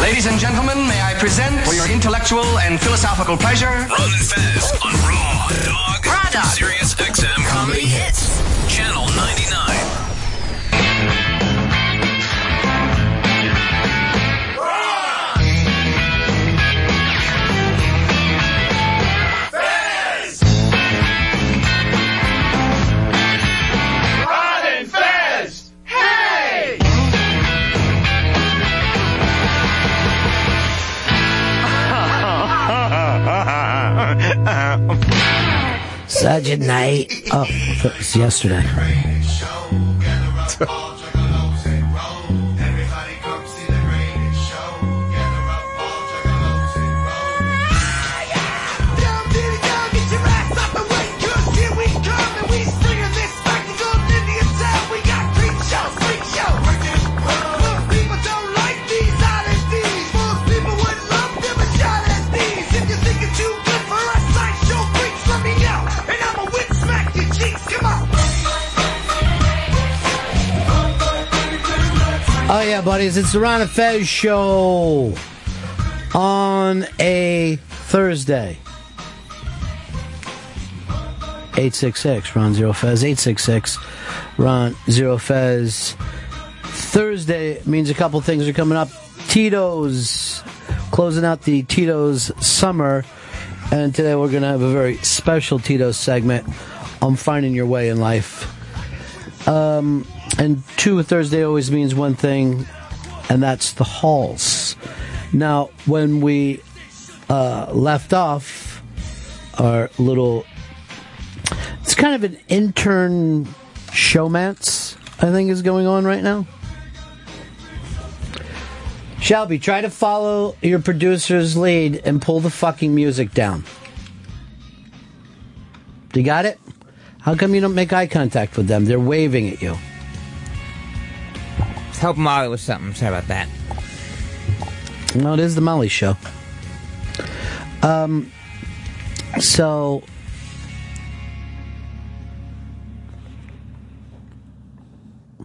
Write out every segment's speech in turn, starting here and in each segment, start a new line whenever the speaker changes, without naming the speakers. Ladies and gentlemen, may I present for your intellectual and philosophical pleasure
Ron and Fez on Raw Dog.
Raw Dog.
Serious XM Comedy Hits. Channel 99.
Such a night. Oh, it's yesterday. Oh yeah, buddies, it's the Ron and Fez show on a Thursday. 866 Ron Zero Fez 866 Ron Zero Fez. Thursday means a couple things are coming up. Tito's closing out the Tito's summer, and today we're going to have a very special Tito's segment on finding your way in life. Um, and two, Thursday always means one thing, and that's the halls. Now, when we uh, left off our little, it's kind of an intern showmance, I think, is going on right now. Shelby, try to follow your producer's lead and pull the fucking music down. You got it? How come you don't make eye contact with them? They're waving at you.
Let's help Molly with something. Sorry about that.
No, it is the Molly Show. Um, so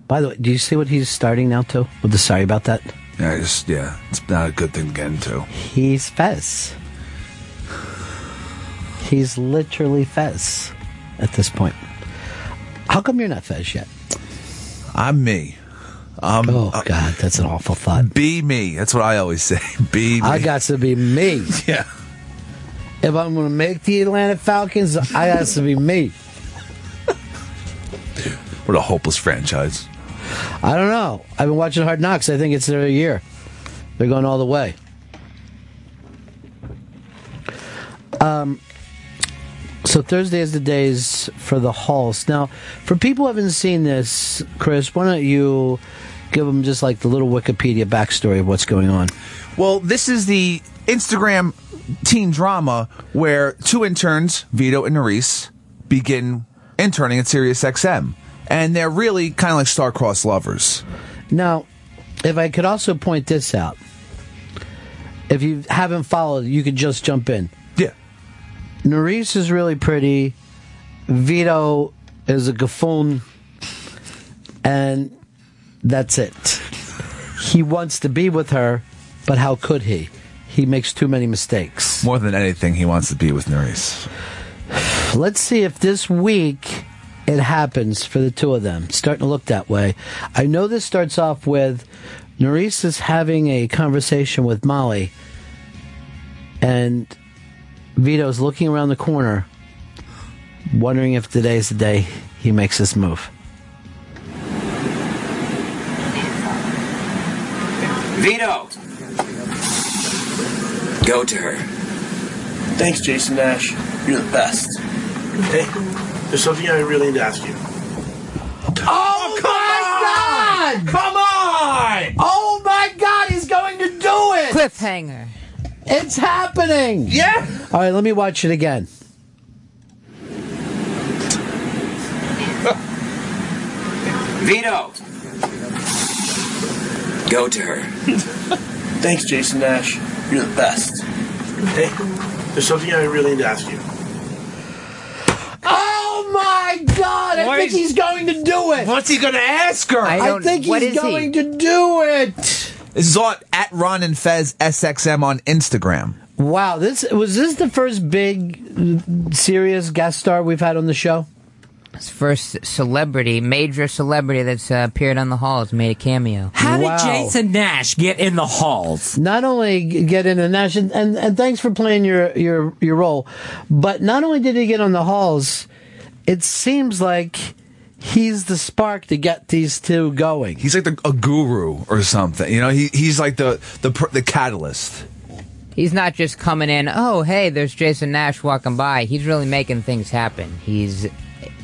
by the way, do you see what he's starting now to? With the sorry about that,
Yeah, I just yeah, it's not a good thing to get into.
he's Fez. He's literally Fez at this point. How come you're not Fez yet?
I'm me. Um,
Oh God, that's an awful thought.
Be me. That's what I always say. Be me.
I got to be me.
yeah.
If I'm going to make the Atlanta Falcons, I got to be me.
What a hopeless franchise.
I don't know. I've been watching Hard Knocks. I think it's their year. They're going all the way. Um, so Thursday is the days for the halls. Now, for people who haven't seen this, Chris, why don't you give them just like the little Wikipedia backstory of what's going on?
Well, this is the Instagram teen drama where two interns, Vito and Nerys, begin interning at SiriusXM, and they're really kind of like star-crossed lovers.
Now, if I could also point this out, if you haven't followed, you could just jump in.
Yeah.
Nerys is really pretty. Vito is a gaffoon. And that's it. He wants to be with her, but how could he? He makes too many mistakes.
More than anything, he wants to be with Nerys.
Let's see if this week it happens for the two of them. It's starting to look that way. I know this starts off with Nerys is having a conversation with Molly, and Vito's looking around the corner, wondering if today's the day he makes this move.
Vito! Go to her.
Thanks, Jason Nash. You're the best. Hey, there's something I really need to ask you.
Oh, my God!
Come on!
Oh my God, he's going to do it!
Cliffhanger.
It's happening!
Yeah.
All right, let me watch it again.
Vito! Go to her.
Thanks, Jason Nash. You're the best. Hey, there's something I really need to ask you.
Oh my God, I
Why
think
is-
he's going to do it!
What's he gonna ask her?
I
I
don't.
think
what
he's
is
going
he?
to do it.
This is on at Ron and Fez SXM on Instagram.
Wow, this was this the first big mm, serious guest star we've had on the show?
His first celebrity, major celebrity that's uh, appeared on the hall has made a cameo.
How
Wow.
did Jason Nash get in the halls?
Not only g- get in the national and, and thanks for playing your, your your role, but not only did he get on the halls, it seems like he's the spark to get these two going.
He's like the, a guru or something. You know, he he's like the the pr- the catalyst.
He's not just coming in, oh, hey, there's Jason Nash walking by. He's really making things happen. He's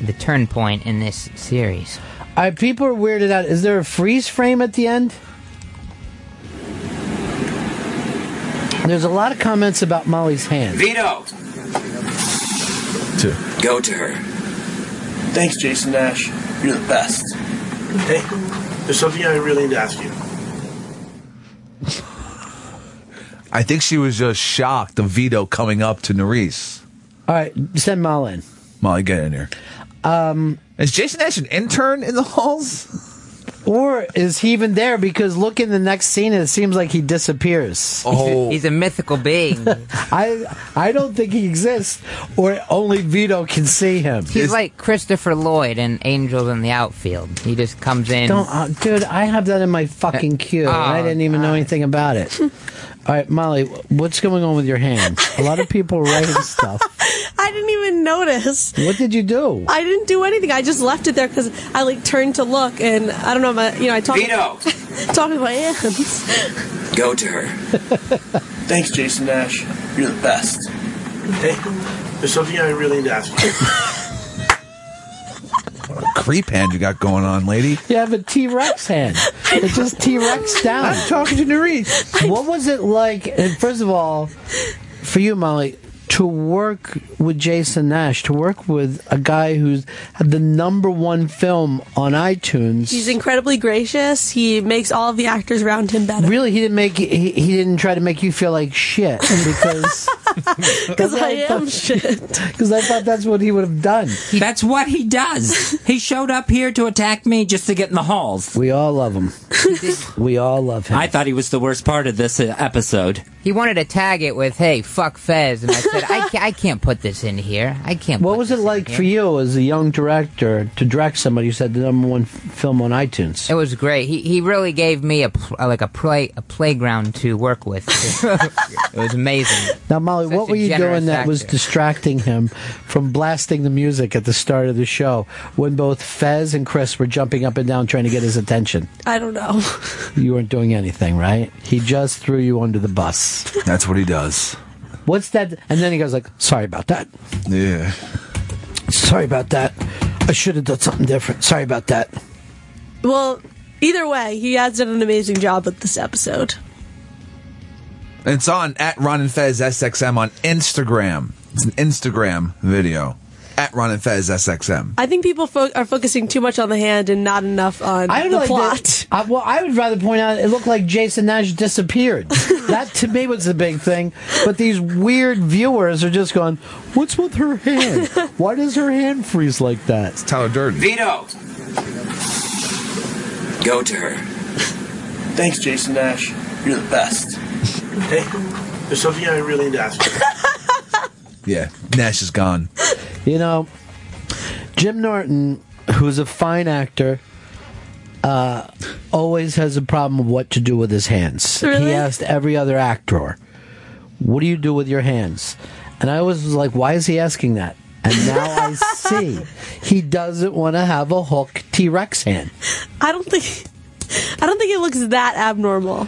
the turn point in this series.
Are people are weirded out? Is there a freeze frame at the end? There's a lot of comments about Molly's hand.
Vito,
Two.
go to her.
Thanks, Jason Nash. You're the best. Hey, there's something I really need to ask you.
I think she was just shocked of Vito coming up to Nerys.
All right, send Molly in.
Molly, get in here. Um, is Jason Nash an intern in the halls?
Or is he even there? Because look in the next scene, it seems like he disappears.
Oh,
He's a mythical being.
I I don't think he exists, or only Vito can see him.
He's like Christopher Lloyd in Angels in the Outfield. He just comes in.
Don't, uh, dude. I have that in my fucking queue. and I
Oh,
didn't even know anything about it. All right, Molly, what's going on with your hand? A lot of people are writing stuff.
I didn't even notice.
What did you do?
I didn't do anything. I just left it there because I like turned to look, and I don't know. My, you know, I talked
Vito,
talking about hands.
go to her.
Thanks, Jason Nash. You're the best. Hey, there's something I really need to ask you.
creep hand you got going on, lady.
You have a T Rex hand. It just T Rex down. I'm talking to Nerys. What was it like? And first of all, for you, Molly, to work with Jason Nash, to work with a guy who's had the number one film on iTunes.
He's incredibly gracious. He makes all of the actors around him better.
Really, he didn't make he, he didn't try to make you feel like shit because
Because I
I thought-
am shit.
because I thought that's what he would have done.
That's what he does. he showed up here to attack me just to get in the halls.
We all love him. we all love him.
I thought he was the worst part of this uh, episode.
He wanted to tag it with, hey, fuck Fez. And I said, I, ca- I can't put this in here. I can't
what
put
was it
this in
like
here."
for you as a young director to direct somebody who said the number one f- film on iTunes?
It was great. He he really gave me a pl- uh, like a play a playground to work with. it was amazing.
Now, Molly,
Such
what
a
were you
generous
doing that was
actor.
distracting him from blasting the music at the start of the show when both Fez and Chris were jumping up and down trying to get his attention?
I don't know.
You weren't doing anything, right? He just threw you under the bus.
That's what he does.
What's that? And then he goes like, "Sorry about that.
Yeah.
Sorry about that. I should have done something different. Sorry about that."
Well, either way, he has done an amazing job with this episode.
It's on at Ron and Fez SXM on Instagram. It's an Instagram video. At Ron and Fez SXM.
I think people fo- are focusing too much on the hand and not enough on
I would
the
like to-
plot.
I, well, I would rather point out it looked like Jason Nash disappeared. that to me was the big thing. But these weird viewers are just going, "What's with her hand? Why does her hand freeze like that?"
Tyler Durden.
Vito, go to her.
Thanks, Jason Nash. You're the best. Hey, there's something I really need to ask you.
Yeah. Nash is gone.
You know, Jim Norton, who's a fine actor, uh, always has a problem of what to do with his hands. He
Really?
asked every other actor, "What do you do with your hands?" And I always was like, "Why is he asking that?" And now I see he doesn't want to have a hook T Rex hand.
I don't think. I don't think it looks that abnormal.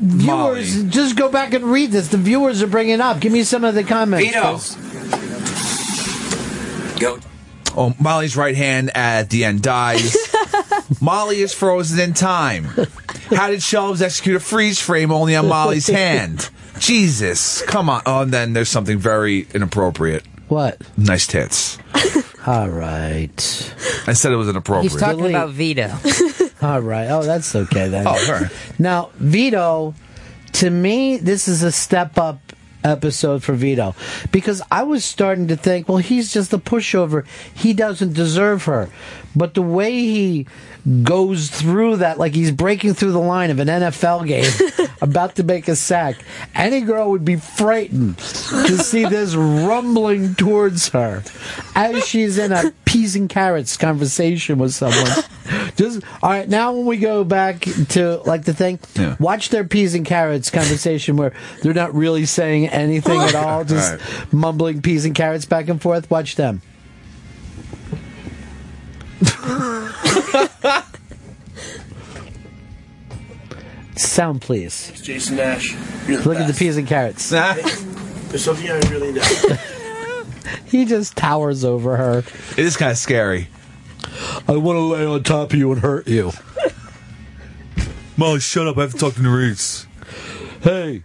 Molly.
Viewers, just go back and read this. The viewers are bringing up. Give me some of the comments.
Vito,
folks.
go.
Oh, Molly's right hand at the end dies. Molly is frozen in time. How did Shelves execute a freeze frame only on Molly's hand? Jesus, come on. Oh, and then there's something very inappropriate.
What?
Nice tits.
All right.
I said it was inappropriate.
He's talking
Delete.
about Vito.
All right. Oh, that's okay then.
oh, her.
Now, Vito, to me, this is a step up episode for Vito because I was starting to think, well, he's just a pushover. He doesn't deserve her. But the way he goes through that, like he's breaking through the line of an NFL game, about to make a sack, any girl would be frightened to see this rumbling towards her as she's in a peas and carrots conversation with someone. Just all right. Now, when we go back to like the thing,
Yeah.
watch their peas and carrots conversation where they're not really saying anything at all, just
Right.
mumbling peas and carrots back and forth. Watch them. Sound, please.
It's Jason Nash. You're the
Look at the
best.
peas and carrots.
There's something I really know.
He just towers over her.
It is kind of scary.
I want to lay on top of you and hurt you.
Molly, shut up. I have to talk to Nerys.
Hey,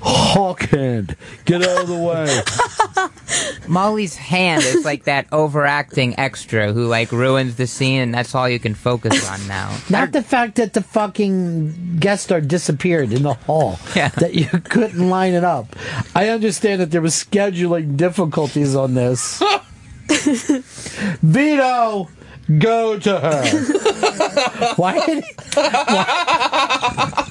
Hawkhand, get out of the way.
Molly's hand is like that overacting extra who like ruins the scene, and that's all you can focus on now.
Not the fact that the fucking guest star disappeared in the hall.
Yeah.
That you couldn't line it up. I understand that there was scheduling difficulties on this. Vito, go to her. why, did why?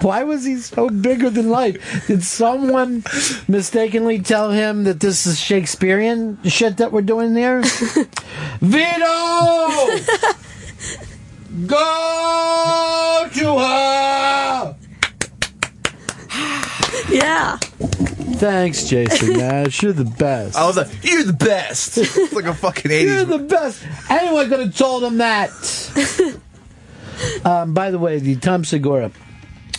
Why was he so bigger than life? Did someone mistakenly tell him that this is Shakespearean shit that we're doing there? Vito! Go to her!
Yeah.
Thanks, Jason Nash. You're the best.
I was like, you're the best. It's like a fucking 80s.
You're the best. Anyone could have told him that. um, by the way, the Tom Segura.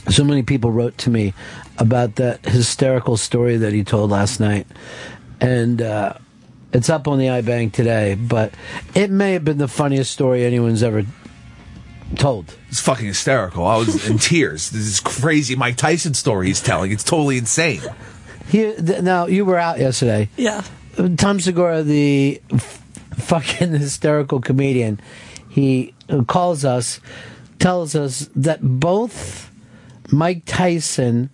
So many people wrote to me about that hysterical story that he told last night, and uh, it's up on the iBank today. But it may have been the funniest story anyone's ever told.
It's fucking hysterical. I was in tears. This is crazy Mike Tyson story he's telling. It's totally insane.
He, th- now you were out yesterday.
Yeah.
Tom Segura, the f- fucking hysterical comedian, he calls us, tells us that both Mike Tyson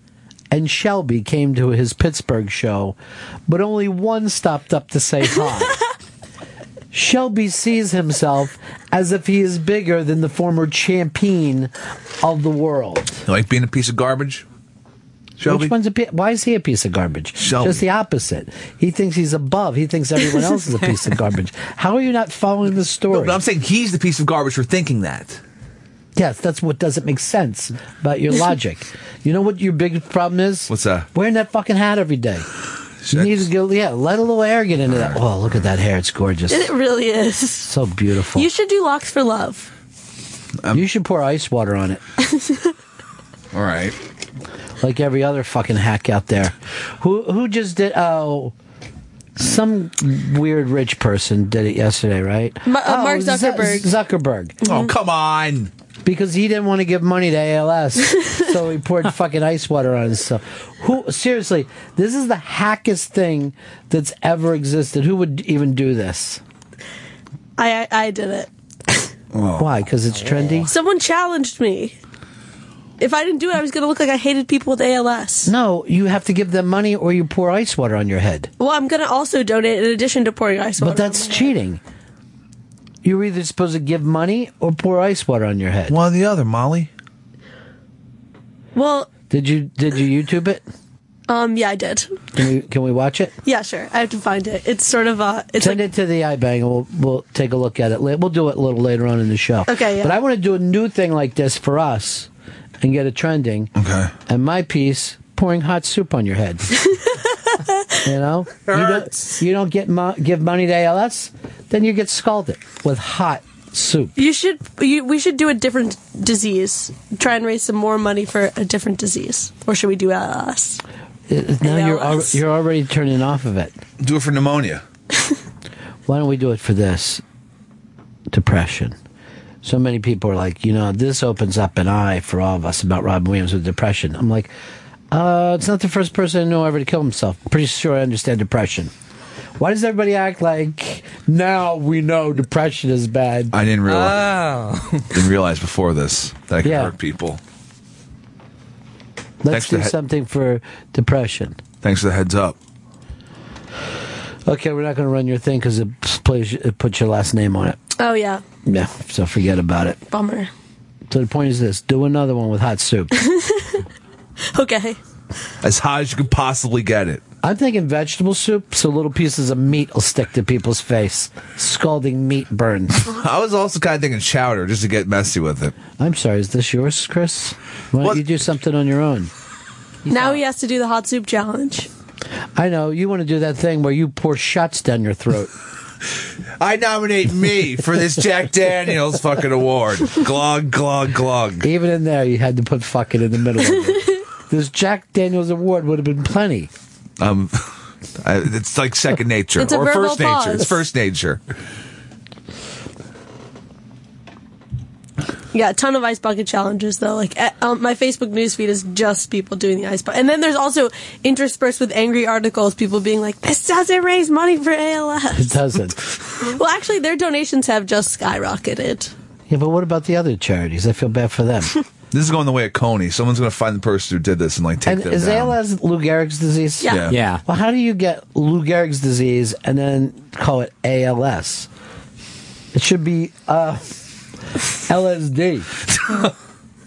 and Shelby came to his Pittsburgh show, but only one stopped up to say hi. Shelby sees himself as if he is bigger than the former champion of the world.
You like being a piece of garbage? Shelby?
Which one's a pi- why is he a piece of garbage?
Shelby.
Just the opposite. He thinks he's above. He thinks everyone else is a piece of garbage. How are you not following the story?
But I'm saying he's the piece of garbage for thinking that.
yes, that's what doesn't make sense about your logic. you know what your big problem is?
What's that?
Wearing that fucking hat every day. You need to go. Yeah, let a little air get into that. Oh, look at that hair. It's gorgeous.
It really is.
So beautiful.
You should do locks for love.
you should pour ice water on it,
Um, All right.
like every other fucking hack out there. Who who just did? Oh. Some weird rich person did it yesterday, right?
Ma- uh, Mark
Z-
Zuckerberg. Mm-hmm.
Zuckerberg.
Oh, come on.
because he didn't want to give money to ALS, so he poured fucking ice water on himself. Who seriously? This is the hackest thing that's ever existed. Who would even do this?
I I, I did it.
Oh.
Why? Because it's trendy.
Someone challenged me. If I didn't do it, I was gonna look like I hated people with ALS.
No, you have to give them money or you pour ice water on your head.
Well, I'm gonna also donate in addition to pouring ice water.
But that's cheating. You're either supposed to give money or pour ice water on your head.
One or the other, Molly.
well,
Did you did you YouTube it?
um, yeah, I did.
Can we can we watch it?
Yeah, sure. I have to find it. It's sort of a. It's
Send
like,
it to the iBang. and We'll we'll take a look at it. la- We'll do it a little later on in the show.
Okay, yeah.
But I want to do a new thing like this for us, and get it trending.
Okay.
And my piece, pouring hot soup on your head. you know, you don't, you don't get mo- give money to ALS, then you get scalded with hot soup.
you should. You, we should do a different disease. Try and raise some more money for a different disease, or should we do ALS?
It- Now you're al-
ALS.
you're already turning off of it.
Do it for pneumonia.
why don't we do it for this depression so many people are like you know this opens up an eye for all of us about robin williams with depression i'm like uh, it's not the first person i know ever to kill himself pretty sure i understand depression why does everybody act like now we know depression is bad
I didn't realize,
Oh,
didn't realize before this that I could
Yeah.
hurt people.
let's
the
do
head-
something for depression
Thanks for the heads up.
Okay, we're not going to run your thing because it plays it puts your last name on it.
Oh yeah,
Yeah, so forget about it.
bummer.
So the point is this: do another one with hot soup.
Okay.
As hot as you could possibly get it.
I'm thinking vegetable soup, so little pieces of meat will stick to people's face. Scalding meat burns.
I was also kind of thinking chowder just to get messy with it.
I'm sorry, is this yours, Chris? Why don't
What?
you do something on your own?
Now he has to do the hot soup challenge.
I know you want to do that thing where you pour shots down your throat.
I nominate me for this Jack Daniels fucking award. Glog, glog, glog.
Even in there, you had to put fucking in the middle. Of it. this Jack Daniels award would have been plenty.
Um, I, it's like second nature
It's a
or
verbal
first nature. It's
pause.
first nature.
Yeah, a ton of ice bucket challenges though. Like eh, um, my Facebook newsfeed is just people doing the ice bucket, and then there's also interspersed with angry articles, people being like, "This doesn't raise money for ALS."
It doesn't.
well, actually, their donations have just skyrocketed.
yeah, but what about the other charities? I feel bad for them.
This is going the way of Coney. Someone's going to find the person who did this and like take
and
them
is
down.
ALS Lou Gehrig's disease?
Yeah.
Yeah.
Yeah.
Well, how do you get Lou Gehrig's disease and then call it ALS? It should be uh, LSD.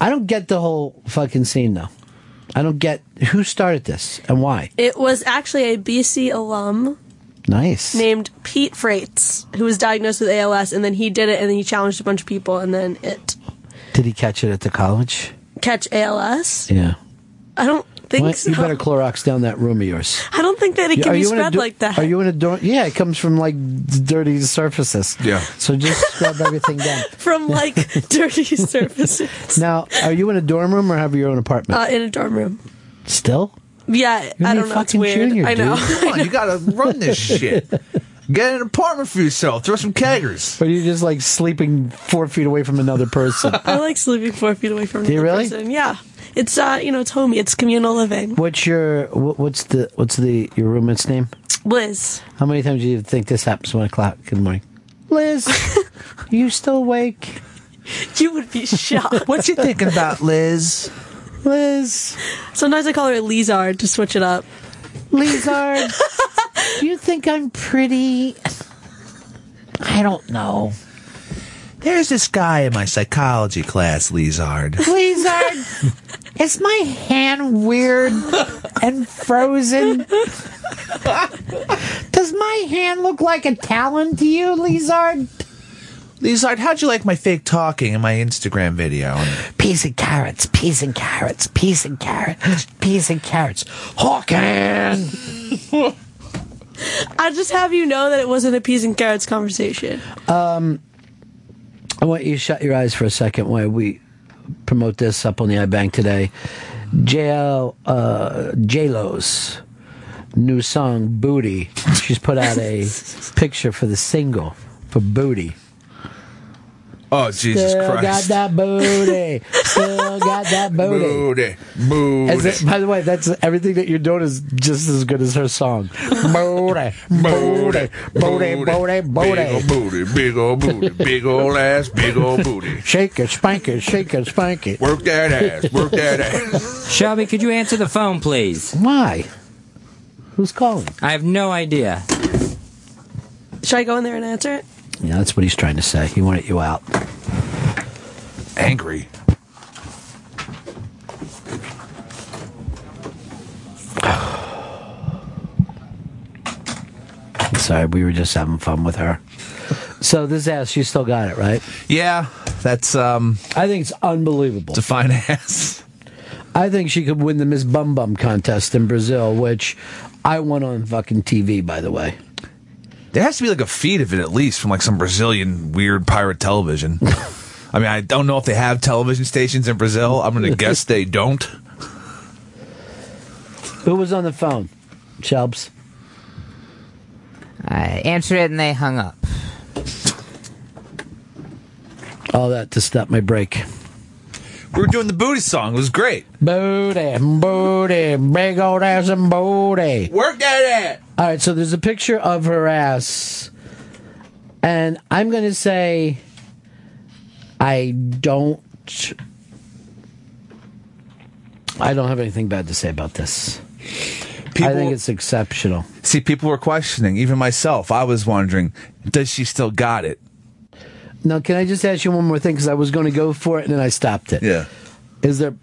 I don't get the whole fucking scene though. I don't get who started this and why.
It was actually a BC alum
Nice.
named Pete Freites who was diagnosed with ALS, and then he did it, and then he challenged a bunch of people, and then it
Did he catch it at the college?
catch ALS.
Yeah.
I don't think
Well,
so.
you better Clorox down that room of yours.
I don't think that it can
are
be
you in a
spread
do-
like that.
Are you in a dorm? Yeah, it comes from like d- dirty surfaces.
Yeah.
So just scrub everything down.
From like dirty surfaces.
Now, are you in a dorm room or have your own apartment?
Uh, in a dorm room.
Still?
Yeah,
You're
I don't
in
know. It's
fucking
weird.
junior,
I know.
dude.
Come on, you got to run this shit. Get an apartment for yourself. Throw some keggers.
Or are you just like sleeping four feet away from another person?
I like sleeping four feet away from
Do you
another
really?
person. Yeah, it's uh, you know, it's homey. It's communal living.
what's your wha- what's the what's the your roommate's name?
Bliss.
How many times do you think this happens? One o'clock in the morning. Liz, are you still awake?
You would be shocked.
What you thinking about, Liz?
Liz,
Sometimes I call her Lizard to switch it up.
Lizard, do you think I'm pretty? I don't know.
There's this guy in my psychology class, Lizard.
Lizard, is my hand weird and frozen? Does my hand look like a talon to you, Lizard?
Lizard, how'd you like my fake talking in my Instagram video?
peas and carrots, peas and carrots, peas and carrots, peas and carrots. Hawking!
I just have you know that it wasn't a peas and carrots conversation.
Um, I want you to shut your eyes for a second while we promote this up on the iBank today. JL, uh, JLo's new song, Booty. She's put out a picture for the single for Booty.
Oh, Jesus
Still got
Christ.
that booty. Still got that booty.
Booty. Booty.
As it- by the way, that's everything that you're doing is just as good as her song. Booty, booty, booty, booty,
Big
booty.
old booty, big old booty, big old ass, big old booty.
Shake it, spank it, shake it, spank it.
Work that ass, work that ass.
Shelby, could you answer the phone, please?
Why? Who's calling?
I have no idea.
Should I go in there and answer it?
Yeah, that's what he's trying to say. He wanted you out.
Angry.
Sorry, we were just having fun with her. So this ass, you still got it, right?
Yeah, that's um
I think it's unbelievable.
define ass.
I think she could win the Miss Bum Bum contest in Brazil, which I won on fucking TV, by the way.
There has to be like a feed of it at least from like some Brazilian weird pirate television. I mean, I don't know if they have television stations in Brazil. I'm gonna guess they don't.
Who was on the phone? Shelbs.
I answered it and they hung up.
All that to stop my break.
We were doing the booty song. It was great.
Booty, booty, big old ass and booty.
Work that ass.
All right, so there's a picture of her ass, and I'm going to say I don't. I don't have anything bad to say about this.
People,
I think it's exceptional.
see, people were questioning, even myself. I was wondering, does she still got it?
Now, can I just ask you one more thing? Because I was going to go for it and then I stopped it.
Yeah.
Is there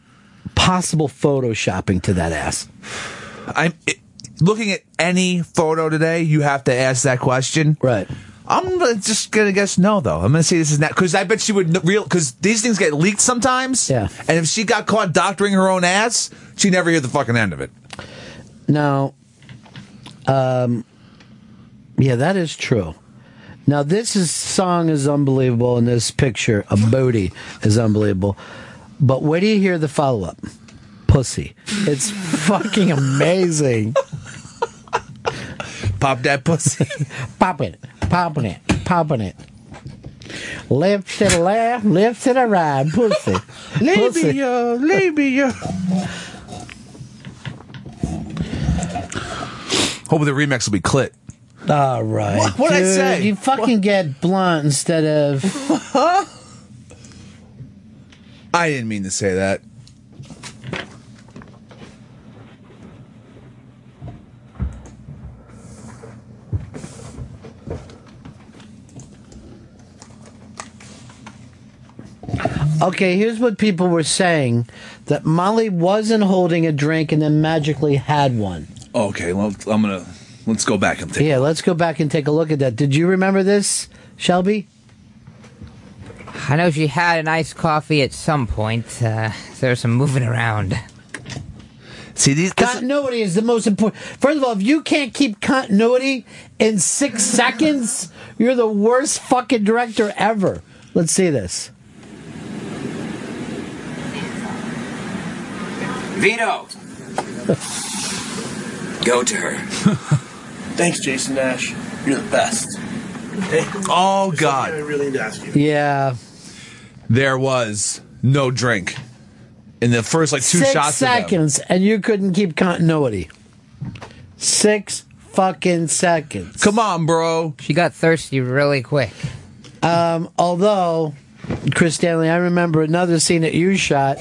possible photoshopping to that ass?
I'm it, looking at any photo today. You have to ask that question,
Right.
I'm gonna- just gonna guess no, though. I'm gonna say this is not because I bet she would n- real because these things get leaked sometimes.
Yeah.
and if she got caught doctoring her own ass, she never hear the fucking end of it.
Now, um, yeah, that is true. Now, this is, song is unbelievable, and this picture of Bodie is unbelievable. But where do you hear the follow up? Pussy. It's fucking amazing.
Pop that pussy.
popping it, popping it, popping it. Left to the left, left to the right, pussy. pussy.
labia, labia. Hope the remix will be clit.
All right.
What- what'd I
dude,
say?
You fucking get blunt instead of.
I didn't mean to say that.
Okay, here's what people were saying that Molly wasn't holding a drink and then magically had one.
Okay, well, I'm gonna let's go back and take.
Yeah, let's go back and take a look at that. Did you remember this, Shelby?
I know she had an iced coffee at some point. Uh, there was some moving around.
See these. this-
Continuity is the most important. First of all, if you can't keep continuity in six seconds, you're the worst fucking director ever. Let's see this.
Vito! Go to her.
Thanks, Jason Nash. You're the best. Hey,
oh
I
God,
really need to ask you.
Yeah,
there was no drink in the first like two
six
shots. of them.
seconds, and you couldn't keep continuity. Six fucking seconds.
Come on, bro.
She got thirsty really quick.
Um, Although, Chris Stanley, I remember another scene that you shot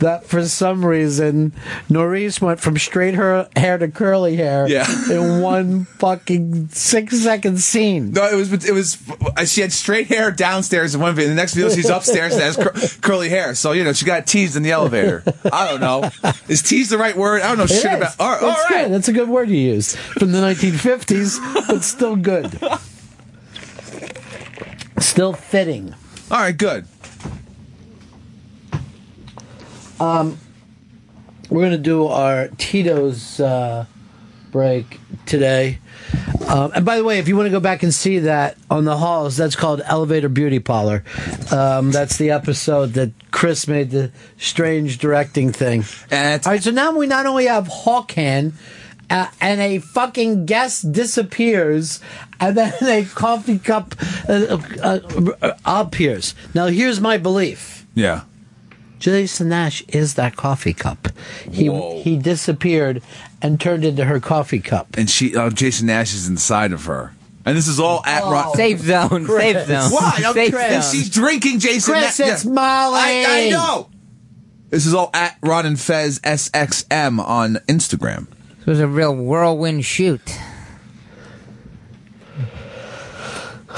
that for some reason Norris went from straight her hair to curly hair
Yeah.
in one fucking six second scene.
No, it was it was. uh, She had straight hair downstairs in one video. The next video, she's upstairs and has cur- curly hair. So you know, she got teased in the elevator. I don't know. Is teased the right word? I don't know
It
shit
is.
about. All right,
That's
all right.
good. That's a good word you used from the 1950s, but still good. Still fitting.
all right, good.
Um, We're gonna do our Tito's uh, break today. Um, and by the way, if you want to go back and see that on the halls, that's called Elevator Beauty Parlor. Um, that's the episode that Chris made the strange directing thing.
And
All right, so now we not only have Hawkhan, uh, and a fucking guest disappears, and then a coffee cup uh, uh, uh, appears. Now, here's my belief.
yeah,
Jason Nash is that coffee cup. He
Whoa.
he disappeared and turned into her coffee cup.
and she uh, Jason Nash is inside of her, and this is all at Ron.
Safe zone. Safe zone.
Why? I'm-
Safe
and
zone.
she's drinking Jason.
Chris,
Nash.
it's Molly.
I, I know. This is all at Ron and Fez SXM on Instagram.
This was a real whirlwind shoot.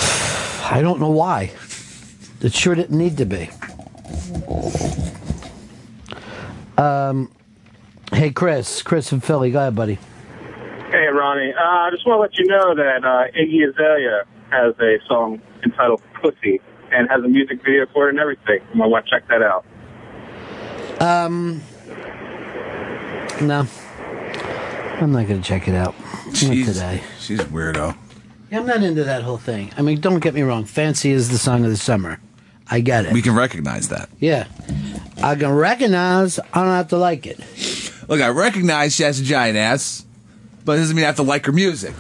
I don't know why. It sure didn't need to be. Um, hey Chris, Chris and Philly, go ahead, buddy.
Hey, Ronnie. Uh, I just want to let you know that uh, Iggy Azalea has a song entitled Pussy and has a music video for it and everything. You might want to check that out.
Um, No, I'm not going to check it out Not
She's,
today.
she's a weirdo.
I'm not into that whole thing. I mean, don't get me wrong. Fancy is the song of the summer. I get it.
We can recognize that.
yeah, I can recognize. I don't have to like it.
Look, I recognize she has a giant ass, but it doesn't mean I have to like her music.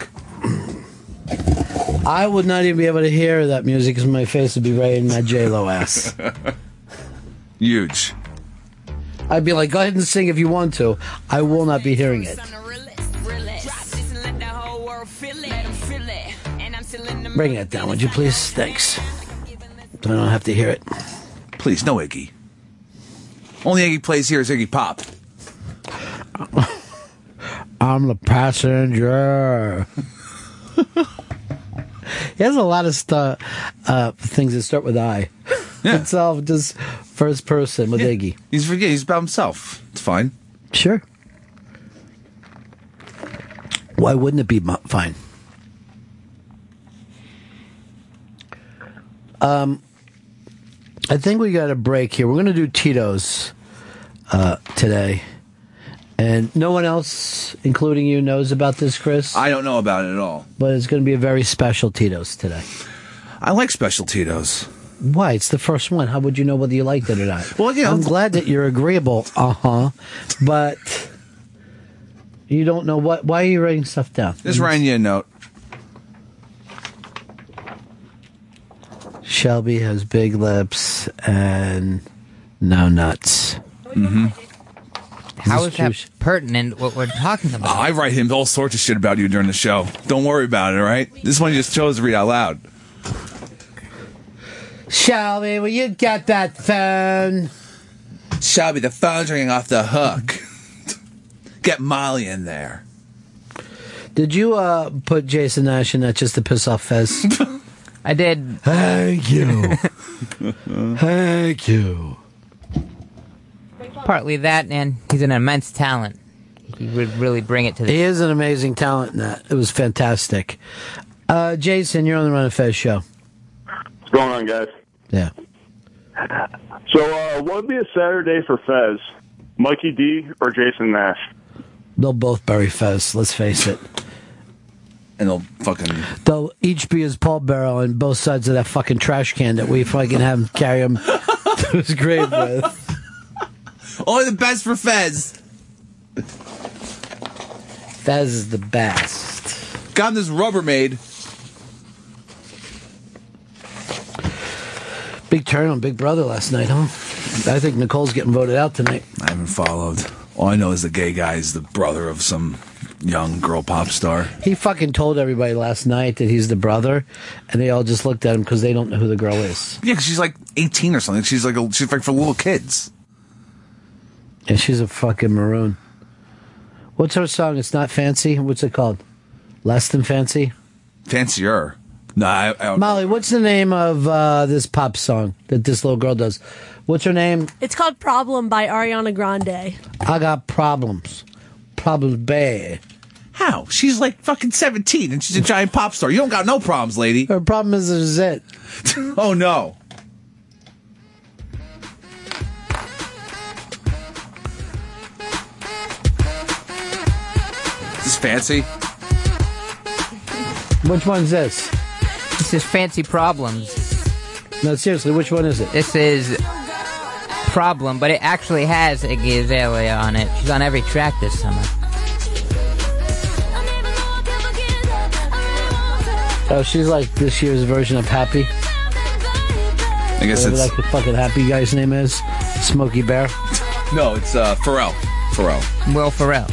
I would not even be able to hear that music because my face would be right in my J Lo ass.
Huge.
I'd be like, go ahead and sing if you want to. I will not be hearing it.
Bring that down, would you please? Thanks.
So I don't have to hear it.
Please, no Iggy. Only Iggy plays here is Iggy Pop.
I'm the passenger. he has a lot of stu- uh, things that start with I. It's all just first person with Iggy.
He's yeah, he's about himself. It's fine.
Sure. Why wouldn't it be mu- fine? Um, I think we got a break here. We're going to do Tito's uh, today. And no one else, including you, knows about this, Chris.
I don't know about it at all.
But it's going to be a very special Tito's today.
I like special Tito's.
Why? It's the first one. How would you know whether you liked it or not?
Well, you know-
I'm glad that you're agreeable. Uh huh. But you don't know what. Why are you writing stuff down?
Just writing you a note.
Shelby has big lips and no nuts.
Mm-hmm.
How is that pertinent? What we're talking about?
Oh, I write him all sorts of shit about you during the show. Don't worry about it, all right? This one you just chose to read out loud.
Shelby, will you get that phone?
Shelby, the phone's ringing off the hook. Get Molly in there.
Did you uh, put Jason Nash in that just to piss off Fez?
I did.
Thank you. Thank you.
Partly that, and he's an immense talent. He would really bring it to the.
He is an amazing talent in that. It was fantastic. Uh, Jason, you're on the Run of Fez show.
What's going on, guys?
Yeah.
So, uh, what would be a Saturday for Fez? Mikey D or Jason Nash?
They'll both bury Fez, let's face it.
And they'll fucking.
They'll each be his pallbearer on both sides of that fucking trash can that we fucking have him carry him to his grave with.
Only the best for Fez.
Fez is the best.
Got him this Rubbermaid.
Big turn on Big Brother last night, huh? I think Nicole's getting voted out tonight.
I haven't followed. All I know is the gay guy is the brother of some young girl pop star.
He fucking told everybody last night that he's the brother, and they all just looked at him because they don't know who the girl is.
Yeah, 'cause she's like 18 or something. She's like a, she's like for little kids.
And she's a fucking maroon. What's her song? It's not fancy. What's it called? Less than fancy.
Fancier. No, I, I
Molly, what's the name of uh, this pop song that this little girl does? What's her name?
It's called Problem by Ariana Grande.
I got problems. Problems bad.
How? She's like fucking 17 and she's a giant pop star. You don't got no problems, lady.
Her problem is a zit.
oh no. Is this fancy?
Which one's this?
This is Fancy Problems.
No, seriously, which one is it?
This is Problem, but it actually has Iggy Azalea on it. She's on every track this summer.
Oh, she's like this year's version of Happy.
I guess
Whatever,
it's
like the fucking Happy guy's name is Smokey Bear.
no, it's uh, Pharrell. Pharrell.
Will Ferrell.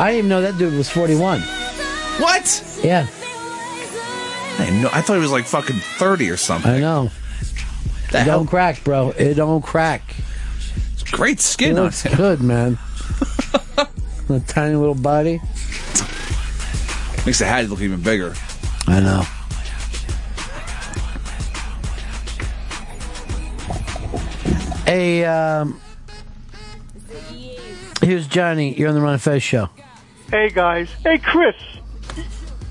I didn't even know that dude was 41.
What?
Yeah,
I didn't know. I thought he was like fucking 30 or something.
I know. It don't crack, bro. It don't crack.
Great
It
skin on
looks
him.
good, man. a tiny little body.
Makes the hat look even bigger.
I know. Hey, um, here's Johnny. You're on the Run of Fez show.
Hey guys. Hey Chris.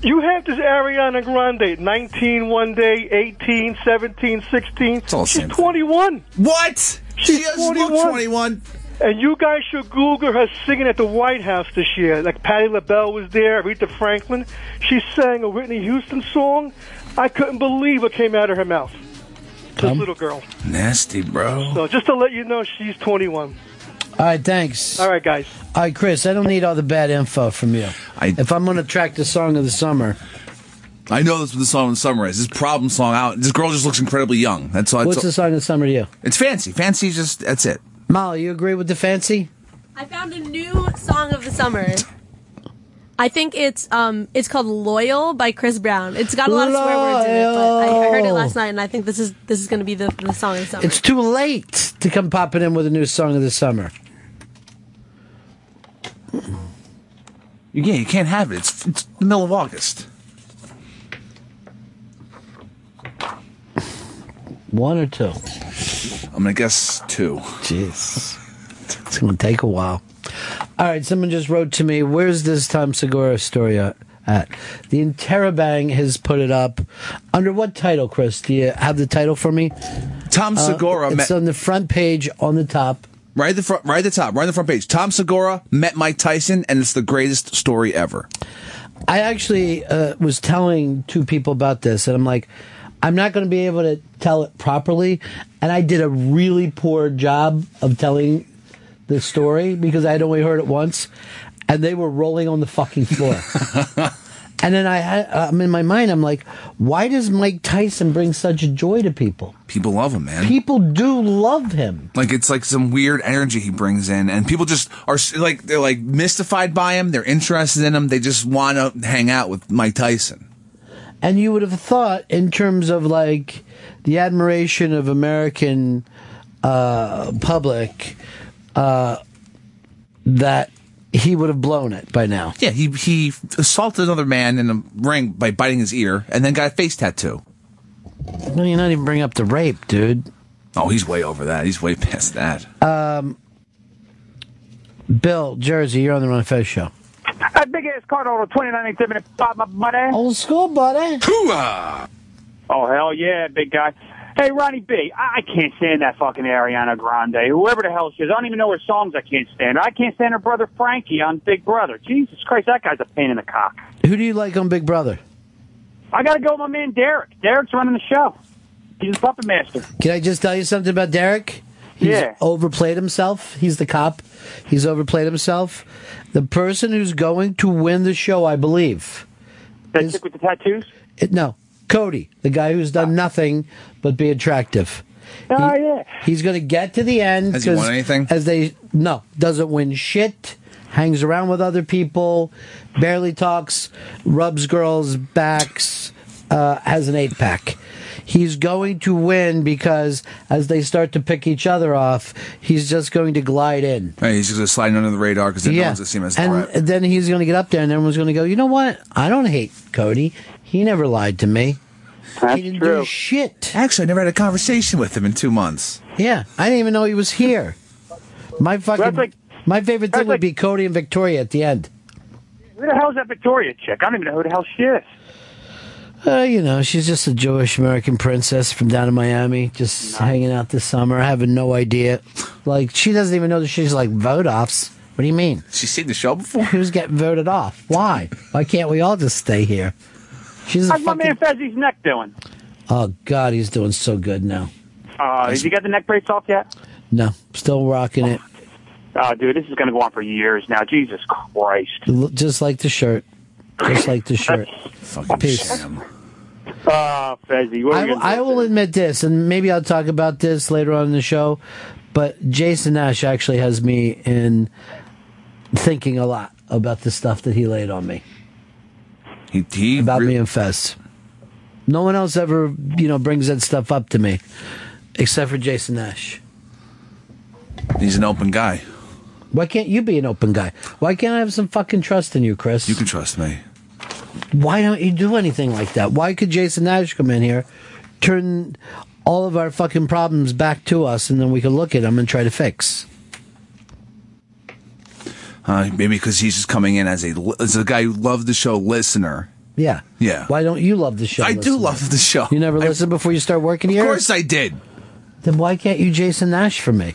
You have this Ariana Grande, 19 one day, 18, 17, 16.
all the
She's
same thing.
21.
What?
She's
She doesn't
21.
look 21.
And you guys should Google her singing at the White House this year. Like Patti LaBelle was there, Aretha Franklin. She sang a Whitney Houston song. I couldn't believe what came out of her mouth. This
Come.
little girl.
Nasty, bro.
So just to let you know, she's 21.
All right, thanks.
All right, guys.
All right, Chris, I don't need all the bad info from you.
I-
if I'm going to track the song of the summer,
I know that's what the song in the summer is. This problem song out. This girl just looks incredibly young. That's all.
what's the
it's,
song of the summer to you?
it's fancy. Fancy. Just that's it.
Molly, you agree with the fancy?
I found a new song of the summer. I think it's um it's called Loyal by Chris Brown. It's got a lot of swear words in it, but I, I heard it last night and I think this is this is gonna be the, the song of the summer.
It's too late to come popping in with a new song of the summer.
You, yeah, you can't have it. It's, it's the middle of August.
One or two?
I'm gonna guess two.
Jeez, it's gonna take a while. All right, someone just wrote to me. Where's this Tom Segura story at? at? The Interrobang has put it up. Under what title, Chris? Do you have the title for me?
Tom Segura
Uh, it's
met-
on the front page on the top.
Right at the front, right at the top, right on the front page. Tom Segura met Mike Tyson, and it's the greatest story ever.
I actually uh, was telling two people about this, and I'm like, I'm not going to be able to tell it properly, and I did a really poor job of telling the story because I had only heard it once, and they were rolling on the fucking floor. and then I, had, I'm in my mind, I'm like, why does Mike Tyson bring such joy to people?
People love him, man.
People do love him.
Like it's like some weird energy he brings in, and people just are s- like they're like mystified by him. They're interested in him. They just want to hang out with Mike Tyson.
And you would have thought, in terms of like the admiration of American uh, public, uh, that he would have blown it by now.
Yeah, he he assaulted another man in a ring by biting his ear, and then got a face tattoo.
No, you're not even bringing up the rape, dude.
Oh, he's way over that. He's way past that.
Um, Bill Jersey, you're on the Run of Fez show.
A big ass card over 29 minute pop my money.
Old school, buddy.
Hooah!
Oh, hell yeah, big guy. Hey, Ronnie B, I I can't stand that fucking Ariana Grande, whoever the hell she is. I don't even know her songs I can't stand. I can't stand her brother Frankie on Big Brother. Jesus Christ, that guy's a pain in the cock.
Who do you like on Big Brother?
I gotta go with my man Derek. Derek's running the show. He's a puppet master.
Can I just tell you something about Derek? He's
Yeah.
overplayed himself. He's the cop. He's overplayed himself. The person who's going to win the show, I believe.
That chick with the tattoos?
It, no, Cody, the guy who's done nothing but be attractive.
Oh,
He-
yeah.
He's going to get to the end.
Has he
'cause
won anything?
As they no, doesn't win shit. Hangs around with other people, barely talks, rubs girls' backs, uh, has an eight pack. He's going to win because as they start to pick each other off, he's just going to glide in.
Hey, he's just sliding under the radar because no one's gonna see him as a
and
threat.
then he's going to get up there, and everyone's going to go, you know what? I don't hate Cody. He never lied to me.
That's
didn't do
true.
shit.
Actually, I never had a conversation with him in two months.
Yeah, I didn't even know he was here. My fucking, my favorite thing would be Cody and Victoria at the end.
Who the hell is that Victoria chick? I don't even know who the hell she is.
Uh, you know, she's just a Jewish American princess from down in Miami, just hanging out this summer, having no idea. Like, she doesn't even know that she's like vote offs. What do you mean?
She's seen the show before?
Who's getting voted off? Why? Why can't we all just stay here? She's a
How's my
fucking.
man Fezzi's neck doing?
Oh, God, he's doing so good now.
Uh, has he got the neck brace off yet?
No, still rocking it.
Oh, dude, this is gonna go on for years now. Jesus Christ.
L- Just like the shirt. Just like the shirt. Fucking Peace.
Ah, Fezzi, what are
I,
you gonna
will-
do?
I will admit this, and maybe I'll talk about this later on in the show, but Jason Nash actually has me in thinking a lot about the stuff that he laid on me.
He, he
about me and Fest. No one else ever, you know, brings that stuff up to me, except for Jason Nash.
He's an open guy.
Why can't you be an open guy? Why can't I have some fucking trust in you, Chris? You
can trust me.
Why don't you do anything like that? Why could Jason Nash come in here, turn all of our fucking problems back to us, and then we can look at them and try to fix?
Uh, maybe because he's just coming in as a li- as a guy who loved the show listener.
Yeah.
Yeah.
Why don't you love the show?
I do love the show.
You never listened before you start working here?
Of course I did.
Then why can't you Jason Nash for me?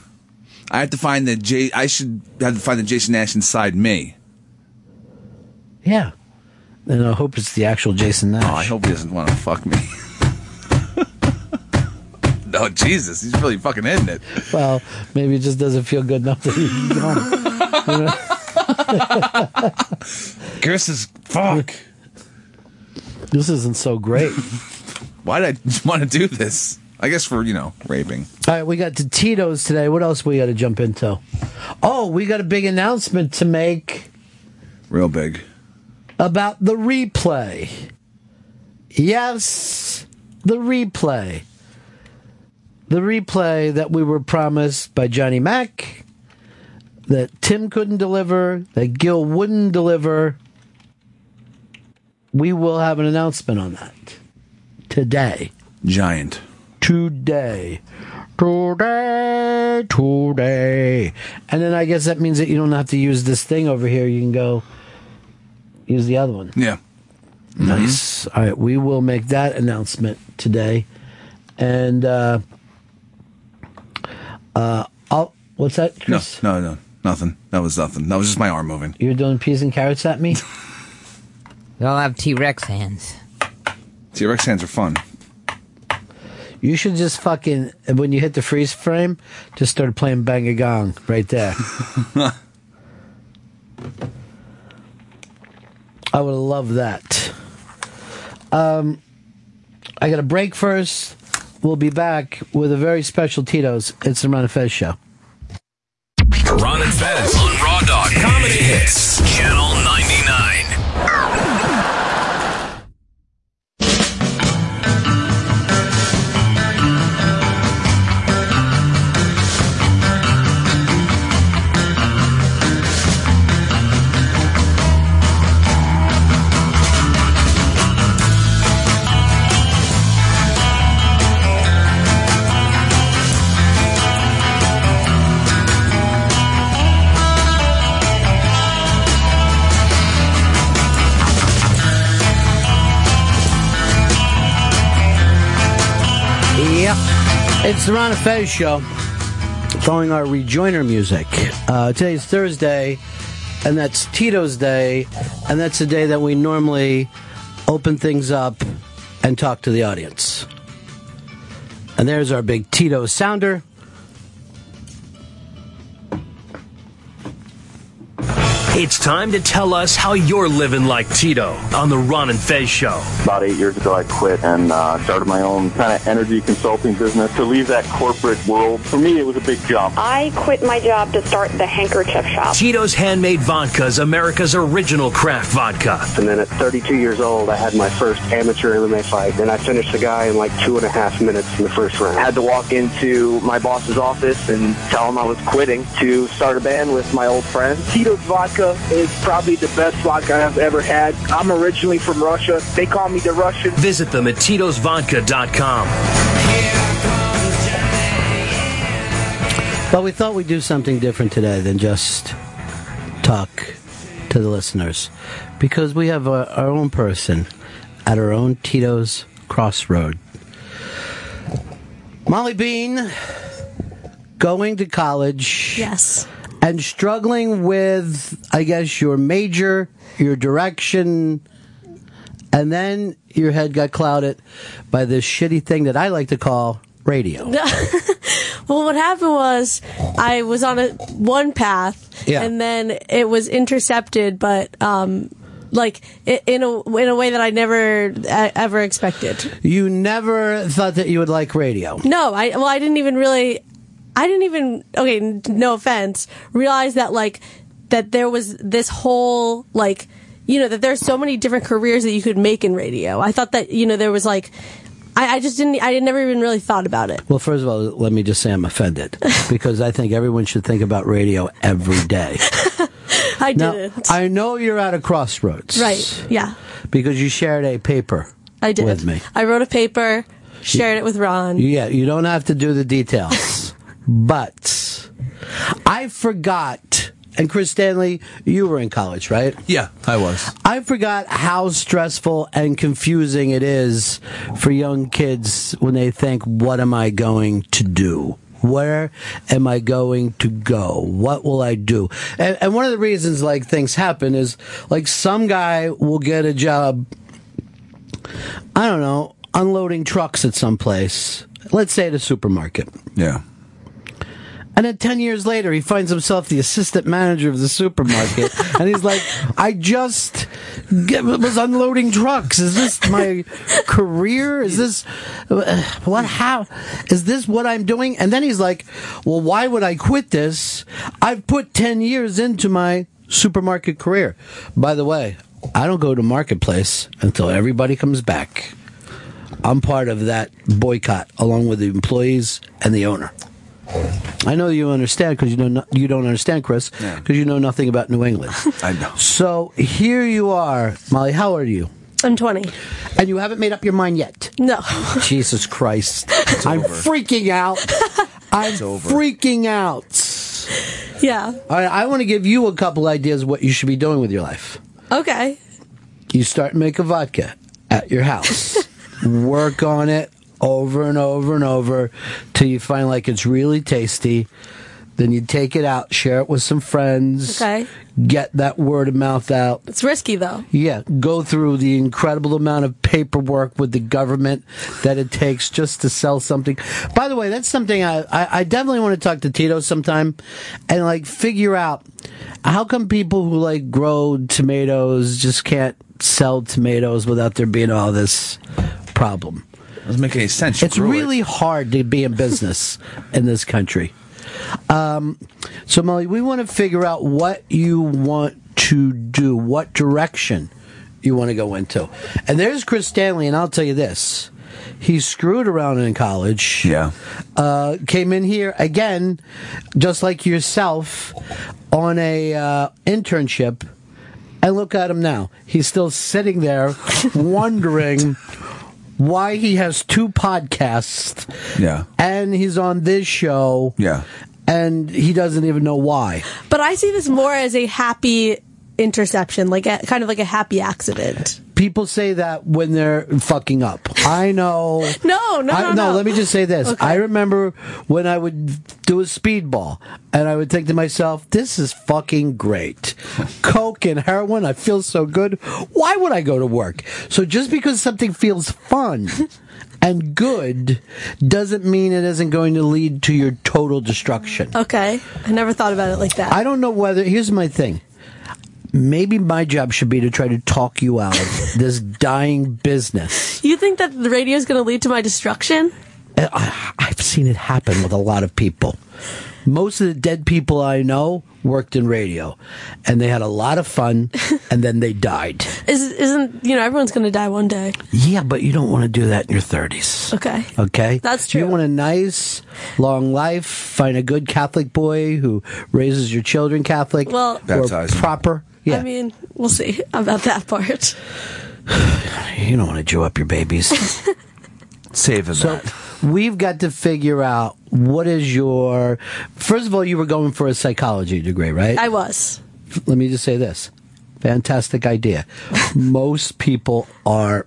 I have to find the J. I should have to find the Jason Nash inside me.
Yeah. And I hope it's the actual Jason Nash.
Oh, I hope he doesn't want to fuck me. no, Oh, Jesus, he's really fucking hitting it.
Well, maybe it just doesn't feel good enough that you can go. You know?
Chris is fuck.
This isn't so great.
Why did I want to do this? I guess for you know raping.
All right, we got to Tito's today. What else we got to jump into? Oh, we got a big announcement to make
Real big.
about the replay. Yes, the replay. The replay that we were promised by Johnny Mack, that Tim couldn't deliver, that Gil wouldn't deliver. we will have an announcement on that today.
Giant.
Today. Today. Today. And then I guess that means that you don't have to use this thing over here. You can go use the other one.
Yeah.
Nice. All right. We will make that announcement today. And, uh, uh, I'll, what's that,
No,
Chris?
no, no, nothing. That was nothing. That was just my arm moving.
You're doing peas and carrots at me?
They all have T Rex hands.
T Rex hands are fun.
You should just fucking when you hit the freeze frame, just start playing Bang a Gong right there. I would love that. Um, I got a break first. We'll be back with a very special Tito's. It's the Ron and Fez show.
Ron and Fez on Raw Dog Comedy Hits, Channel 99.
Yep. It's the Ron and Fez show. Following our rejoiner music. Uh, today's Thursday, and that's Tito's Day, and that's the day that we normally open things up and talk to the audience. And there's our big Tito sounder.
It's time to tell us how you're living like Tito on the Ron and Fez show.
About eight years ago, I quit and uh, started my own kind of energy consulting business to leave that corporate world. For me, it was a big jump.
I quit my job to start the handkerchief shop.
Tito's handmade vodka is America's original craft vodka.
And then at 32 years old, I had my first amateur MMA fight, and I finished the guy in like two and a half minutes in the first round.
I had to walk into my boss's office and tell him I was quitting to start a band with my old friend.
Tito's vodka is probably the best vodka I've ever had. I'm originally from Russia. They call me the Russian.
Visit them at titosvodka.com.
But we thought we'd do something different today than just talk to the listeners. Because we have uh our own person at our own Tito's Crossroad. Molly Bean going to college.
Yes.
And struggling with, I guess, your major, your direction, and then your head got clouded by this shitty thing that I like to call radio.
well, what happened was I was on a one path,
Yeah.
and then it was intercepted, but um, like i in a in a way that I never e- ever expected.
You never thought that you would like radio.
No, I well, I didn't even really, I didn't even okay. n- No offense, realize that like that there was this whole like you know that there's so many different careers that you could make in radio. I thought that you know there was like. I, I just didn't. I never even really thought about it.
Well, first of all, let me just say I'm offended because I think everyone should think about radio every day.
I
Now,
didn't.
I know you're at a crossroads.
Right. Yeah.
Because you shared a paper
I did.
with me.
I wrote a paper, shared it with Ron.
Yeah, you don't have to do the details. but I forgot, and Chris Stanley, you were in college, right?
Yeah, I was.
I forgot how stressful and confusing it is for young kids when they think, what am I going to do? Where am I going to go? What will I do? And, and one of the reasons like things happen is like some guy will get a job I don't know, unloading trucks at some place. Let's say at a supermarket.
Yeah.
And then 10 years later, he finds himself the assistant manager of the supermarket. and he's like, I just g- was unloading trucks. Is this my career? Is this uh, what, how is this what I'm doing? And then he's like, well, why would I quit this? I've put 10 years into my supermarket career. By the way, I don't go to marketplace until everybody comes back. I'm part of that boycott along with the employees and the owner. I know you understand because you know no- you don't understand, Chris, because you know nothing about New England.
I know.
So here you are, Molly. How are you?
I'm 20.
And you haven't made up your mind yet?
No.
Jesus Christ. I'm
over.
freaking out. I'm
over.
freaking out.
Yeah.
All right, I want to give you a couple ideas of what you should be doing with your life.
Okay.
You start making vodka at your house. Work on it over and over and over till you find like it's really tasty. Then you take it out, share it with some friends.
Okay.
Get that word of mouth out.
It's risky though.
Yeah, go through the incredible amount of paperwork with the government that it takes just to sell something. By the way, that's something I, I, I definitely want to talk to Tito sometime and like figure out how come people who like grow tomatoes just can't sell tomatoes without there being all this problem.
Doesn't make any sense.
It's really hard to be in business in this country. Um, so, Molly, we want to figure out what you want to do, what direction you want to go into. And there's Chris Stanley, and I'll tell you this. He screwed around in college.
Yeah.
Uh, came in here again, just like yourself, on a uh, internship. And look at him now. He's still sitting there wondering why he has two podcasts
Yeah.
and he's on this show.
Yeah.
And he doesn't even know why.
But I see this more as a happy interception, like a, kind of like a happy accident.
People say that when they're fucking up. I know.
No, no,
I,
no, no.
let me just say this. I remember when I would do a speedball and I would think to myself, this is fucking great. Coke and heroin, I feel so good. Why would I go to work? So just because something feels fun and good doesn't mean it isn't going to lead to your total destruction.
Okay. I never thought about it like that.
I don't know whether. Here's my thing. Maybe my job should be to try to talk you out of this dying business.
You think that the radio is going to lead to my destruction?
And I- I've seen it happen with a lot of people. Most of the dead people I know worked in radio, and they had a lot of fun, and then they died.
Is, isn't you know everyone's going to die one day?
Yeah, but you don't want to do that in your 30s.
Okay.
Okay?
That's true.
You want a nice, long life, find a good Catholic boy who raises your children Catholic,
Well-
or
Baptize them.
proper. Yeah.
I mean, we'll see about that part.
you don't want to Jew up your babies.
Save him
so we've got to figure out what is your. First of all, you were going for a psychology degree, right?
I was.
Let me just say this fantastic idea. Most people are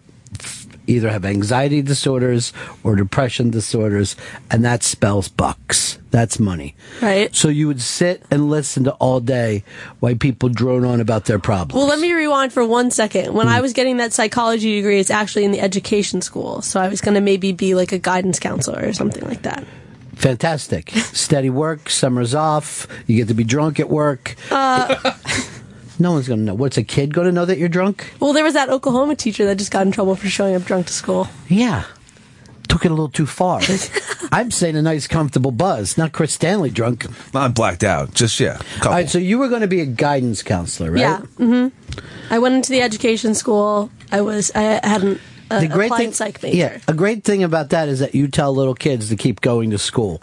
either have anxiety disorders or depression disorders, and that spells bucks. That's money.
Right.
So you would sit and listen to all day while people drone on about their problems.
Well, let me rewind for one second. When
Hmm.
I was getting that psychology degree, it's actually in the education school, so I was going to maybe be like a guidance counselor or something like that.
Fantastic. Steady work, summer's off, you get to be drunk at work.
Uh,
No one's going to know. What's a kid going to know that you're drunk?
well, there was that Oklahoma teacher that just got in trouble for showing up drunk to school.
Yeah. Took it a little too far. I'm saying a nice, comfortable buzz, not Chris Stanley drunk.
Not blacked out. Just, yeah.
All right, so you were going to be a guidance counselor, right?
Yeah. hmm I went into the education school. I was I hadn't uh, applied psych major.
Yeah, a great thing about that is that you tell little kids to keep going to school.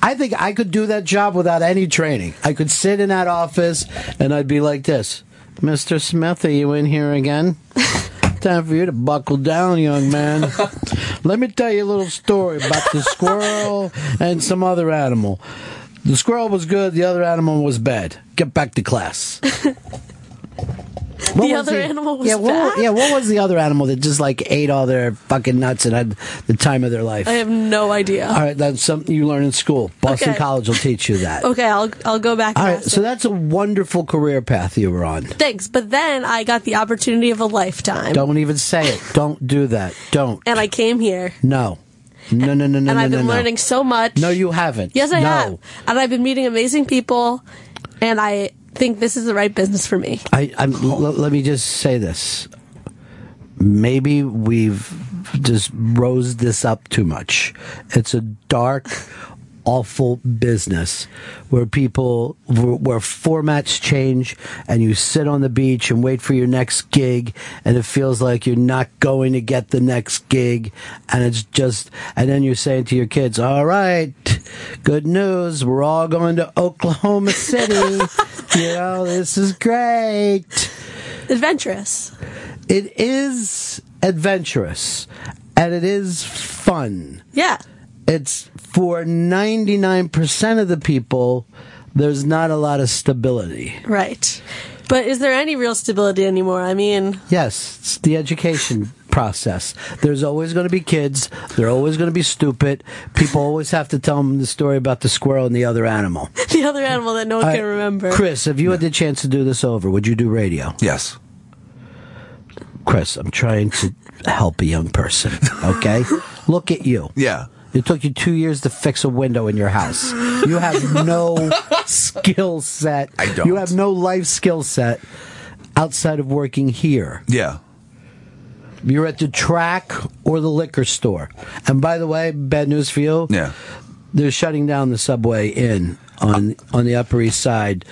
I think I could do that job without any training. I could sit in that office and I'd be like this Mr. Smith, are you in here again? Time for you to buckle down, young man. Let me tell you a little story about the squirrel and some other animal. The squirrel was good, the other animal was bad. Get back to class. What
the
was
other
the-
animal was
yeah, what,
bad.
yeah, what was the other animal that just like ate all their fucking nuts and had the time of their life?
I have no idea.
All right, that's something you learn in school. Boston
Okay. Oh,
College will teach you that.
Okay, I'll I'll go back.
All
and
right,
ask
so
it.
that's a wonderful career path you were on.
Thanks, but then I got the opportunity of a lifetime,
Don't even say it. Don't do that. Don't.
and I came here,
No. No, no, no, no,
and
no,
I've been
no, no.
learning so much.
No, you haven't.
Yes, I
No.
have, and I've been meeting amazing people, and I think this is the right business for me.
I, I'm, l- let me just say this. Maybe we've just rose this up too much. It's a dark, awful business where people, where where formats change and you sit on the beach and wait for your next gig and it feels like you're not going to get the next gig. And it's just, and then you're saying to your kids, all right, good news. We're all going to Oklahoma City. you know, this is great.
Adventurous.
It is adventurous and it is fun.
Yeah.
It's for 99% of the people, there's not a lot of stability.
Right. But is there any real stability anymore? I mean,
Yes, it's the education process. There's always going to be kids. They're always going to be stupid. People always have to tell them the story about the squirrel and the other animal.
the other animal that no one
All
can
right,
remember.
Chris, if you had the chance to do this over, would you do radio?
Yes.
Chris, I'm trying to help a young person, okay? Look at you.
Yeah.
It took you two years to fix a window in your house. You have no skill set. I
don't.
You have no life skill set outside of working here.
Yeah.
You're at the track or the liquor store. And by the way, bad news for you.
Yeah.
They're shutting down the subway inn on on the Upper East Side.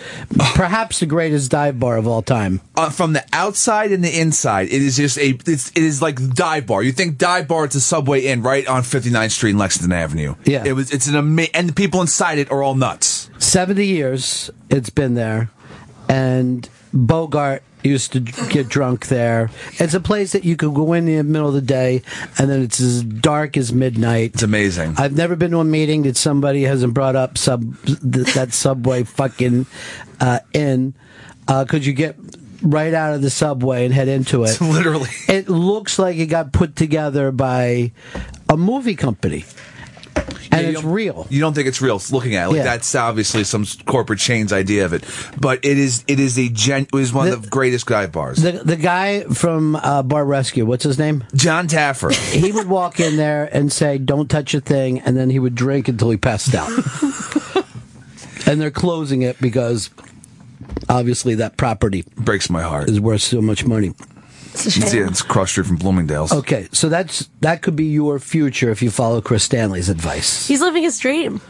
Perhaps the greatest dive bar of all time.
Uh, from the outside and the inside, it is just a it's, it is like dive bar. You think dive bar? It's a Subway Inn right on 59th Street and Lexington Avenue.
Yeah.
it was. It's an amazing, and the people inside it are all nuts.
70 years it's been there and bogart used to get drunk there it's a place that you could go in the middle of the day and then it's as dark as midnight it's
amazing
i've never been to a meeting that somebody hasn't brought up sub th- that subway fucking uh in uh could you get right out of the subway and head into it
literally
it looks like it got put together by a movie company and it's real
You don't think it's real it's looking at it. like
Yeah.
that's obviously some s- corporate chain's idea of it, but it is it is a gen. It was one of the greatest dive bars.
The the guy from uh, Bar Rescue, what's his name?
John Taffer.
he would walk in there and say, "Don't touch a thing," and then he would drink until he passed out. and they're closing it because obviously that property
breaks my heart.
Is worth so much money.
It's, yeah, it's cross street from Bloomingdale's.
Okay, so that's that could be your future if you follow Chris Stanley's advice.
He's living his dream.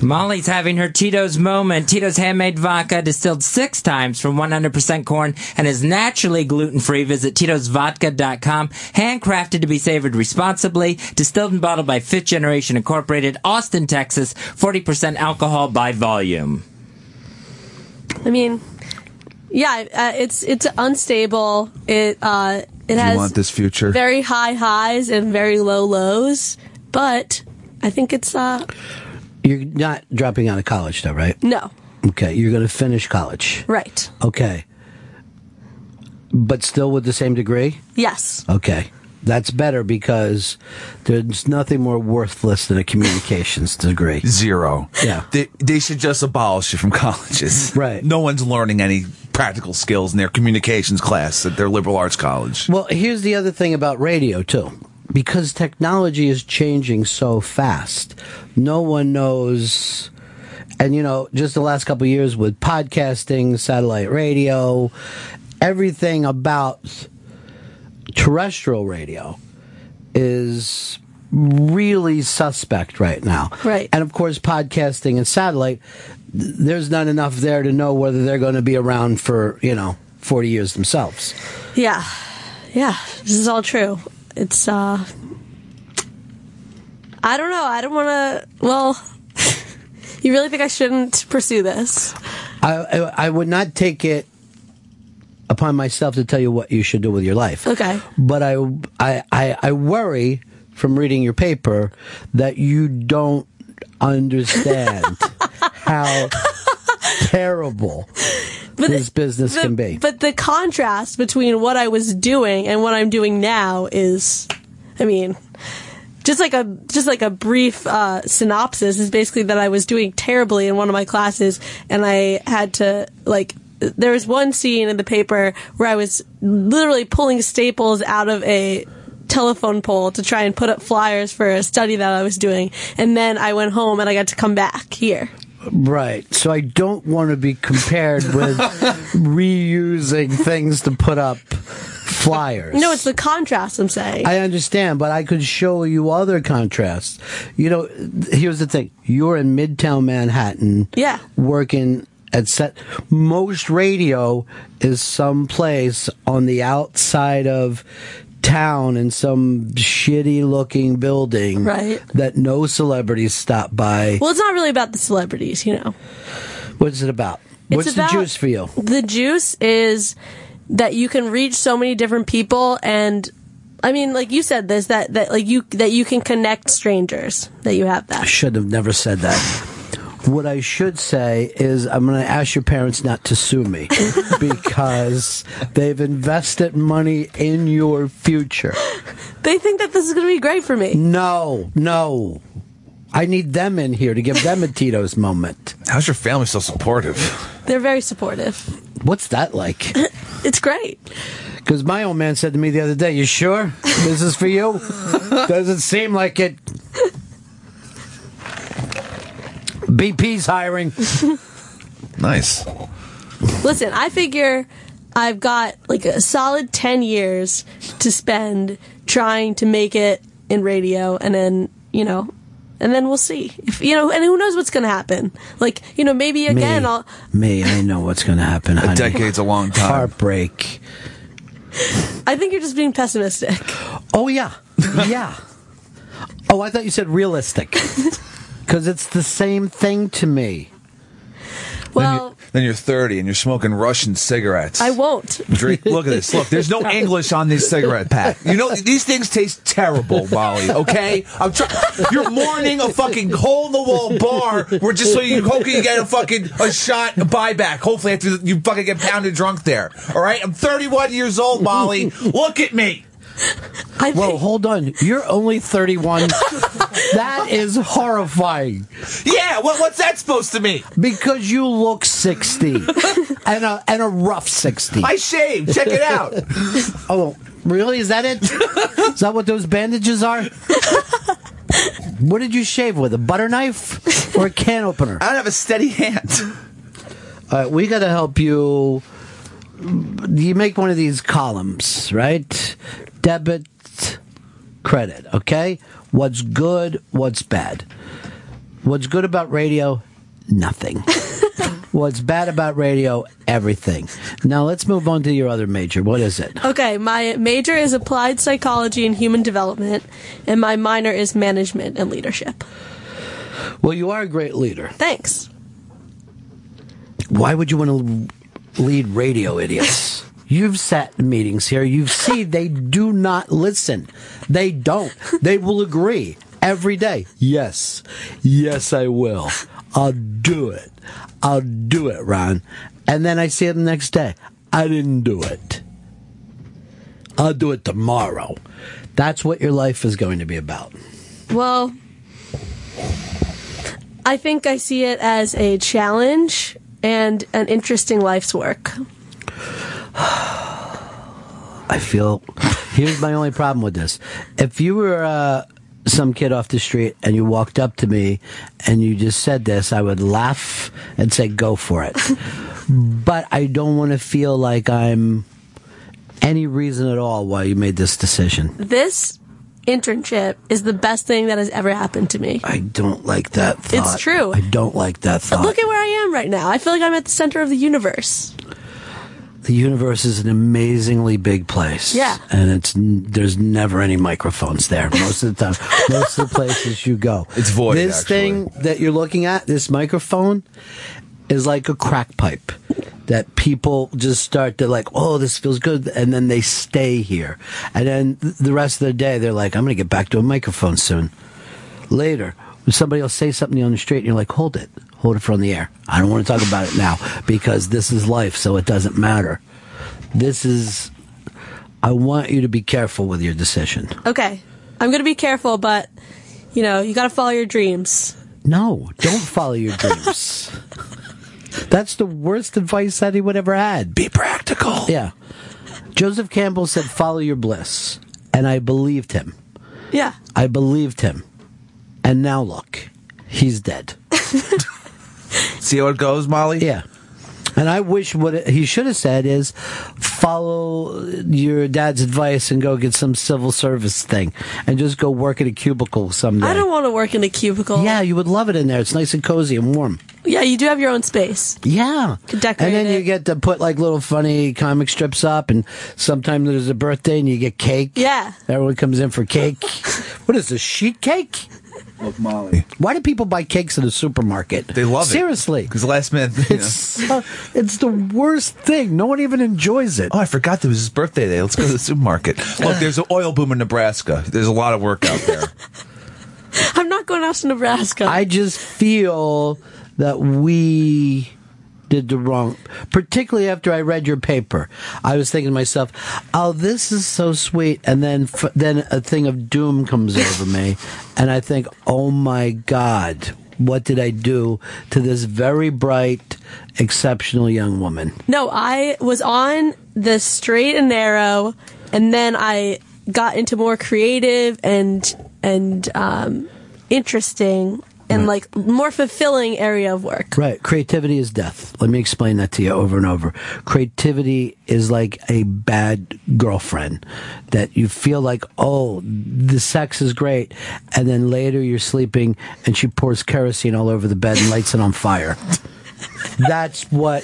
Molly's having her Tito's moment. Tito's handmade vodka distilled six times from 100% corn and is naturally gluten free. Visit Tito'sVodka.com. Handcrafted to be savored responsibly. Distilled and bottled by Fifth Generation Incorporated, Austin, Texas. 40% alcohol by volume.
I mean, yeah, uh, it's it's unstable. It uh, it
Do
has
you want this future?
very high highs and very low lows, but I think it's uh
You're not dropping out of college though, right?
no
Okay, you're going to finish college.
right.
Okay. But still with the same degree?
Yes,
Okay. That's better because there's nothing more worthless than a communications degree.
Zero.
Yeah.
They, they should just abolish it from colleges. Right. No one's learning any practical skills in their communications class at their liberal arts college.
Well, here's the other thing about radio, too. Because technology is changing so fast, no one knows. And, you know, just the last couple of years with podcasting, satellite radio, everything about terrestrial radio is really suspect right now. Right. And of course, podcasting and satellite, th- there's not enough there to know whether they're going to be around for, you know, 40 years themselves.
yeah, yeah. This is all true. It's uh, I don't know. I don't want to. Well, you really think I shouldn't pursue this?
I, I, I would not take it upon myself to tell you what you should do with your life.
Okay.
But I, I, I, I worry from reading your paper that you don't understand how terrible this business
The-
can be.
But the contrast between what I was doing and what I'm doing now is, I mean, just like a just like a brief uh, synopsis is basically that I was doing terribly in one of my classes, and I had to like. There was one scene in the paper where I was literally pulling staples out of a telephone pole to try and put up flyers for a study that I was doing, and then I went home and I got to come back here.
Right. So I don't want to be compared with reusing things to put up flyers.
No, it's the contrast I'm saying.
I understand, but I could show you other contrasts. You know, th- here's the thing. You're in Midtown Manhattan.
Yeah.
Working at set. Most radio is someplace on the outside of town in some shitty looking building.
Right.
That no celebrities stop by.
Well, it's not really about the celebrities, you know.
What's it about?
It's
What's
about-
the juice for you?
The juice is that you can reach so many different people and I mean, like you said this that that like you that you can connect strangers that you have that.
I should have never said that. What I should say is, I'm going to ask your parents not to sue me because they've invested money in your future.
They think that this is going to be great for me.
No, no. I need them in here to give them a Tito's moment.
How's your family so supportive?
They're very supportive.
What's that like?
It's great.
Because my old man said to me the other day, You sure this is for you? Doesn't seem like it. BP's hiring.
Nice.
Listen, I figure I've got like a solid 10 years to spend trying to make it in radio and then, you know, and then we'll see. If you know, and who knows what's going to happen. Like, you know, maybe again I'll
Me, I know what's going to happen.
A
honey.
decade's a long time.
Heartbreak.
I think you're just being pessimistic.
Oh yeah. Yeah. Oh, I thought you said realistic. Because it's the same thing to me.
Well,
Then you're 30 and you're smoking Russian cigarettes.
I won't.
Drink. Look at this. Look, there's no English on this cigarette pack. You know these things taste
Oh,
terrible, Molly. Okay, I'm try- You're mourning a fucking hole in the wall bar. Where just so you hope you get a fucking a shot a buyback. Hopefully after you fucking get pounded drunk there. All right, I'm 31 years old, Molly. Look at me.
Whoa, hold on. You're only 31. that is horrifying.
Yeah, what, what's that supposed to mean?
Because you look 60. and, a, and a rough 60.
I shaved. Check it out.
oh, really? Is that it? Is that what those bandages are? what did you shave with? A butter knife or a can opener? I
don't have a steady hand.
All right, we got to help you. You make one of these columns, right? Debit, credit, okay? What's good, what's bad. What's good about radio? Nothing. what's bad about radio? Everything. Now let's move on to your other major. What is it?
Okay, my major is applied psychology and human development, and my minor is management and leadership.
Well, you are a great leader.
Thanks.
Why would you want to lead radio idiots? You've sat in meetings here. You've seen they do not listen. They don't. They will agree every day. Yes. Yes, I will. I'll do it. I'll do it, Ron. And then I see them the next day. I didn't do it. I'll do it tomorrow. That's what your life is going to be about.
Well, I think I see it as a challenge and an interesting life's work.
I feel. Here's my only problem with this. If you were uh, some kid off the street and you walked up to me and you just said this, I would laugh and say, go for it. but I don't want to feel like I'm any reason at all why you made this decision.
This internship is the best thing that has ever happened to me.
I don't like that
It's
thought.
true.
I don't like that thought.
Look at where I am right now. I feel like I'm at the center of the universe.
the universe is an amazingly big place.
Yeah.
And it's n- there's never any microphones there most of the time. most of the places you go, it's
void,
This
actually.
thing that you're looking at, this microphone, is like a crack pipe that people just start to like. Oh, this feels good, and then they stay here, and then th- the rest of the day they're like, I'm going to get back to a microphone soon. Later. Somebody will say something to you on the street, and you're like, "Hold it, hold it for on the air. I don't want to talk about it now because this is life, so it doesn't matter." This is. I want you to be careful with your decision.
Okay, I'm going to be careful, but you know, you got to follow your dreams.
No, don't follow your dreams. That's the worst advice that he would ever had. Be practical. Yeah. Joseph Campbell said, follow your bliss. And I believed him.
Yeah.
I believed him. And now look, he's dead.
See how it goes, Molly?
Yeah. And I wish what it- he should have said is follow your dad's advice and go get some civil service thing and just go work at a cubicle someday.
I don't want to work in a cubicle.
Yeah, you would love it in there. It's nice and cozy and warm.
Yeah, you do have your own space.
Yeah.
decorate
and then you get to put like little funny comic strips up, and sometimes there's a birthday and you get cake.
Yeah.
Everyone comes in for cake. what is this, sheet cake? Love Molly. Why do people buy cakes at a supermarket? They
love it.
Seriously.
Because last minute,
It's, uh, it's the worst thing. No one even enjoys it.
Oh, I forgot there was his birthday day. Let's go to the supermarket. Look, there's an oil boom in Nebraska. There's a lot of work out there.
I'm not going out to Nebraska.
I just feel that we did the wrong. Particularly after I read your paper, I was thinking to myself, "Oh, this is so sweet," and then f- then a thing of doom comes over me, and I think, "Oh my God." What did I do to this very bright, exceptional young woman?
No, I was on the straight and narrow, and then I got into more creative and and um, interesting and like more fulfilling area of work.
Right. Creativity is death. Let me explain that to you over and over. Creativity is like a bad girlfriend that you feel like, oh, the sex is great. And then later you're sleeping and she pours kerosene all over the bed and lights it on fire. That's what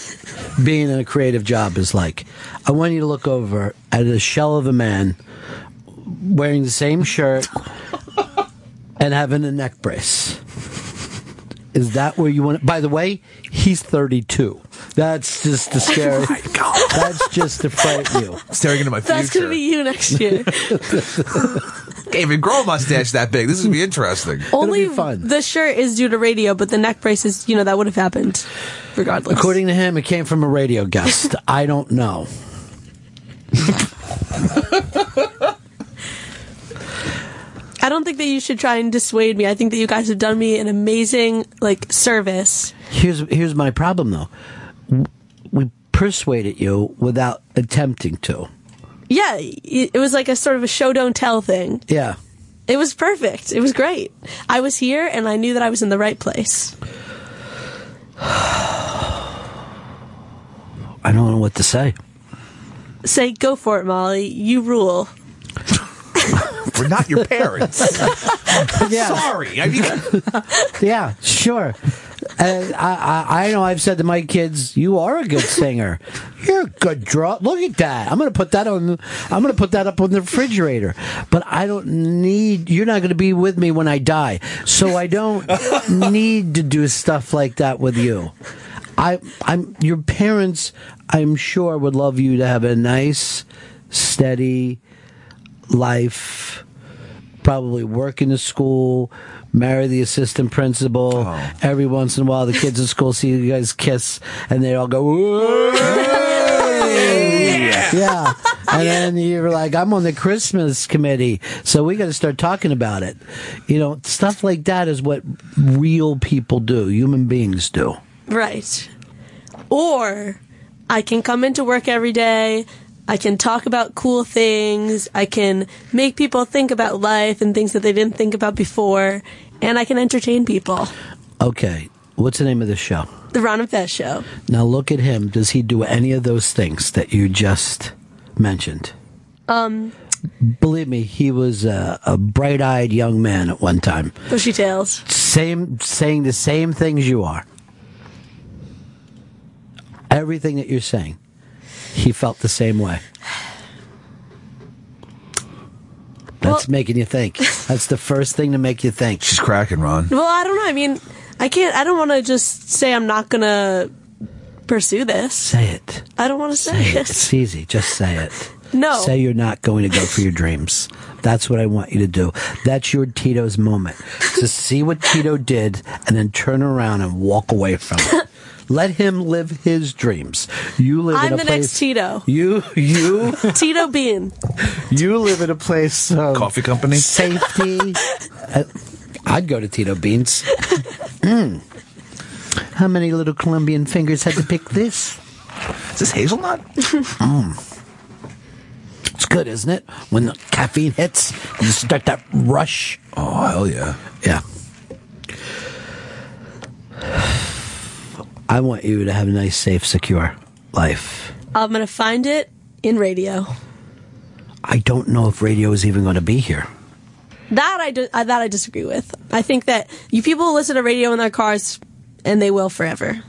being in a creative job is like. I want you to look over at a shell of a man wearing the same shirt and having a neck brace. Is that where you want? By the way, he's 32. That's just
Oh
to scare. That's just to frighten you.
Staring into my
That's
future.
gonna be you next year.
Can't even grow a mustache that big. This is gonna be interesting.
Only the shirt is due to radio, but the neck brace is you know that would have happened regardless.
According to him, it came from a radio guest. I don't know.
I don't think that you should try and dissuade me. I think that you guys have done me an amazing like service.
Here's here's my problem though. W- We persuaded you without attempting to.
Yeah, it it was like a sort of a show don't tell thing.
Yeah.
It was perfect. It was great. I was here and I knew that I was in the right place.
I don't know what to say.
Say, go for it, Molly. You rule.
We're not your parents. I'm
Yeah.
sorry. I mean,
yeah, sure. And I, I, I know I've said to my kids, "You are a good singer. You're a good draw. Look at that. I'm going to put that on. I'm going to put that up on the refrigerator. But I don't need. You're not going to be with me when I die, so I don't need to do stuff like that with you. I, I'm your parents. I'm sure would love you to have a nice, steady life." probably work in the school, marry the assistant principal. Every once in a while, the kids at school see you guys kiss, and they all go, "Hey!" yeah. And then you're like, I'm on the Christmas committee, so we got to start talking about it. You know, stuff like that is what real people do, human beings do.
Right. Or I can come into work every day. I can talk about cool things. I can make people think about life and things that they didn't think about before. And I can entertain people.
Okay, what's the name of the show?
The Ron and Fez Show.
Now look at him. Does he do any of those things that you just mentioned?
Um,
Believe me, he was a, a bright-eyed young man at one time.
bushy tails.
Same, saying the same things you are. Everything that you're saying, he felt the same way. That's making you think. That's the first thing to make you think.
She's cracking, Ron.
Well, I don't know. I mean, I can't. I don't want to just say I'm not gonna pursue this.
Say it.
I don't want to say,
Say it.
this.
It's easy. Just say it.
No.
Say you're not going to go for your dreams. That's what I want you to do. That's your Tito's moment. To see what Tito did and then turn around and walk away from it. Let him live his dreams. You live
I'm
in a
the
place.
next Tito.
You you
Tito Bean.
you live in a place of coffee
company
safety. I, would Uh, go to Tito Beans. Mm. How many little Colombian fingers had to pick this?
Is this hazelnut?
Mm. It's good, isn't it? When the caffeine hits, you start that rush.
Oh hell yeah!
Yeah. I want you to have a nice, safe, secure life.
I'm gonna find it in radio.
I don't know if radio is even going to be here.
That I do, uh, that I disagree with. I think that you people listen to radio in their cars, and they will forever.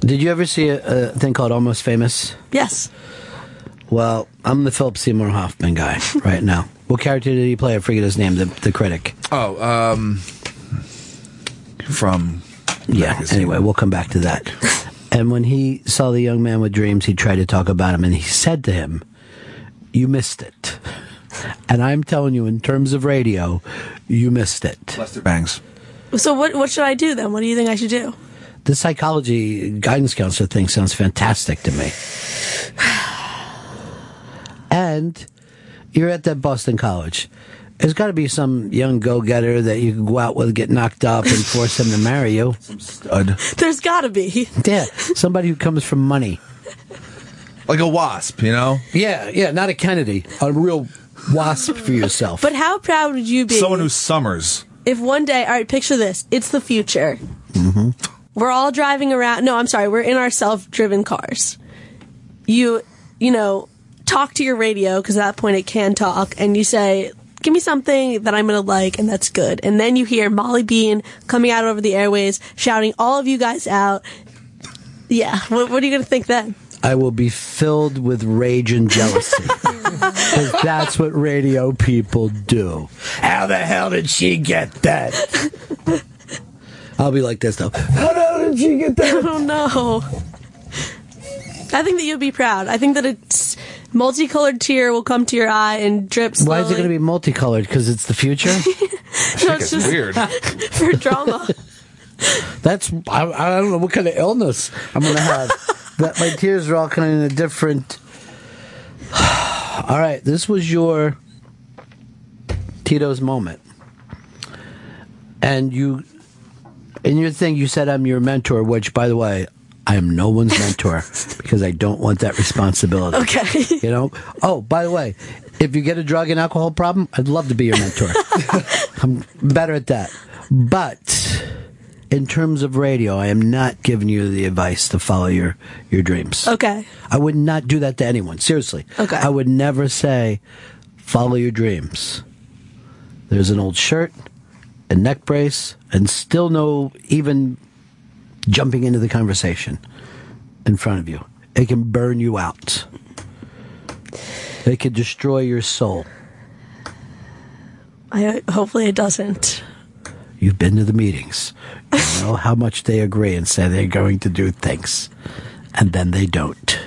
Did you ever see a, a thing called Almost Famous?
Yes.
Well, I'm the Philip Seymour Hoffman guy right now. What character did he play? I forget his name. The the critic.
Oh, um, from
yeah. Anyway, we'll come back to that. And when he saw the young man with dreams, he tried to talk about him, and he said to him, "You missed it." And I'm telling you, in terms of radio, you missed it.
Lester Bangs.
So what what should I do then? What do you think I should do?
The psychology guidance counselor thing sounds fantastic to me. And you're at that Boston college. There's got to be some young go getter that you can go out with, get knocked up, and force him to marry you. Some
stud.
There's got to be.
Yeah, somebody who comes from money.
Like a wasp, you know?
Yeah, yeah, not a Kennedy. A real wasp for yourself.
But how proud would you be
Someone who summers.
if one day? All right, picture this: it's the future.
Mm-hmm.
We're all driving around. No, I'm sorry. We're in our self-driven cars. You, you know, talk to your radio because at that point it can talk, and you say, "Give me something that I'm gonna like," and that's good. And then you hear Molly Bean coming out over the airways, shouting all of you guys out. Yeah, what, what are you gonna think then?
I will be filled with rage and jealousy. Because that's what radio people do. How the hell did she get that? I'll be like this, though. How the hell did she get that?
I don't know. Oh, I think that you'll be proud. I think that it's multicolored tear will come to your eye and drip slowly.
Why is it going to be multicolored? Because it's the future?
No, it's just for drama.
That's, I, I don't know what kind of illness I'm going to have. that My tears are all kind of in a different. all right, this was your Tito's moment. And you, in your thing, you said I'm your mentor, which, by the way, I am no one's mentor because I don't want that responsibility.
Okay.
You know? Oh, by the way, if you get a drug and alcohol problem, I'd love to be your mentor. I'm better at that. But in terms of radio, I am not giving you the advice to follow your, your dreams.
Okay.
I would not do that to anyone. Seriously.
Okay.
I would never say, follow your dreams. There's an old shirt, a neck brace, and still no even jumping into the conversation in front of you. It can burn you out. It could destroy your soul.
I hopefully it doesn't.
You've been to the meetings. You know how much they agree and say they're going to do things, and then they don't.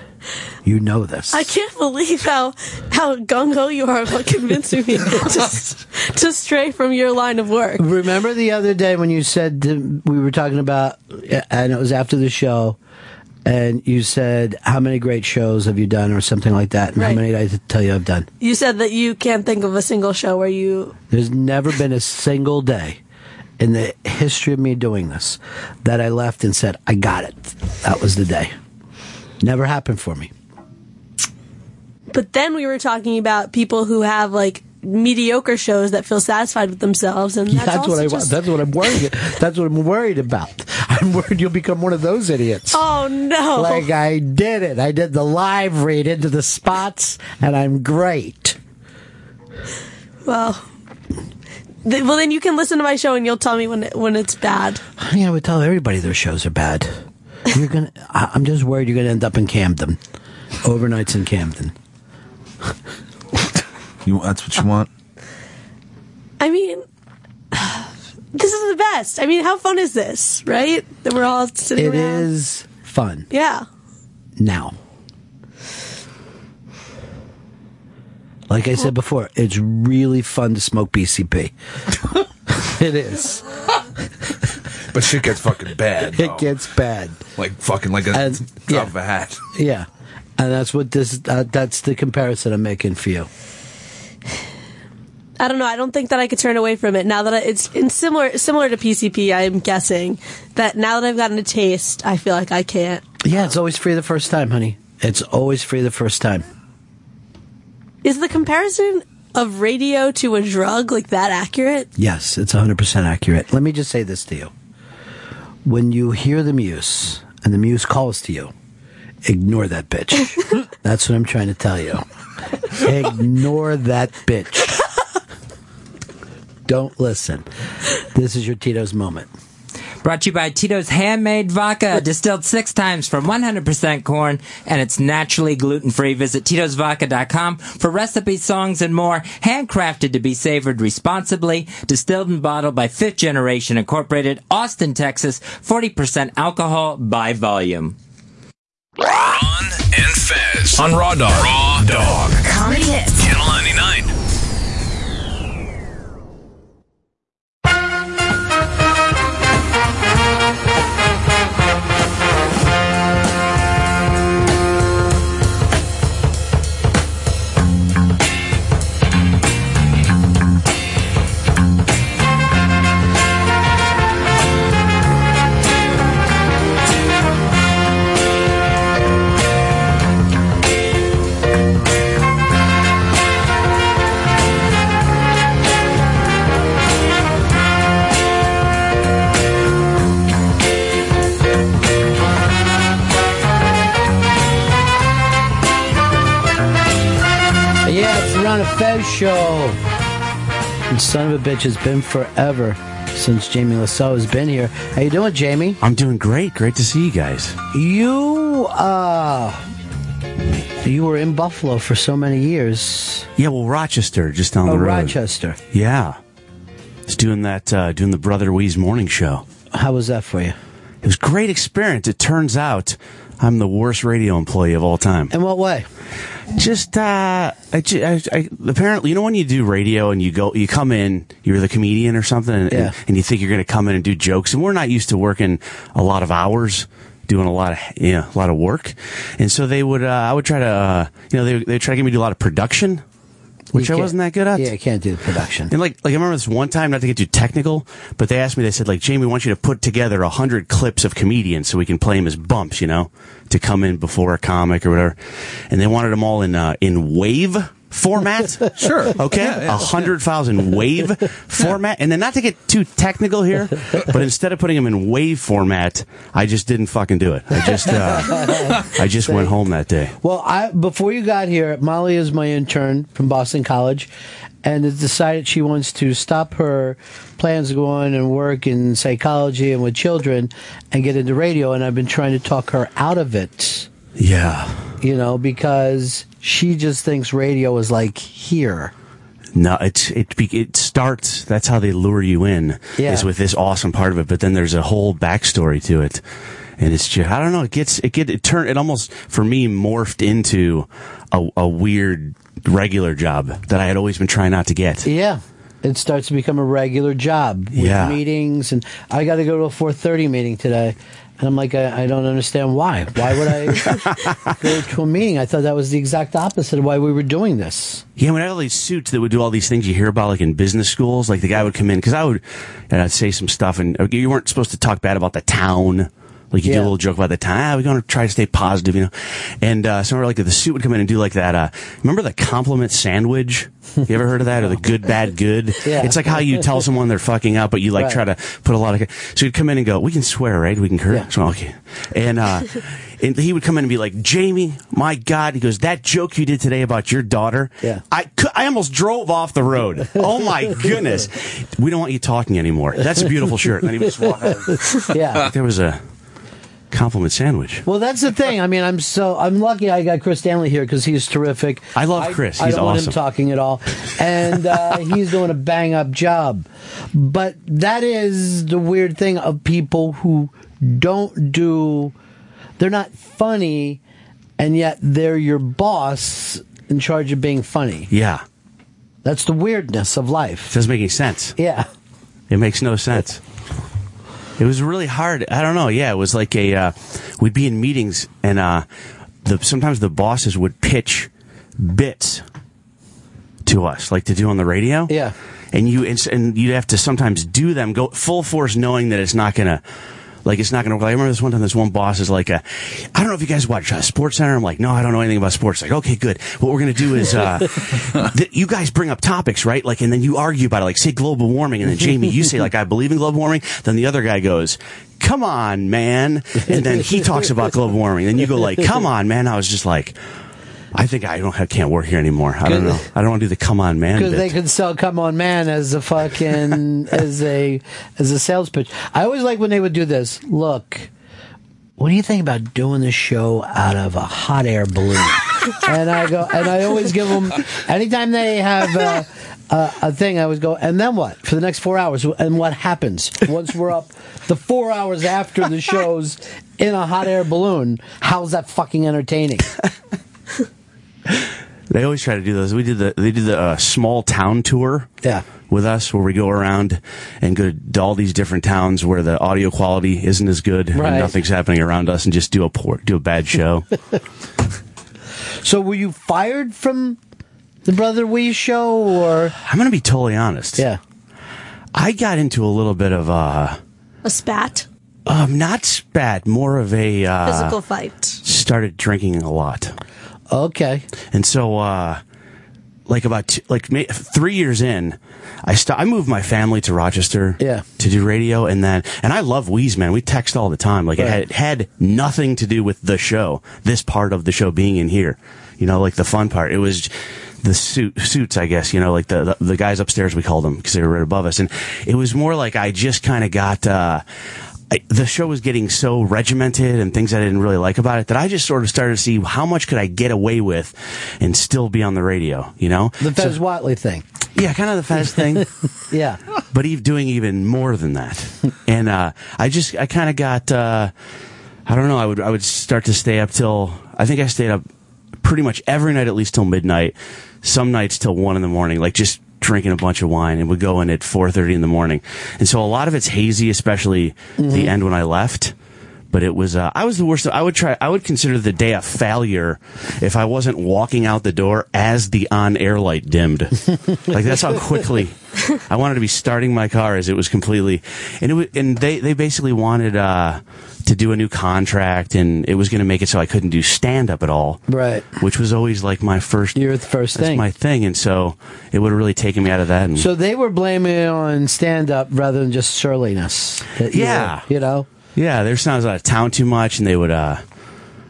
You know this.
I can't believe how how gung ho you are about convincing me to, s- to stray from your line of work.
Remember the other day when you said to, we were talking about, and it was after the show, and you said, "How many great shows have you done?" or something like that, and how
Right.
many did I tell you I've done?
You said that you can't think of a single show where you
There's never been a single day in the history of me doing this that I left and said, "I got it." That was the day. Never happened for me.
But then we were talking about people who have like mediocre shows that feel satisfied with themselves, and that's,
That's,
also
what I want.
just-
That's what I'm worried. that's what I'm worried about. I'm worried you'll become one of those idiots.
Oh no!
Like I did it. I did the live read into the spots, and I'm great.
well, th- well, then you can listen to my show and you'll tell me when it, when it's bad.
Honey, I would tell everybody their shows are bad. You're gonna. I- I'm just worried you're gonna end up in Camden, overnights in Camden.
You, that's what you want?
I mean, this is the best. I mean, how fun is this, right? That we're all sitting
It
around.
is fun
Yeah.
now. Like I said before, it's really fun to smoke BCP. it is.
But shit gets fucking bad.
It gets bad.
Like fucking like a top of a hat.
Yeah, and that's what this. Uh, that's the comparison I'm making for you.
I don't know. I don't think that I could turn away from it now that I, it's in similar similar to PCP. I'm guessing that now that I've gotten a taste, I feel like I can't.
Yeah, it's always free the first time, honey. It's always free the first time.
Is the comparison of radio to a drug like that accurate?
Yes, it's 100% accurate. Let me just say this to you. When you hear the muse and the muse calls to you, ignore that bitch. That's what I'm trying to tell you. Ignore that bitch. Don't listen. This is your Tito's moment.
Brought to you by Tito's Handmade Vodka, distilled six times from 100% corn, and it's naturally gluten free. Visit Tito'sVodka.com for recipes, songs, and more, handcrafted to be savored responsibly, distilled and bottled by Fifth Generation Incorporated, Austin, Texas, 40% alcohol by volume.
Ron and Fez on Raw Dog. Raw Dog.
Comedy hits.
Channel 99.
Yeah, it's the Ron and Fez show. And son of a bitch, it's been forever since Jamie Lasso has been here. How you doing, Jamie?
I'm doing great. Great to see you guys.
You uh you were in Buffalo for so many years.
Yeah, well, Rochester, just down
Oh,
the road.
Rochester.
Yeah, it's doing that, uh, doing the Brother Wee's morning show.
How was that for you?
It was a great experience. It turns out I'm the worst radio employee of all time.
In what way?
Just uh, I, ju- I, I, apparently, you know, when you do radio and you go, you come in, you're the comedian or something, and,
Yeah.
and, and you think you're going to come in and do jokes, and we're not used to working a lot of hours. Doing a lot of yeah, a lot of work, and so they would. Uh, I would try to, uh, you know, they they would try to get me to do a lot of production, which
You
I
can't-
wasn't that good at.
Yeah, you can't do the production.
And like, like I remember this one time, not to get too technical, but they asked me, they said, like, Jamie, we want you to put together a hundred clips of comedians so we can play them as bumps, you know, to come in before a comic or whatever. And they wanted them all in, uh, in wave format.
Sure.
Okay.
Yeah, yeah.
A hundred thousand wave format. And then not to get too technical here, but instead of putting them in wave format, I just didn't fucking do it. I just, uh, I just went home that day.
Well, I before you got here, Molly is my intern from Boston College, and has decided she wants to stop her plans to go on and work in psychology and with children, and get into radio. And I've been trying to talk her out of it.
Yeah.
you know because she just thinks radio is like here.
No, it's it be- it starts. That's how they lure you in.
Yeah.
Is with this awesome part of it, but then there's a whole backstory to it, and it's just I don't know. It gets it get it turn it almost for me morphed into a, a weird regular job that I had always been trying not to get.
Yeah. It starts to become a regular job with
Yeah.
meetings, and I got to go to a four thirty meeting today, and I'm like, I, I don't understand why. Why would I go to a meeting? I thought that was the exact opposite of why we were doing this.
Yeah, when I had all these suits that would do all these things you hear about, like in business schools, like the guy would come in because I would, and I'd say some stuff, and you weren't supposed to talk bad about the town. Like you do
Yeah.
a little joke about the town. Ah, we're going to try to stay positive, you know. And uh, somewhere like the suit would come in and do like that. Uh, remember the compliment sandwich? You ever heard of that? Or the good, bad, good?
Yeah.
It's like how you tell someone they're fucking up, but you like
Right.
try to put a lot of. So he'd come in and go, "We can swear, right? We can curse." So, okay. And uh, and he would come in and be like, "Jamie, my God!" He goes, "That joke you did today about your daughter,
Yeah.
I cou- I almost drove off the road. Oh my goodness, we don't want you talking anymore. That's a beautiful shirt." And he would just walk out.
Yeah.
there was a compliment sandwich.
Well, that's the thing. I mean, I'm so I'm lucky I got Chris Stanley here because he's terrific. I
love Chris.
I,
He's
don't want him
awesome.
talking at all, and uh, he's doing a bang up job. But that is the weird thing of people who don't do. They're not funny, and yet they're your boss in charge of being funny.
Yeah,
That's the weirdness of life.
doesn't make any sense.
Yeah.
It makes no sense. It was really hard. I don't know. Yeah, it was like a uh, we'd be in meetings and uh, the sometimes the bosses would pitch bits to us, like to do on the radio. Yeah, and you and, s- and you'd have to sometimes do them go full force, knowing that it's not gonna. Like it's not gonna work. I remember this one time. This one boss is like, uh, "I don't know if you guys watch uh, Sports Center." I'm like, "No, I don't know anything about sports." Like, okay, good. What we're gonna do is uh, th- you guys bring up topics, right? Like, and then you argue about it. Like, say global warming, and then Jamie, you say like, I believe in global warming. Then the other guy goes, "Come on, man!" And then he talks about global warming. Then you go like, "Come on, man!" I was just like, I think I don't. I can't work here anymore. I don't
Good.
know. I don't want to do the come on man
Because
bit.
they could sell "Come On Man" as a fucking as a as a sales pitch. I always like when they would do this. Look, what do you think about doing the show out of a hot air balloon? and I go, and I always give them anytime they have. Uh, uh, a thing I always go, and then what for the next four hours? And what happens once we're up the four hours after the shows in a hot air balloon? How's that fucking entertaining?
They always try to do those. We did the they did the uh, small town tour.
Yeah.
With us, where we go around and go to all these different towns where the audio quality isn't as good, and
Right.
nothing's happening around us, and just do a poor, do a bad show.
So were you fired from the Brother We show or
I'm going to be totally honest.
Yeah,
I got into a little bit of uh,
A spat,
um, not spat, more of a uh,
physical fight.
started drinking a lot.
Okay.
And so, uh, like about two, like ma- three years in, I st- I moved my family to Rochester.
Yeah.
To do radio, and then and I love Wheeze, man. We text all the time. Like it had, it had nothing to do with the show. This part of the show being in here, you know, like the fun part. It was. j- The suit, suits, I guess, you know, like the, the, the guys upstairs, we called them because they were right above us. And it was more like I just kind of got, uh, I, the show was getting so regimented and things I didn't really like about it that I just sort of started to see how much could I get away with and still be on the radio, you know?
the Fez Watley thing?
Yeah, kind of the Fez thing.
yeah.
but eve doing even more than that. And uh, I just I kind of got uh, I don't know. I would I would start to stay up till I think I stayed up pretty much every night at least till midnight. Some nights till one in the morning, like just drinking a bunch of wine, and would go in at four thirty in the morning. And so a lot of it's hazy, especially the
Mm-hmm.
end when I left. But it was uh, I was the worst. I would try. I would consider the day a failure if I wasn't walking out the door as the on-air light dimmed. like that's how quickly I wanted to be starting my car as it was completely, and it was, and they they basically wanted uh, to do a new contract, and it was going to make it so I couldn't do stand up at all,
Right.
which was always like my first
your first
that's
thing.
my thing, and so it would have really taken me out of that. And
So they were blaming it on stand up rather than just surliness. That you
Yeah.
were- you know?
yeah, their sounds out of town too much, and they would uh,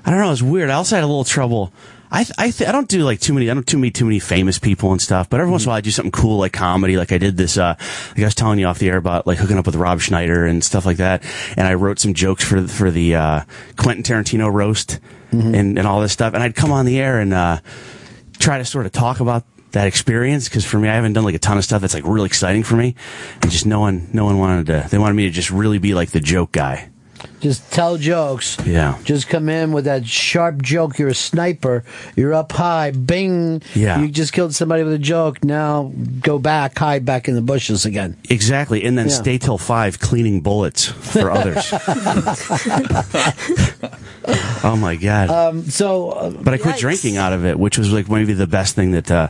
I don't know, it was weird. I also had a little trouble. I th- I, th- I don't do like too many I don't too many too many famous people and stuff, but every once in a while I do something cool like comedy. Like I did this uh like I was telling you off the air about like hooking up with Rob Schneider and stuff like that, and I wrote some jokes for for the uh, Quentin Tarantino roast and and all this stuff, and I'd come on the air and uh, try to sort of talk about that experience because for me I haven't done like a ton of stuff that's like really exciting for me, and just no one no one wanted to they wanted me to just really be like the joke guy.
Just tell jokes.
Yeah.
Just come in with that sharp joke. You're a sniper. You're up high. Bing.
Yeah.
You just killed somebody with a joke. Now go back, hide back in the bushes again.
Exactly, and then
Yeah.
stay till five cleaning bullets for others. oh my god!
Um, so, uh,
but I quit
yikes.
drinking out of it, which was like maybe the best thing that, uh,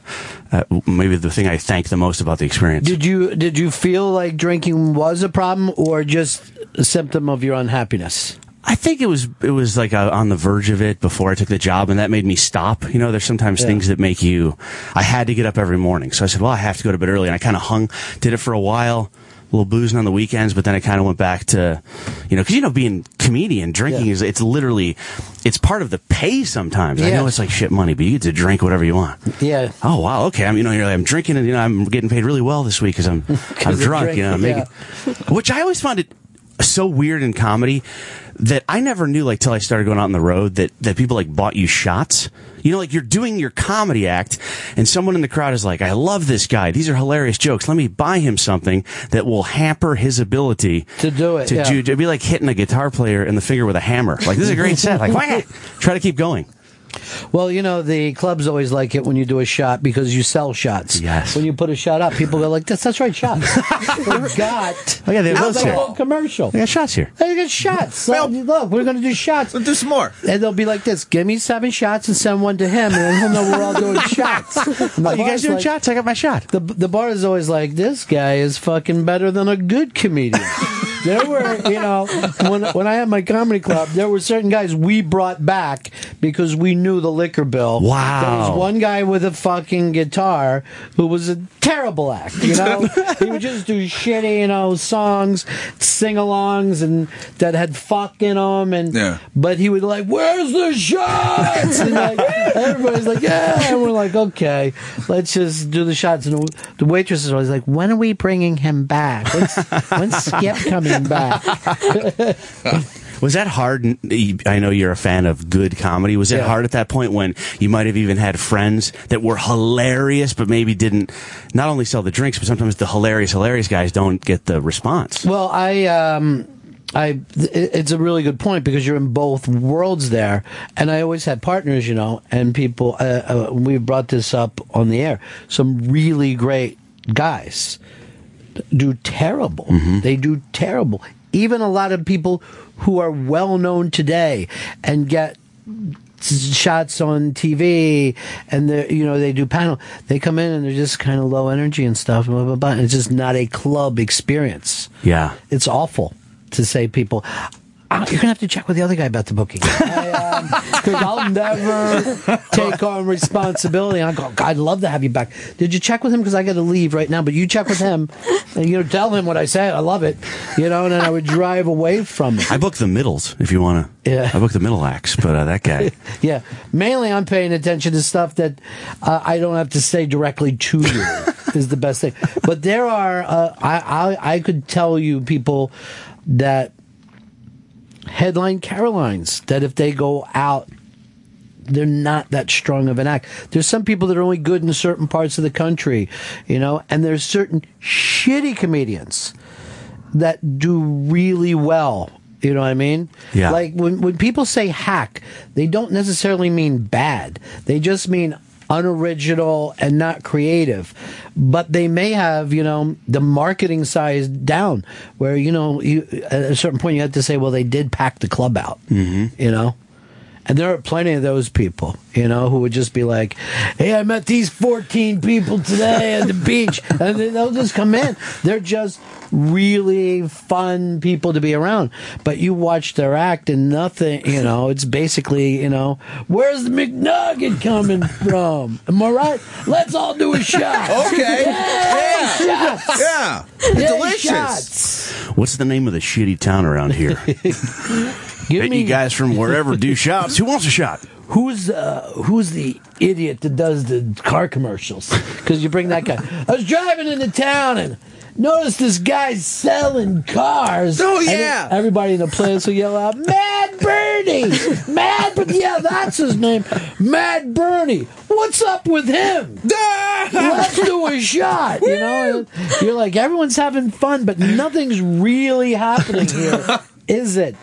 uh, maybe the thing I thank the most about the experience.
Did you did you feel like drinking was a problem or just a symptom of your unhappiness?
I think it was it was like uh on the verge of it before I took the job, and that made me stop. You know, there's sometimes
Yeah.
things that make you. I had to get up every morning, so I said, "Well, I have to go to bed early," and I kind of hung, did it for a while, a little boozing on the weekends, but then I kind of went back to, you know, because you know, being comedian, drinking is it's literally, it's part of the pay sometimes. I
Yeah.
know it's like shit money, but you get to drink whatever you want.
Yeah.
Oh wow, okay. I'm you know you're like, I'm drinking and you know I'm getting paid really well this week because I'm I'm
you're
drunk. You know, I'm
drinking,
making, which I always found it so weird in comedy that I never knew like till I started going out on the road that that people like bought you shots. You know, like you're doing your comedy act, and someone in the crowd is like, "I love this guy. These are hilarious jokes. Let me buy him something that will hamper his ability
To do it,
To
yeah.
do, it'd be like hitting a guitar player in the finger with a hammer. Like this is a great set. Like whack. Try to keep going.
Well, you know the clubs always like it when you do a shot because you sell shots.
Yes.
When you put a shot up, people go like, "That's that's right, shot." Got.
Oh yeah, they have those
Like a
here.
whole commercial.
They got shots here.
They get shots. Well, look, we're gonna do shots.
Let's do some more.
And they'll be like this: Give me seven shots and send one to him, and then he'll know we're all doing shots. And the
Oh, you guys
bar's
doing
like-
shots? I got my shot.
The the bar is always like, this guy is fucking better than a good comedian. there were, you know, when when I had my comedy club, there were certain guys we brought back because we knew the liquor bill.
Wow.
There was one guy with a fucking guitar who was a terrible act. You know, he would just do shitty, you know, songs, sing-alongs, and that had fuck in them, and
Yeah.
but he would like, "Where's the shots?" And like, Everybody's like, yeah. And we're like, okay, let's just do the shots. And the waitress is always like, when are we bringing him back? When's, when's Skip coming back?
Was that hard? I know you're a fan of good comedy. Was it
Yeah.
hard at that point when you might have even had friends that were hilarious, but maybe didn't not only sell the drinks, but sometimes the hilarious, hilarious guys don't get the response?
Well, I um I th- it's a really good point because you're in both worlds there, and I always had partners, you know, and people. Uh, uh, we brought this up on the air. Some really great guys do terrible. They do terrible. Even a lot of people who are well known today and get s- shots on TV and they you know they do panel they come in and they're just kind of low energy and stuff blah blah blah and it's just not a club experience
Yeah.
it's awful to say people. "Ah, You're gonna have to check with the other guy about the booking. Because I'll never take on responsibility. I go, I'd love to have you back. Did you check with him? Because I got to leave right now. But you check with him, and you know, tell him what I said. I love it. You know, and then I would drive away from it.
I book the middles if you want to.
Yeah.
I book the middle acts, but uh, that guy.
Yeah, mainly I'm paying attention to stuff that uh, I don't have to say directly to you is the best thing. But there are uh, I, I I could tell you people that headline Carolines that if they go out they're not that strong of an act. There's some people that are only good in certain parts of the country, you know, and there's certain shitty comedians that do really well. You know what I mean?
Yeah.
Like when when people say hack, they don't necessarily mean bad. They just mean unoriginal and not creative. But they may have, you know, the marketing side down where, you know, you, at a certain point you have to say, well, they did pack the club out Mm-hmm. you know and there are plenty of those people you know who would just be like hey i met these 14 people today at the beach and then they'll just come in they're just really fun people to be around but you watch their act and nothing you know it's basically you know where's the mcnugget coming from am i right let's all do a shot
Okay.
Yay,
Yeah.
shots.
Yeah.
Yay,
Delicious.
shots.
What's the name of the shitty town around here? Bet you guys from wherever do shops. Who wants a shot?
Who's uh, who's the idiot that does the car commercials? Because you bring that guy. I was driving into town and noticed this guy selling cars.
Oh,
And then
yeah.
everybody in the place will yell out, "Mad Bernie! Mad, but yeah, that's his name, Mad Bernie. What's up with him? Let's do a shot." You know, you're like everyone's having fun, but nothing's really happening here, is it?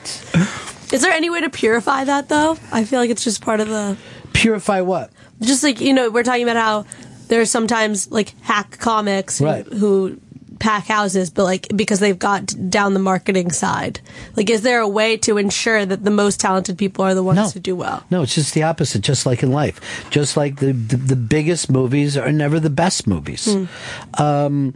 Is there any way to purify that though? I feel like it's just part of the
purify what?
Just like you know, we're talking about how there's sometimes like hack comics who-
Right.
who pack houses, but like because they've got down the marketing side. Like, is there a way to ensure that the most talented people are the ones who do well?
No, it's just the opposite. Just like in life, just like the the, the biggest movies are never the best movies. Um,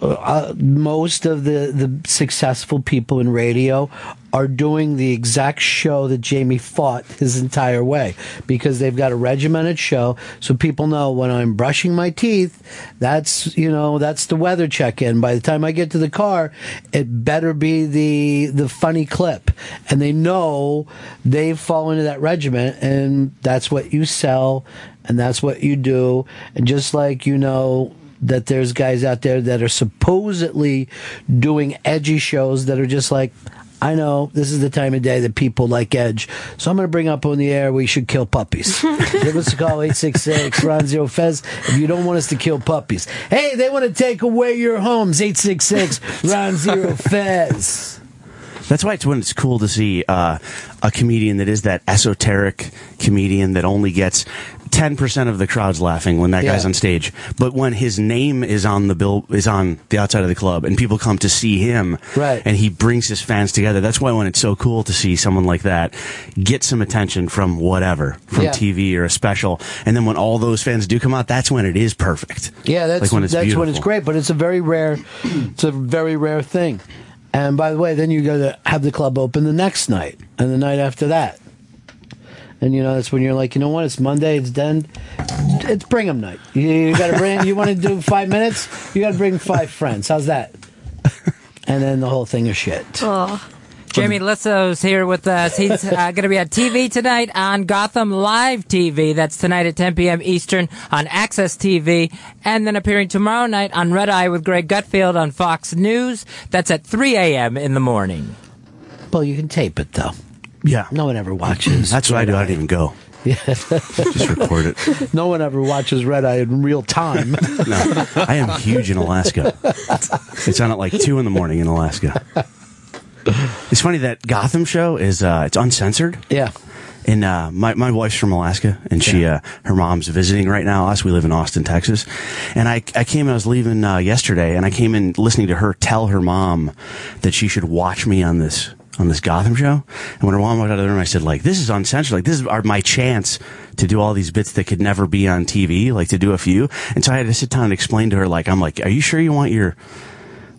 uh, most of the the successful people in radio are doing the exact show that Jamie fought his entire way because they've got a regimented show, so people know when I'm brushing my teeth, that's you know that's the weather check in. By the time I get to the car, it better be the the funny clip, and they know they fall into that regiment, and that's what you sell, and that's what you do, and just like you know that there's guys out there that are supposedly doing edgy shows that are just like I know this is the time of day that people like Edge. So I'm going to bring up on the air we should kill puppies. Give us a call 866 Ron Zero Fez if you don't want us to kill puppies. Hey, they want to take away your homes 866 Ron Zero Fez.
That's why it's when it's cool to see uh, a comedian that is that esoteric comedian that only gets ten percent of the crowds laughing when that guy's
Yeah.
on stage, but when his name is on the bill is on the outside of the club and people come to see him,
Right.
And he brings his fans together. That's why when it's so cool to see someone like that get some attention from whatever, from
Yeah.
TV or a special, and then when all those fans do come out, that's when it is perfect.
Yeah, that's
Like when it's
that's when it's
beautiful.
great, but it's a very rare, it's a very rare thing. And by the way, then you got to have the club open the next night and the night after that. And you know that's when you're like, you know what? It's Monday. It's then, it's Brigham night. You, you got to bring. you want to do five minutes? You got to bring five friends. How's that? And then the whole thing is shit.
Oh,
Jamie Lisso's here with us. He's uh, going to be on TV tonight on Gotham Live TV. That's tonight at 10 p.m. Eastern on Access TV. And then appearing tomorrow night on Red Eye with Greg Gutfield on Fox News. That's at 3 a.m. in the morning.
Well, you can tape it, though.
Yeah.
No one ever watches.
That's what I do. I don't even go.
Yeah.
Just record it.
No one ever watches Red Eye in real time.
No, I am huge in Alaska. It's on at like two in the morning in Alaska. It's funny that Gotham show is uh, it's uncensored.
Yeah.
And uh, my my wife's from Alaska, and she uh, her mom's visiting right now. Us, we live in Austin, Texas, and I I came I was leaving uh, yesterday, and I came in listening to her tell her mom that she should watch me on this on this Gotham show. And when her mom walked out of the room, I said like This is uncensored. Like this is our, my chance to do all these bits that could never be on TV. Like to do a few, and so I had to sit down and explain to her like I'm like, Are you sure you want your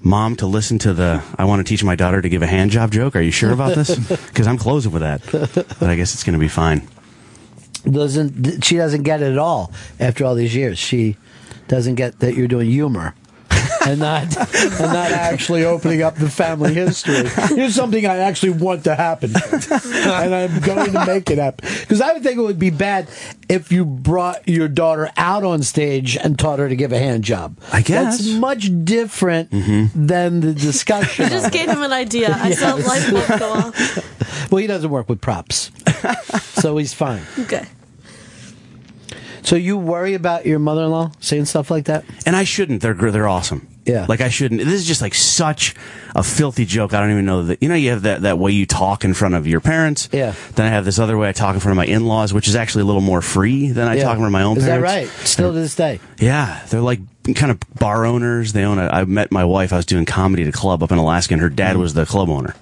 mom to listen to the I want to teach my daughter to give a hand job joke. Are you sure about this? Because I'm closing with that. But I guess it's going to be fine.
doesn't th- she doesn't get it at all after all these years. She doesn't get that you're doing humor and not and not actually opening up the family history. Here's something I actually want to happen, and I'm going to make it happen. Because I would think it would be bad if you brought your daughter out on stage and taught her to give a hand job. I Mm-hmm.
guess.
that's much different than the discussion.
I just
of it.
gave him an idea. I saw
Yes.
light bulb go off.
Well, he doesn't work with props, so he's fine.
Okay.
So you worry about your mother-in-law saying stuff like that?
And I shouldn't. They're gr- they're awesome.
Yeah.
Like I shouldn't. This is just like such a filthy joke. I don't even know that. You know, you have that, that way you talk in front of your parents.
Yeah.
Then I have this other way I talk in front of my in laws, which is actually a little more free than I
Yeah.
talk in front of my own
Is
parents.
that right? Still to this day.
Yeah, they're like kind of bar owners. They own a. I met my wife. I was doing comedy at a club up in Alaska, and her dad
Mm.
was the club owner.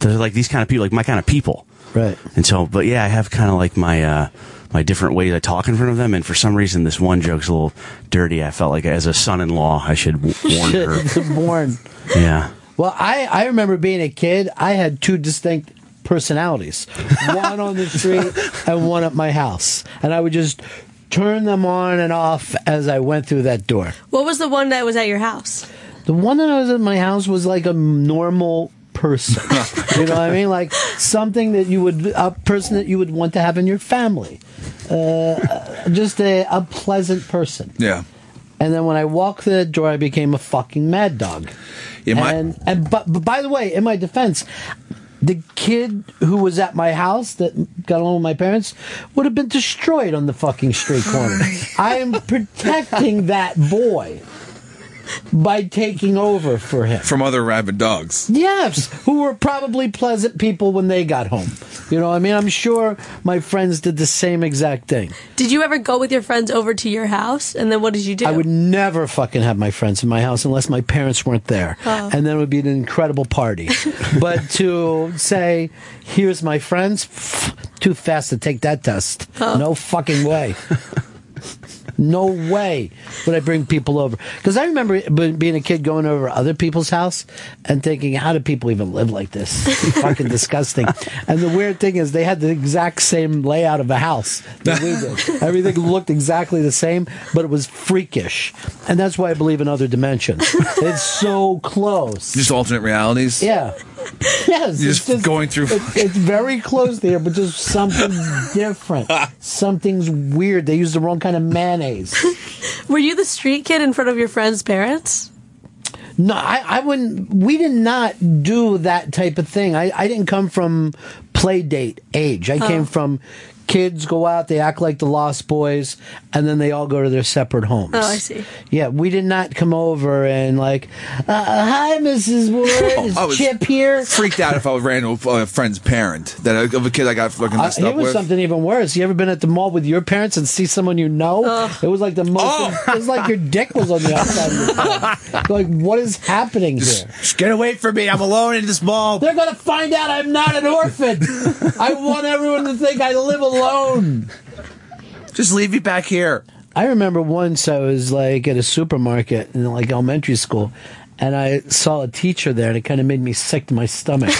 So they're like these kind of people, like my kind of people.
Right.
And so, but yeah, I have kind of like my uh, my different ways I talk in front of them, and for some reason, this one joke's a little dirty. I felt like as a son-in-law, I should w- warn her.
Born.
Yeah.
Well, I, I remember being a kid, I had two distinct personalities one on the street and one at my house. And I would just turn them on and off as I went through that door.
What was the one that was at your house?
The one that was at my house was like a normal person. you know what I mean? Like something that you would, a person that you would want to have in your family. Uh, just a, a pleasant person.
Yeah.
And then when I walked through that door, I became a fucking mad dog.
Yeah, my-
and and but, but by the way, in my defense, the kid who was at my house that got along with my parents would have been destroyed on the fucking street corner. I am protecting that boy by taking over for him.
From other rabid dogs.
Yes, who were probably pleasant people when they got home. You know, what I mean, I'm sure my friends did the same exact thing.
Did you ever go with your friends over to your house? And then what did you do?
I would never fucking have my friends in my house unless my parents weren't there.
Oh.
And then it would be an incredible party. but to say, here's my friends, pff, too fast to take that test. No fucking way. No way would I bring people over. Because I remember b- being a kid going over other people's house and thinking, how do people even live like this? It's fucking disgusting. And the weird thing is, they had the exact same layout of a house that we did. Everything looked exactly the same, but it was freakish. And that's why I believe in other dimensions. It's so close.
Just alternate realities.
Yeah. Yes.
You're
it's
just going through-
It, it's very close there, but just something different. Something's weird. They used the wrong kind of mayonnaise.
Were you the street kid in front of your friends' parents?
No, I, I wouldn't. We did not do that type of thing. I, I didn't come from play date age. I
Oh.
came from kids go out, they act like the Lost Boys, and then they all go to their separate homes.
Oh, I see.
Yeah, we did not come over and like, uh, hi, Mrs. Wood, is
Oh, I was-
Chip here?
Freaked out if I ran into a friend's parent that I, of a kid I got fucking
Uh,
messed
here
up
was
with.
something even worse. You ever been at the mall with your parents and see someone you know? It was like the most.
Oh.
It was like your dick was on the outside. of your tongue. like, what is happening here?
Just get away from me! I'm alone in this mall.
They're gonna find out I'm not an orphan. I want everyone to think I live alone.
Just leave me back here.
I remember once I was like at a supermarket in like elementary school, and I saw a teacher there, and it kind of made me sick to my stomach.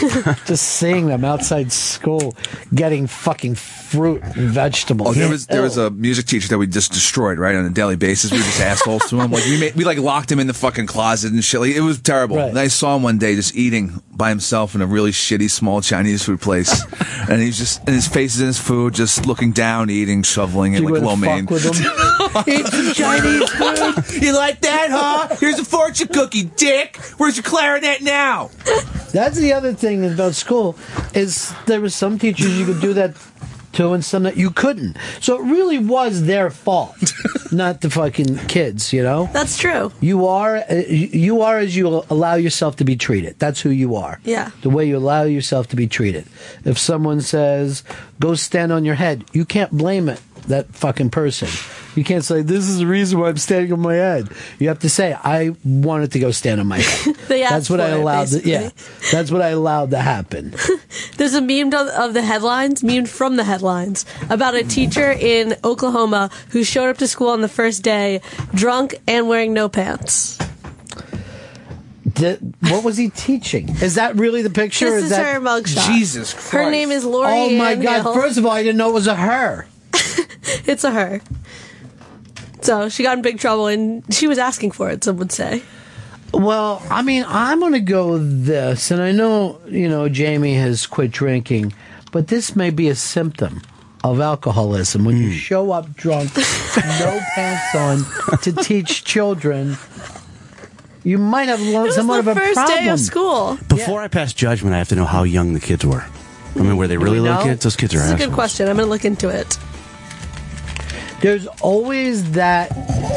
Just seeing them outside school getting fucking fruit and vegetables.
Oh, there was there was a music teacher that we just destroyed right on a daily basis. We were just assholes to him. Like we made, we like locked him in the fucking closet and shit. Like, it was terrible. And I saw him one day just eating by himself in a really shitty small Chinese food place, and he's just and his face is in his food, just looking down, eating, shoveling it
You
like
wouldn't
lo mein.
fuck with them.
Eat some Chinese food. You like that, huh? Here's a fortune cookie, dick. Where's your clarinet now?
That's the other thing about school is there was some teachers you could do that to and some that you couldn't. So it really was their fault, not the fucking kids. You know.
That's true.
You are uh, you you are as you allow yourself to be treated. That's who you are.
Yeah.
The way you allow yourself to be treated. If someone says go stand on your head, you can't blame it. That fucking person. You can't say this is the reason why I'm standing on my head. You have to say I wanted to go stand on my head.
They asked
that's what I
for it,
allowed. to- yeah, that's what I allowed to happen.
There's a meme of of the headlines, meme from the headlines, about a teacher in Oklahoma who showed up to school on the first day drunk and wearing no pants.
Di- what was he teaching? Is that really the picture?
This is
that-
her mugshot. Her name is Lori.
Oh my
Ann
God!
Hill.
First of all, I didn't know it was a her.
it's a her. So she got in big trouble, and she was asking for it. Some would say.
Well, I mean, I'm going to go with this, and I know, you know, Jamie has quit drinking, but this may be a symptom of alcoholism when you show up drunk, no pants on, to teach children. You might have lo- somewhat of a problem.
school.
Before I pass judgment, I have to know how young the kids were. I mean, were they really
we
little
know?
kids? Those kids are
This is a good
assholes.
question. I'm going to look into it.
There's always that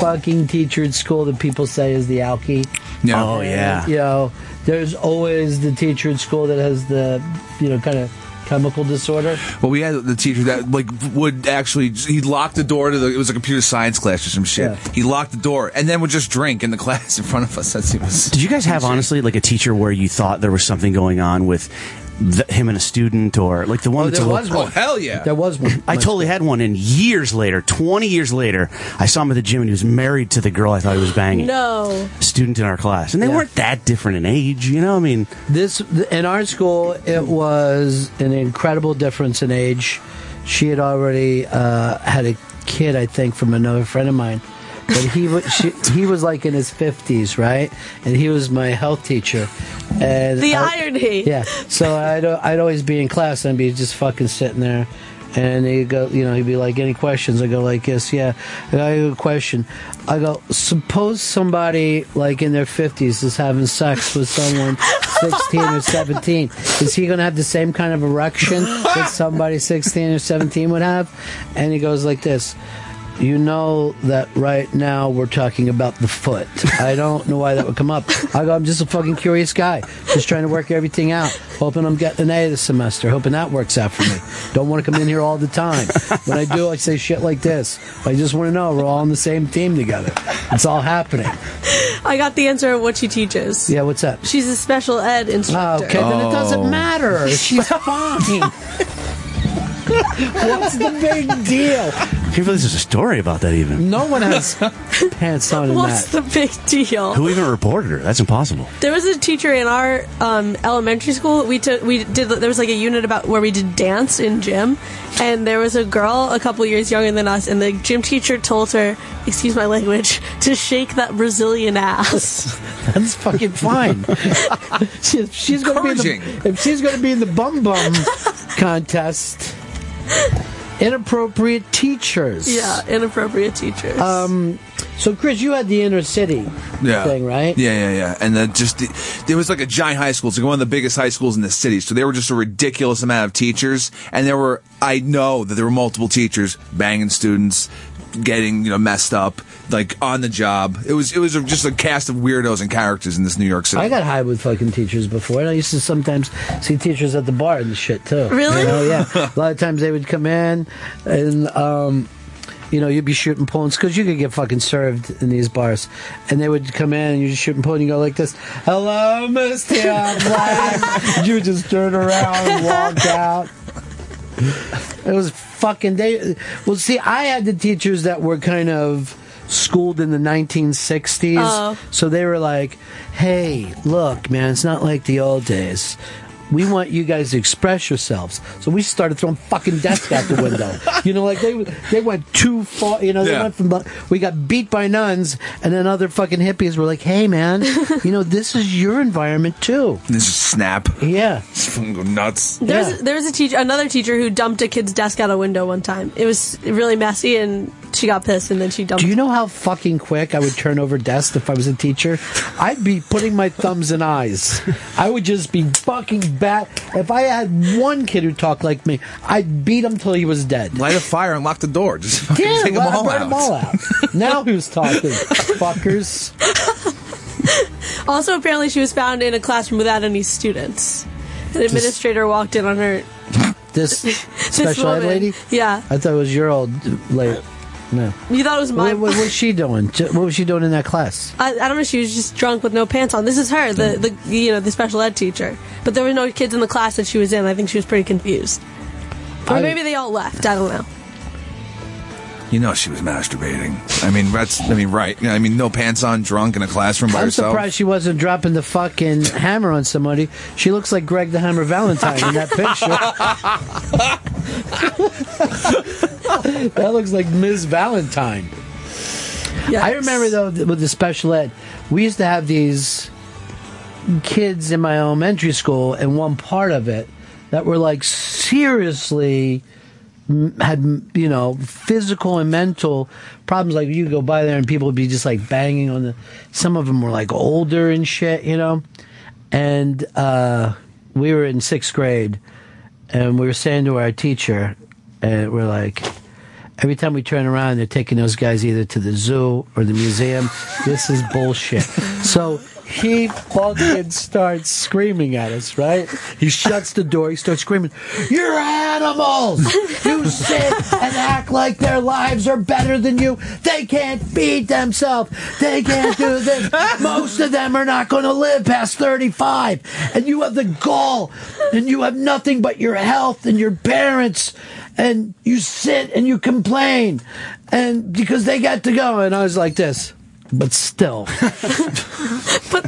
fucking teacher at school that people say is the alky.
Yeah. Oh, yeah.
You know, there's always the teacher at school that has the, you know, kind of chemical disorder.
Well, we had the teacher that like would actually he locked the door to the it was a computer science class or some shit. He locked the door and then would just drink in the class in front of us. That's it was.
Did you guys have honestly like a teacher where you thought there was something going on with th him and a student, or like the one?
Oh,
that's
there
a
was
little,
one. Oh, hell yeah. There was one.
I totally had one, and years later, twenty years later, I saw him at the gym, and he was married to the girl I thought he was banging.
No.
A student in our class, and they weren't that different in age, you know. I mean,
This in our school, it was an incredible difference in age. She had already uh, had a kid, I think, from another friend of mine, but he was she, he was like in his fifties, right? And he was my health teacher. And
The
I-
irony.
Yeah. So I'd uh, I'd always be in class and I'd be just fucking sitting there. And he'd go, you know, he'd be like, any questions? I go like, yes, yeah. And I go, question. I go, suppose somebody like in their 50s is having sex with someone 16 or 17. Is he going to have the same kind of erection that somebody 16 or 17 would have? And he goes like this. You know that right now we're talking about the foot. I don't know why that would come up. I go, I'm just a fucking curious guy, just trying to work everything out, hoping I'm getting an A this semester, hoping that works out for me. Don't want to come in here all the time. When I do, I say shit like this. I just want to know we're all on the same team together. It's all happening.
I got the answer of what she teaches.
Yeah, what's up?
She's a special ed instructor.
Okay, then it doesn't matter. She's fine. What's the big deal?
I can't believe there's a story about that even.
No one has pants on in
What's
that.
the big deal?
Who even reported her? That's impossible.
There was a teacher in our um, elementary school. We took we did there was like a unit about where we did dance in gym, and there was a girl a couple years younger than us, and the gym teacher told her, excuse my language, to shake that Brazilian ass.
That's fucking fine. she, if she's going to be in the, if she's going to be in the bum bum contest. Inappropriate teachers.
yeah, inappropriate teachers.
Um. So, Chris, you had the inner city
Yeah.
thing, right?
Yeah, yeah, yeah. And then just the, there was like a giant high school. It's like one of the biggest high schools in the city. So there were just a ridiculous amount of teachers, and there were I know that there were multiple teachers banging students, getting you know messed up, like on the job. It was it was just a cast of weirdos and characters in this New York City.
I got high with fucking teachers before, and I used to sometimes see teachers at the bar and shit too.
Really?
You know, yeah. a lot of times they would come in, and um, you know, you'd be shooting pones because you could get fucking served in these bars, and they would come in and you're just shooting pone and you go like this, "Hello, Mister Black." you would just turn around and walk out. It was fucking they. Well, see, I had the teachers that were kind of schooled in the 1960s.
Oh.
So they were like, hey, look, man, it's not like the old days. We want you guys to express yourselves. So we started throwing fucking desks out the window. you know, like they they went too far. You know, they
Yeah.
went from the- we got beat by nuns, and then other fucking hippies were like, "Hey, man, you know, this is your environment too."
This is snap.
Yeah.
Fucking go nuts.
There's there was a teacher, another teacher who dumped a kid's desk out a window one time. It was really messy, and she got pissed, and then she dumped.
Do you know how fucking quick I would turn over desks if I was a teacher? I'd be putting my thumbs in eyes. I would just be fucking bat. If I had one kid who talked like me, I'd beat him till he was dead.
Light a fire and lock the door. Just fucking
Yeah,
take
well,
them all
I
out.
brought 'em all out. now who's talking, fuckers?
Also, apparently, she was found in a classroom without any students. An administrator walked in on her.
This
This
special ed
woman.
lady.
Yeah,
I thought it was your old lady. No.
you thought it was my.
What, what was she doing? Ju- What was she doing in that class?
I, I don't know. She was just drunk with no pants on. This is her,
Mm.
the the you know the special ed teacher. But there were no kids in the class that she was in. I think she was pretty confused. Or
I-
maybe they all left. I don't know.
You know she was masturbating. I mean, that's. I mean, right. I mean, no pants on, drunk in a classroom by
I'm
herself.
surprised she wasn't dropping the fucking hammer on somebody. She looks like Greg the Hammer Valentine in that picture. that looks like Ms. Valentine. I remember though th- with the special ed, we used to have these kids in my elementary school and one part of it that were like seriously m- had m- you know physical and mental problems like you go by there and people would be just like banging on the some of them were like older and shit you know and uh we were in sixth grade and we were saying to our teacher and we're like every time we turn around they're taking those guys either to the zoo or the museum this is bullshit so he fucking starts screaming at us right he shuts the door he starts screaming you're animals you sit and act like their lives are better than you they can't feed themselves they can't do this most of them are not going to live past 35 and you have the gall and you have nothing but your health and your parents and you sit and you complain and because they got to go and i was like this but still
but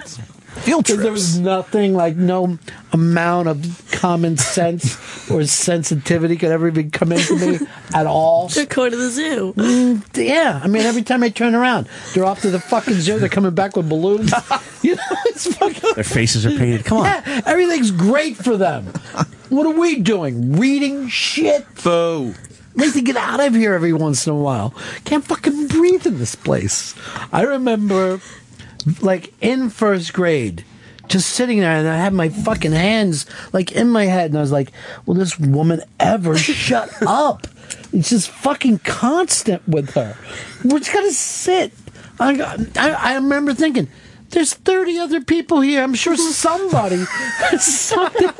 field
trips. there was nothing like no amount of common sense or sensitivity could ever even come into me at all
They're going to the zoo.
Mm, yeah, I mean, every time I turn around, they're off to the fucking zoo. They're coming back with balloons. You know, it's fucking.
Their faces are painted. Come on.
Yeah, everything's great for them. What are we doing? Reading shit.
Boo.
We need to get out of here every once in a while. Can't fucking breathe in this place. I remember, like in first grade, just sitting there and I had my fucking hands like in my head, and I was like, "Will this woman ever shut up?" It's just fucking constant with her. We're just gonna sit. I I, I remember thinking. There's 30 other people here. I'm sure somebody has something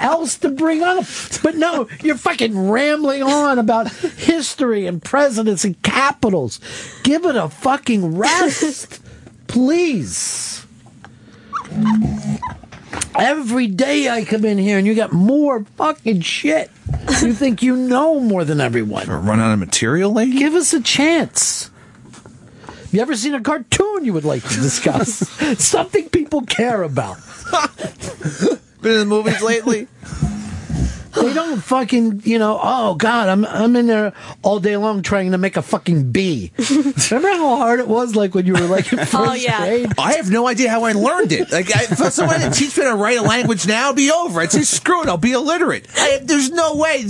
else to bring up. But no, you're fucking rambling on about history and presidents and capitals. Give it a fucking rest, please. Every day I come in here and you got more fucking shit. You think you know more than everyone.
Run out of material, lady?
Give us a chance. You ever seen a cartoon you would like to discuss? Something people care about.
Been in the movies lately?
They don't fucking, you know, oh god, I'm I'm in there all day long trying to make a fucking B. Remember how hard it was like when you were like
Oh,
in first grade?
I have no idea how I learned it. Like, I, if someone had to teach me how to write a language now, it'd be over. I'd say, screw it, I'll be illiterate. I, there's no way.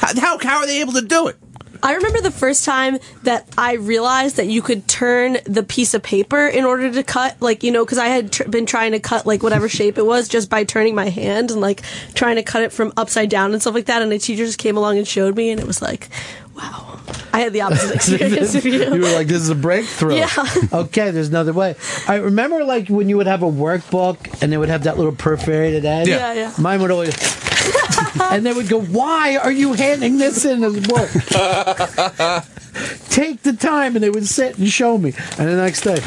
How, how are they able to do it?
I remember the first time that I realized that you could turn the piece of paper in order to cut, like, you know, because I had tr- been trying to cut, like, whatever shape it was just by turning my hand and, like, trying to cut it from upside down and stuff like that. And the teacher just came along and showed me, and it was like, wow. I had the opposite experience of you.
were like, this is a breakthrough.
Yeah.
Okay, there's another way. I remember like when you would have a workbook and they would have that little perforated edge.
Yeah. Yeah, yeah.
Mine would always. and they would go, why are you handing this in as a book? Take the time. And they would sit and show me. And the next day.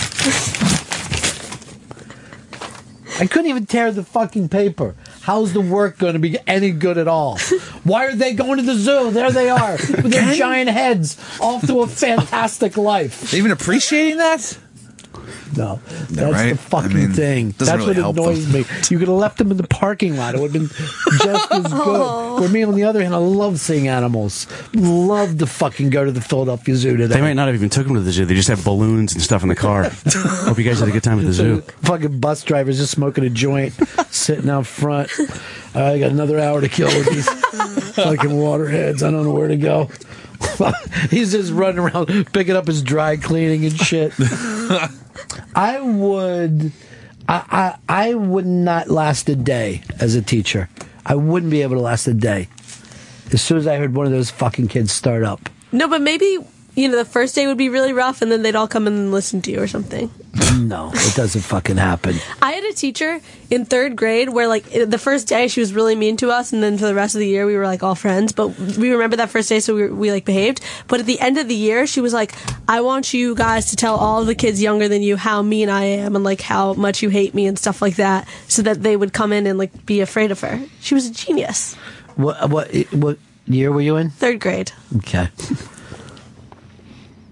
I couldn't even tear the fucking paper. How's the work going to be any good at all? Why are they going to the zoo? There they are with their giant heads, off to a fantastic life.
Even appreciating that?
No, that's
right?
the fucking
I mean,
thing.
doesn't
That's
really help
what annoys
them.
me. You could have left them in the parking lot; it would have been just as good. For me, on the other hand, I love seeing animals. Love to fucking go to the Philadelphia Zoo today.
They might not have even took him to the zoo. They just have balloons and stuff in the car. Hope you guys had a good time at the zoo.
Fucking bus drivers just smoking a joint, sitting out front. Uh, I got another hour to kill with these fucking waterheads. I don't know where to go. He's just running around picking up his dry cleaning and shit. I would, I, I, I would not last a day as a teacher. I wouldn't be able to last a day. As soon as I heard one of those fucking kids start up,
No, but maybe you know the first day would be really rough, and then they'd all come in and listen to you or something.
no, it doesn't fucking happen.
I had a teacher in third grade where, like, it- the first day she was really mean to us, and then for the rest of the year we were like all friends. But we remember that first day, so we, we like behaved. But at the end of the year, she was like, "I want you guys to tell all the kids younger than you how mean I am and like how much you hate me and stuff like that, so that they would come in and like be afraid of her." She was a genius.
What what what year were you in?
Third grade.
Okay.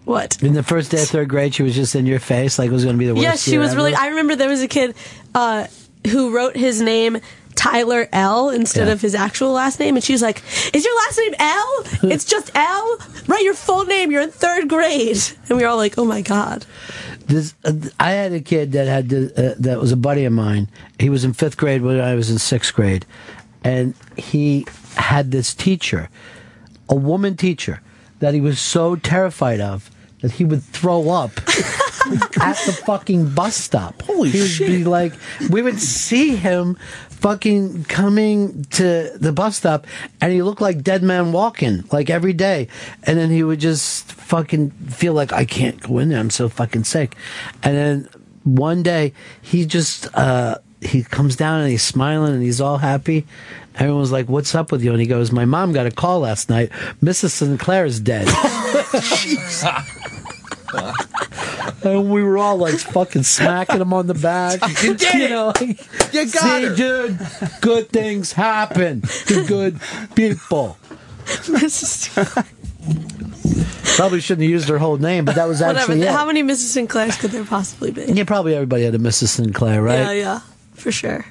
What?
In the first day of third grade, she was just in your face, like it was going to be the worst.
Yes, she
year
was really.
ever.
I remember there was a kid uh, who wrote his name Tyler L instead of his actual last name, and she's like, "Is your last name L? it's just L. Write your full name. You're in third grade." And we were all like, "Oh my god!"
This, uh, I had a kid that had the, uh, that was a buddy of mine. He was in fifth grade when I was in sixth grade, and he had this teacher, a woman teacher, that he was so terrified of that he would throw up at the fucking bus stop. Holy he would Be like, we would see him fucking coming to the bus stop, and he looked like dead man walking, like every day. And then he would just fucking feel like I can't go in there. I'm so fucking sick. And then one day he just uh, he comes down and he's smiling and he's all happy. Everyone's like, "What's up with you?" And he goes, "My mom got a call last night. Mrs. Sinclair is dead." and we were all like fucking smacking him on the back.
You did it! You got
See,
her!
dude, good things happen to good people. Probably shouldn't have used her whole name, but that was
Whatever.
actually it.
How many Mrs. Sinclairs could there possibly be?
yeah, probably everybody had a Mrs. Sinclair, right?
Yeah, yeah, for sure.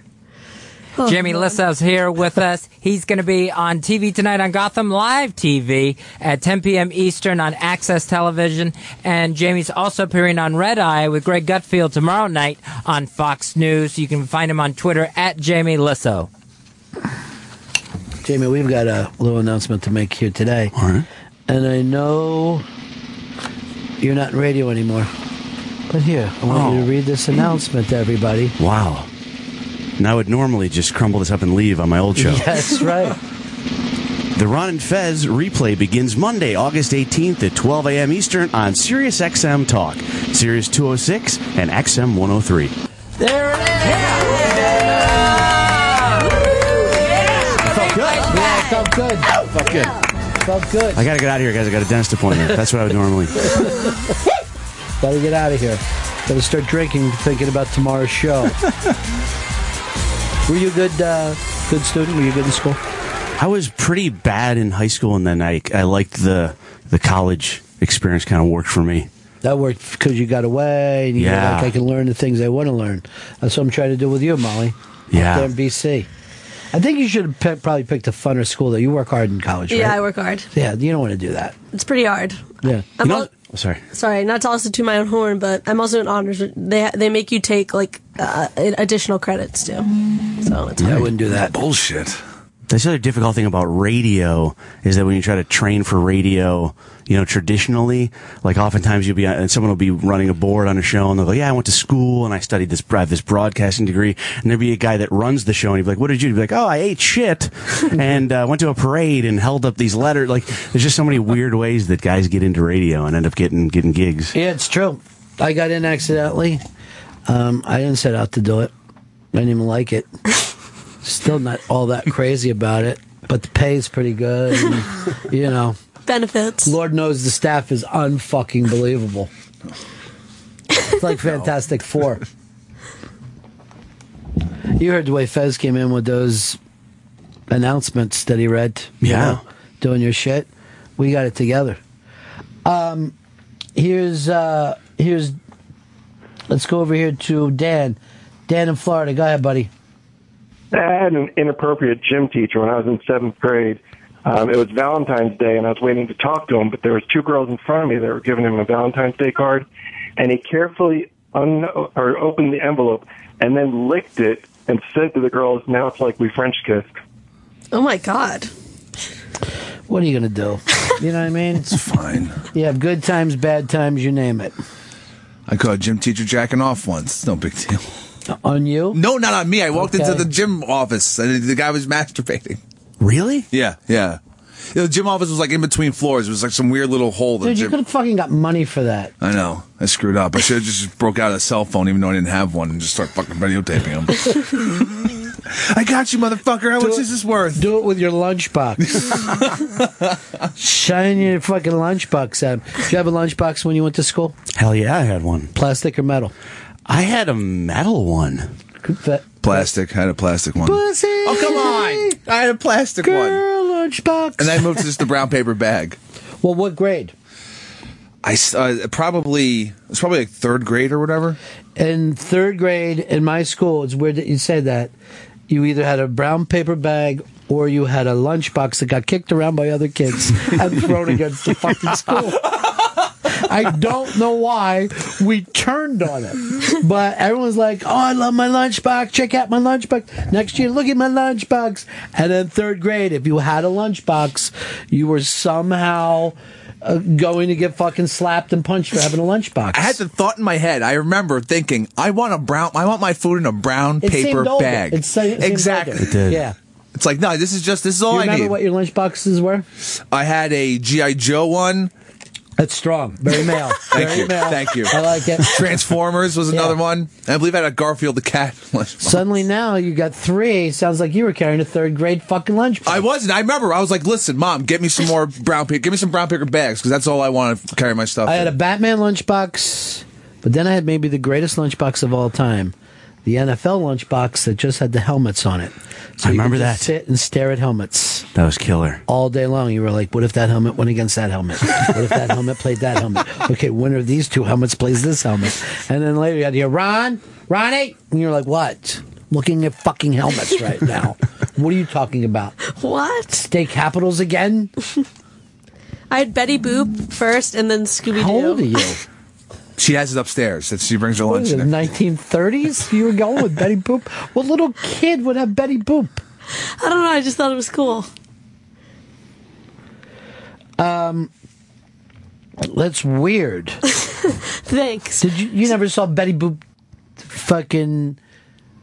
Oh,
Jimmy
man.
Lisso's here with us. He's going to be on TV tonight on Gotham Live TV at 10 p.m. Eastern on Access Television. And Jamie's also appearing on Red Eye with Greg Gutfield tomorrow night on Fox News. You can find him on Twitter at Jamie Lisso.
Jamie, we've got a little announcement to make here today. All right. And I know you're not in radio anymore, but here, I want
Oh.
you to read this announcement to everybody.
Wow. And I would normally just crumble this up and leave on my old show.
That's right.
The Ron and Fez replay begins Monday, August 18th at 12 a.m. Eastern on Sirius XM Talk, Sirius 206 and XM 103.
There it is. Felt good. Yeah, felt good.
Felt good.
Felt good.
I gotta get out of here, guys. I got a dentist appointment. That's what I would normally.
Gotta get out of here. Gotta start drinking, thinking about tomorrow's show. Were you a good, uh, good student? Were you good in school?
I was pretty bad in high school, and then I I liked the the college experience. Kind of worked for me.
That worked because you got away and you were
Yeah.
like, I can learn the things I want to learn. That's what I'm trying to do with you, Molly.
Yeah.
Up there in BC. I think you should have pi- probably picked a funner school, though. You work hard in college,
Yeah,
right?
I work hard.
Yeah, you don't want to do that.
It's pretty hard.
Yeah.
I'm al-
sorry.
Sorry, not to also toot my own horn, but I'm also an honors. They they make you take like uh, additional credits too. So it's hard.
do that.
Bullshit. That's the other difficult thing about radio is that when you try to train for radio, you know, traditionally, like oftentimes you'll be, and someone will be running a board on a show and they'll go, yeah, I went to school and I studied this, I have this broadcasting degree. And there'll be a guy that runs the show and he'd be like, what did you do? He'd be like, oh, I ate shit and uh, went to a parade and held up these letters. Like, there's just so many weird ways that guys get into radio and end up getting, getting gigs.
Yeah, it's true. I got in accidentally. Um, I didn't set out to do it. I didn't even like it. Still not all that crazy about it, but the pay's pretty good. and, you know,
benefits.
Lord knows the staff is unfucking believable. It's like Fantastic Four. You heard the way Fez came in with those announcements that he read. you
Yeah.
know, doing your shit. We got it together. Um, here's uh, here's. Let's go over here to Dan. Dan in Florida. Go ahead, buddy.
I had an inappropriate gym teacher when I was in seventh grade. Um, it was Valentine's Day, and I was waiting to talk to him, but there was two girls in front of me that were giving him a Valentine's Day card, and he carefully un- or opened the envelope and then licked it and said to the girls, "Now it's like we French kissed."
Oh my god.
What are you gonna do? You know what I mean? it's
fine.
You have good times, bad times, you name it.
I caught a gym teacher jacking off once. It's no big deal.
On you?
No, not on me. I walked
Okay.
into the gym office and the guy was masturbating.
Really?
Yeah, yeah. The gym office was like in between floors. It was like some weird little hole. that
Dude, you
gym-
could have fucking got money for that.
I know. I screwed up. I should have just broke out a cell phone, even though I didn't have one, and just start fucking videotaping him. I got you, motherfucker. How much is this worth?
Do it with your lunchbox. Shine your fucking lunchbox at him. Did you have a lunchbox when you went to school?
Hell yeah, I had one.
Plastic or metal?
I had a metal one.
Could fit.
Plastic. I had a plastic one.
Pussy.
Oh come on! I had a plastic one,
Girl lunchbox.
and I moved to just the brown paper bag.
well, what grade?
I s- uh, probably it's probably like third grade or whatever.
In third grade in my school, it's weird that you say that. You either had a brown paper bag or you had a lunchbox that got kicked around by other kids and thrown against the fucking school. I don't know why we turned on it, but everyone's like, "Oh, I love my lunchbox. Check out my lunchbox." Next year, look at my lunchbox. And in third grade, if you had a lunchbox, you were somehow uh, going to get fucking slapped and punched for having a lunchbox.
I had the thought in my head. I remember thinking, I want a brown. I want my food in a brown
It
paper
seemed older.
bag.
It se- it seemed
exactly.
older. Yeah.
It's like no, this is just this is all
you
I
remember
need.
what your lunchboxes were?
I had a GI Joe one.
That's strong. Very male.
Thank
Very
you.
male.
Thank you.
I like it.
Transformers was another
Yeah.
one. And I believe I had a Garfield the cat. lunchbox.
Suddenly now you got three. Sounds like you were carrying a third grade fucking lunchbox.
I wasn't. I remember. I was like, "Listen, mom, get me some more brown paper. Give me some brown paper bags because that's all I want to carry my stuff."
I had a
in."
Batman lunchbox, but then I had maybe the greatest lunchbox of all time. The NFL lunchbox that just had the helmets on it. So
I
you could
remember
just
that.
Sit and stare at helmets
That was killer.
all day long. You were like, "What if that helmet went against that helmet? What if that helmet played that helmet? Okay, winner of these two helmets plays this helmet." And then later you had to hear Ron, Ronnie, and you're like, "What? Looking at fucking helmets right now? what are you talking about?
What?
State capitals again?
I had Betty Boop first and then Scooby Doo.
How old are you?"
She has it upstairs. That she brings her
What
lunch.
is it,
in there.
1930s? You were going with Betty Boop? What little kid would have Betty Boop?
I don't know. I just thought it was cool.
Um, That's weird.
Thanks.
Did you? You never saw Betty Boop? Fucking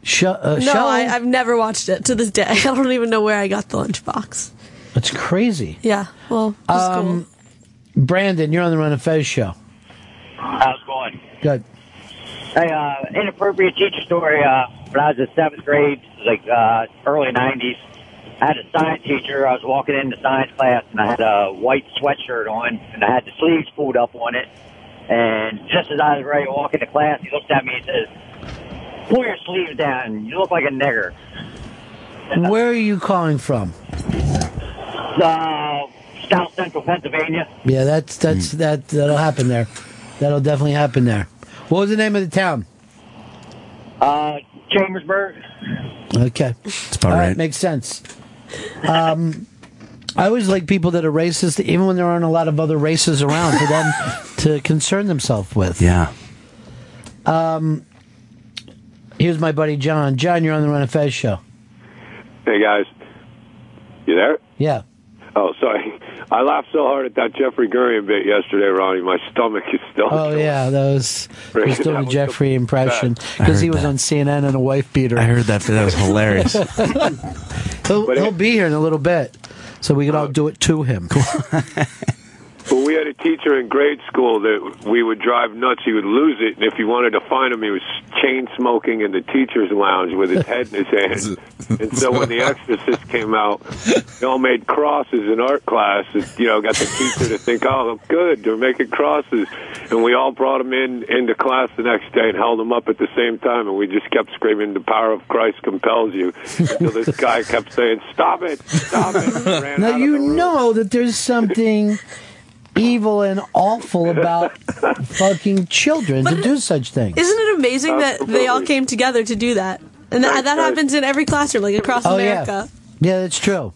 show. Uh,
No,
show?
I, I've never watched it to this day. I don't even know where I got the lunchbox.
That's crazy.
Yeah, well, it was
Um,
cool.
Brandon, you're on the Run and Fez show.
How's it going?
Good.
Hey, uh, inappropriate teacher story. Uh, when I was in seventh grade, like uh, early '90s, I had a science teacher. I was walking into science class, and I had a white sweatshirt on, and I had the sleeves pulled up on it. And just as I was ready to walk into class, he looked at me and says, "Pull your sleeves down. You look like a nigger."
Where are you calling from?
Uh, South Central Pennsylvania.
Yeah, that's that's
Hmm.
that that'll happen there. That'll definitely happen there. What was the name of the town?
Uh, Chambersburg.
Okay.
That's about
All right.
right.
makes sense. Um, I always like people that are racist, even when there aren't a lot of other races around for them to concern themselves with. Um,
yeah.
Here's my buddy John. John, you're on the Run of Fez show.
Hey guys, you there?
Yeah.
Oh, sorry. I laughed so hard at that Jeffrey Gurian bit yesterday, Ronnie. My stomach is still.
Oh yeah, that was
Right,
we're still
that
the
was
Jeffrey
the
impression
I
because he
heard
was
that.
on CNN and a wife beater.
I heard that. That was hilarious. All
He'll,
But it- Uh,
he'll be here in a little bit, so we can all do it to him.
But we had a teacher in grade school that we would drive nuts. He would lose it, and if you wanted to find him, he was chain smoking in the teacher's lounge with his head in his hand. And so when The Exorcist came out, they all made crosses in art class. It, you know, got the teacher to think, "Oh, good, they're making crosses," and we all brought him in into class the next day and held him up at the same time, and we just kept screaming, "The power of Christ compels you!" Until this guy kept saying, "Stop it, stop it!"
Now you know that there's something evil and awful about fucking children to do such things.
Isn't it amazing that they all came together to do that? And that, that happens in every classroom, like across
Oh, yeah.
America.
Yeah, that's true.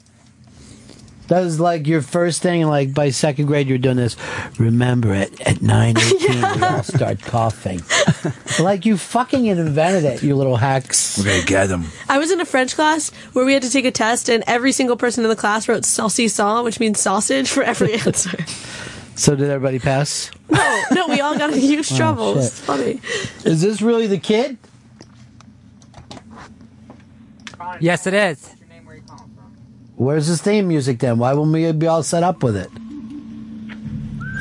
That is like your first thing. Like by second grade, you're doing this. Remember it at nine eighteen. We all start coughing. like you fucking invented it, you little hacks.
We're gonna get him.
I was in a French class where we had to take a test, and every single person in the class wrote saucisson, which means sausage, for every answer.
So did everybody pass? Oh,
no, no, we all got in huge trouble.
shit.
it's funny.
Is this really the kid?
Yes, it is.
Where's his theme music then? Why won't we be all set up with it?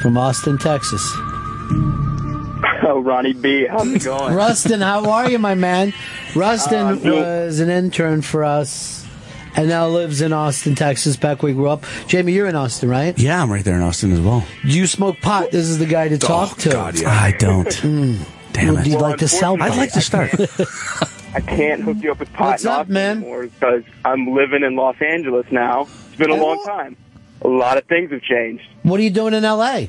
From Austin, Texas.
Oh, Ronnie B, how's it going?
Rustin, how are you, my man? Rustin
Uh, me-
was an intern for us and now lives in Austin, Texas, back where we grew up. Jamie, you're in Austin, right?
Yeah, I'm right there in Austin as well.
You smoke pot. This is the guy to
Oh,
talk to.
God, yeah.
I don't.
Mm.
Damn
Would you
it.
like to sell
I'd like to start.
I can't hook you up with pot
What's
in
up,
Austin
man?
anymore because I'm living in Los Angeles now. It's been a long time. A lot of things have changed.
What are you doing in LA?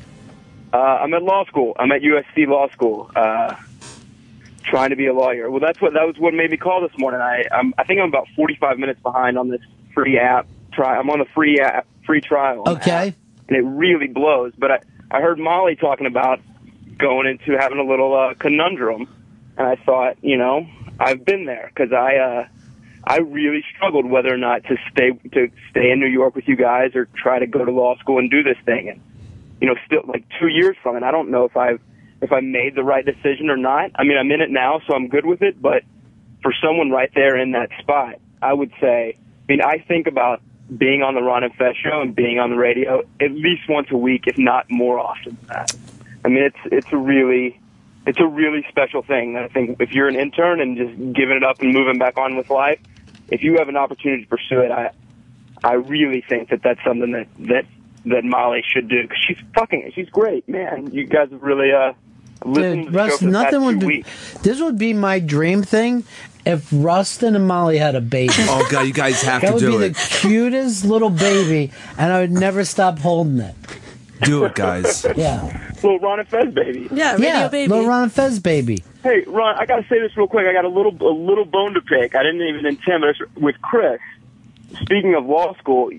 Uh, I'm at law school. I'm at USC Law School, uh, trying to be a lawyer. Well, that's what that was what made me call this morning. I I'm, I think I'm about 45 minutes behind on this free app. Try I'm on the free app free trial. on the
Okay.
app, and it really blows. But I I heard Molly talking about going into having a little uh, conundrum, and I thought you know I've been there because I. Uh, I really struggled whether or not to stay to stay in New York with you guys or try to go to law school and do this thing. And you know, still like two years from it. I don't know if I if I made the right decision or not. I mean, I'm in it now, so I'm good with it. But for someone right there in that spot, I would say. I mean, I think about being on the Ron and Fest show and being on the radio at least once a week, if not more often than that. I mean, it's it's a really it's a really special thing. that I think if you're an intern and just giving it up and moving back on with life, if you have an opportunity to pursue it, I I really think that that's something that that that Molly should do 'cause she's fucking she's great, man. You guys have really uh listened to the show
Dude,
for
Rustin,
the
nothing
past
would
two
be.
weeks.
This would be my dream thing if Rustin and Molly had a baby.
Oh god, you guys have
That
to
would be
do
the
it.
cutest little baby, and I would never stop holding it.
Do it, guys.
Yeah,
Little Ron and Fez baby.
Yeah, radio
yeah,
baby.
little Ron and Fez baby.
Hey, Ron, I got to say this real quick. I got a little a little bone to pick. I didn't even intend, but it's with Chris. Speaking of law school,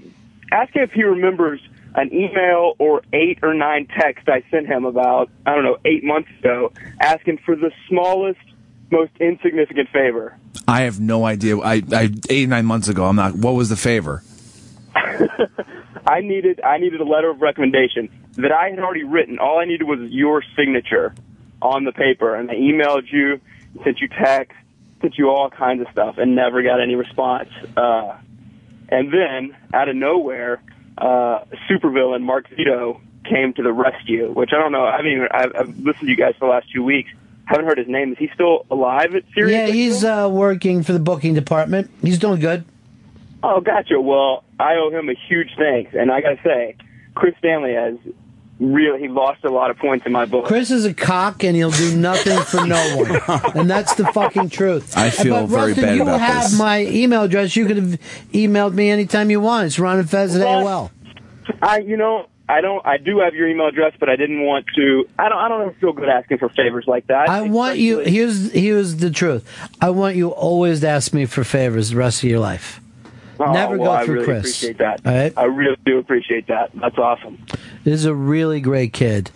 ask him if he remembers an email or eight or nine texts I sent him about I don't know eight months ago, asking for the smallest, most insignificant favor.
I have no idea. I, I eight nine months ago. I'm not. What was the favor?
I needed I needed a letter of recommendation that I had already written. All I needed was your signature on the paper, and I emailed you, sent you text, sent you all kinds of stuff, and never got any response. Uh, and then out of nowhere, uh, supervillain Mark Zito came to the rescue, which I don't know. I mean, I've, I've listened to you guys for the last two weeks. Haven't heard his name. Is he still alive at Sirius?
Yeah, he's uh, working for the booking department. He's doing good.
Oh, gotcha. Well, I owe him a huge thanks, and I gotta say, Chris Stanley has really he lost a lot of points in my book.
Chris is a cock, and he'll do nothing for no one, and that's the fucking truth.
I
And-
feel
but
very
Rustin,
bad
you
about
have
this.
my email address. You could have emailed me anytime you want. It's Ron and Fez at
What?
AOL.
I, you know, I don't. I do have your email address, but I didn't want to. I don't. I don't ever feel good asking for favors like that.
I want you. Here's here's the truth. I want you always to ask me for favors the rest of your life.
Oh,
never go
well, I
through
really
Chris.
Appreciate that.
All right.
I really do appreciate that. That's awesome.
This is a really great kid.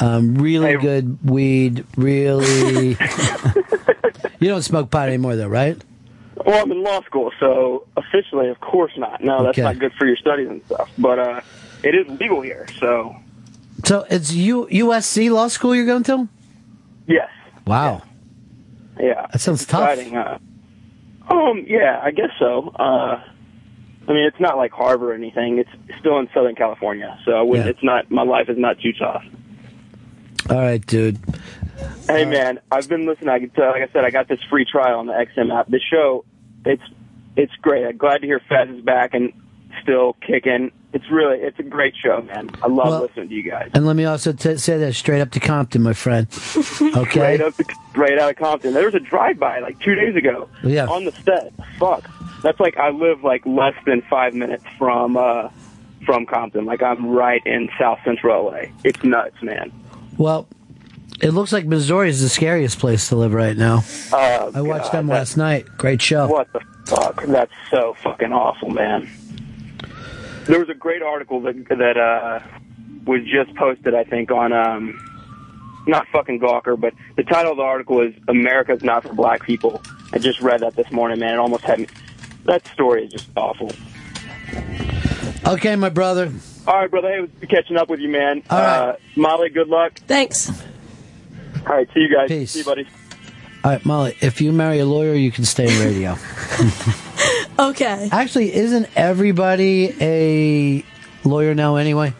Um, really
Hey.
good weed. Really. you don't smoke pot anymore, though, right?
Well, I'm in law school, so officially, of course not. No, that's
Okay.
not good for your studies and stuff. But uh, it is legal here, so
So it's U- USC law school you're going to?
yes.
Wow,
Yeah.
that sounds tough.
Exciting, huh? Um, yeah, I guess so. Uh, I mean, it's not like Harvard or anything. It's still in Southern California, so I wouldn't,
Yeah.
it's not. My life is not Utah.
All right, dude.
Hey man, I've been listening. I can tell, like I said, I got this free trial on the XM app. The show, it's it's great. I'm glad to hear Fez is back and still kicking. It's really it's a great show, man. I love
Well-
listening to you guys.
And let me also t- say that straight up to Compton, my friend. Okay.
Right up, right out of Compton. There was a drive by like two days ago.
Yeah.
On the set. Fuck. That's like I live like less than five minutes from uh from Compton. Like I'm right in South Central LA. It's nuts, man.
Well, it looks like Missouri is the scariest place to live right now.
Uh,
I watched
God,
them last night. Great show.
What the fuck? That's so fucking awful, man. There was a great article that that uh, was just posted, I think, on um, not fucking Gawker, but the title of the article is "America's Not for Black People." I just read that this morning, man. It almost had me. That story is just awful.
Okay, my brother.
All right, brother. Hey, it was catching up with you, man.
All right.
Uh, Molly, good luck.
Thanks.
All right, see you guys.
Peace.
See you, buddy.
All right, Molly, if you marry a lawyer, you can stay in radio.
Okay.
Actually, isn't everybody a lawyer now anyway?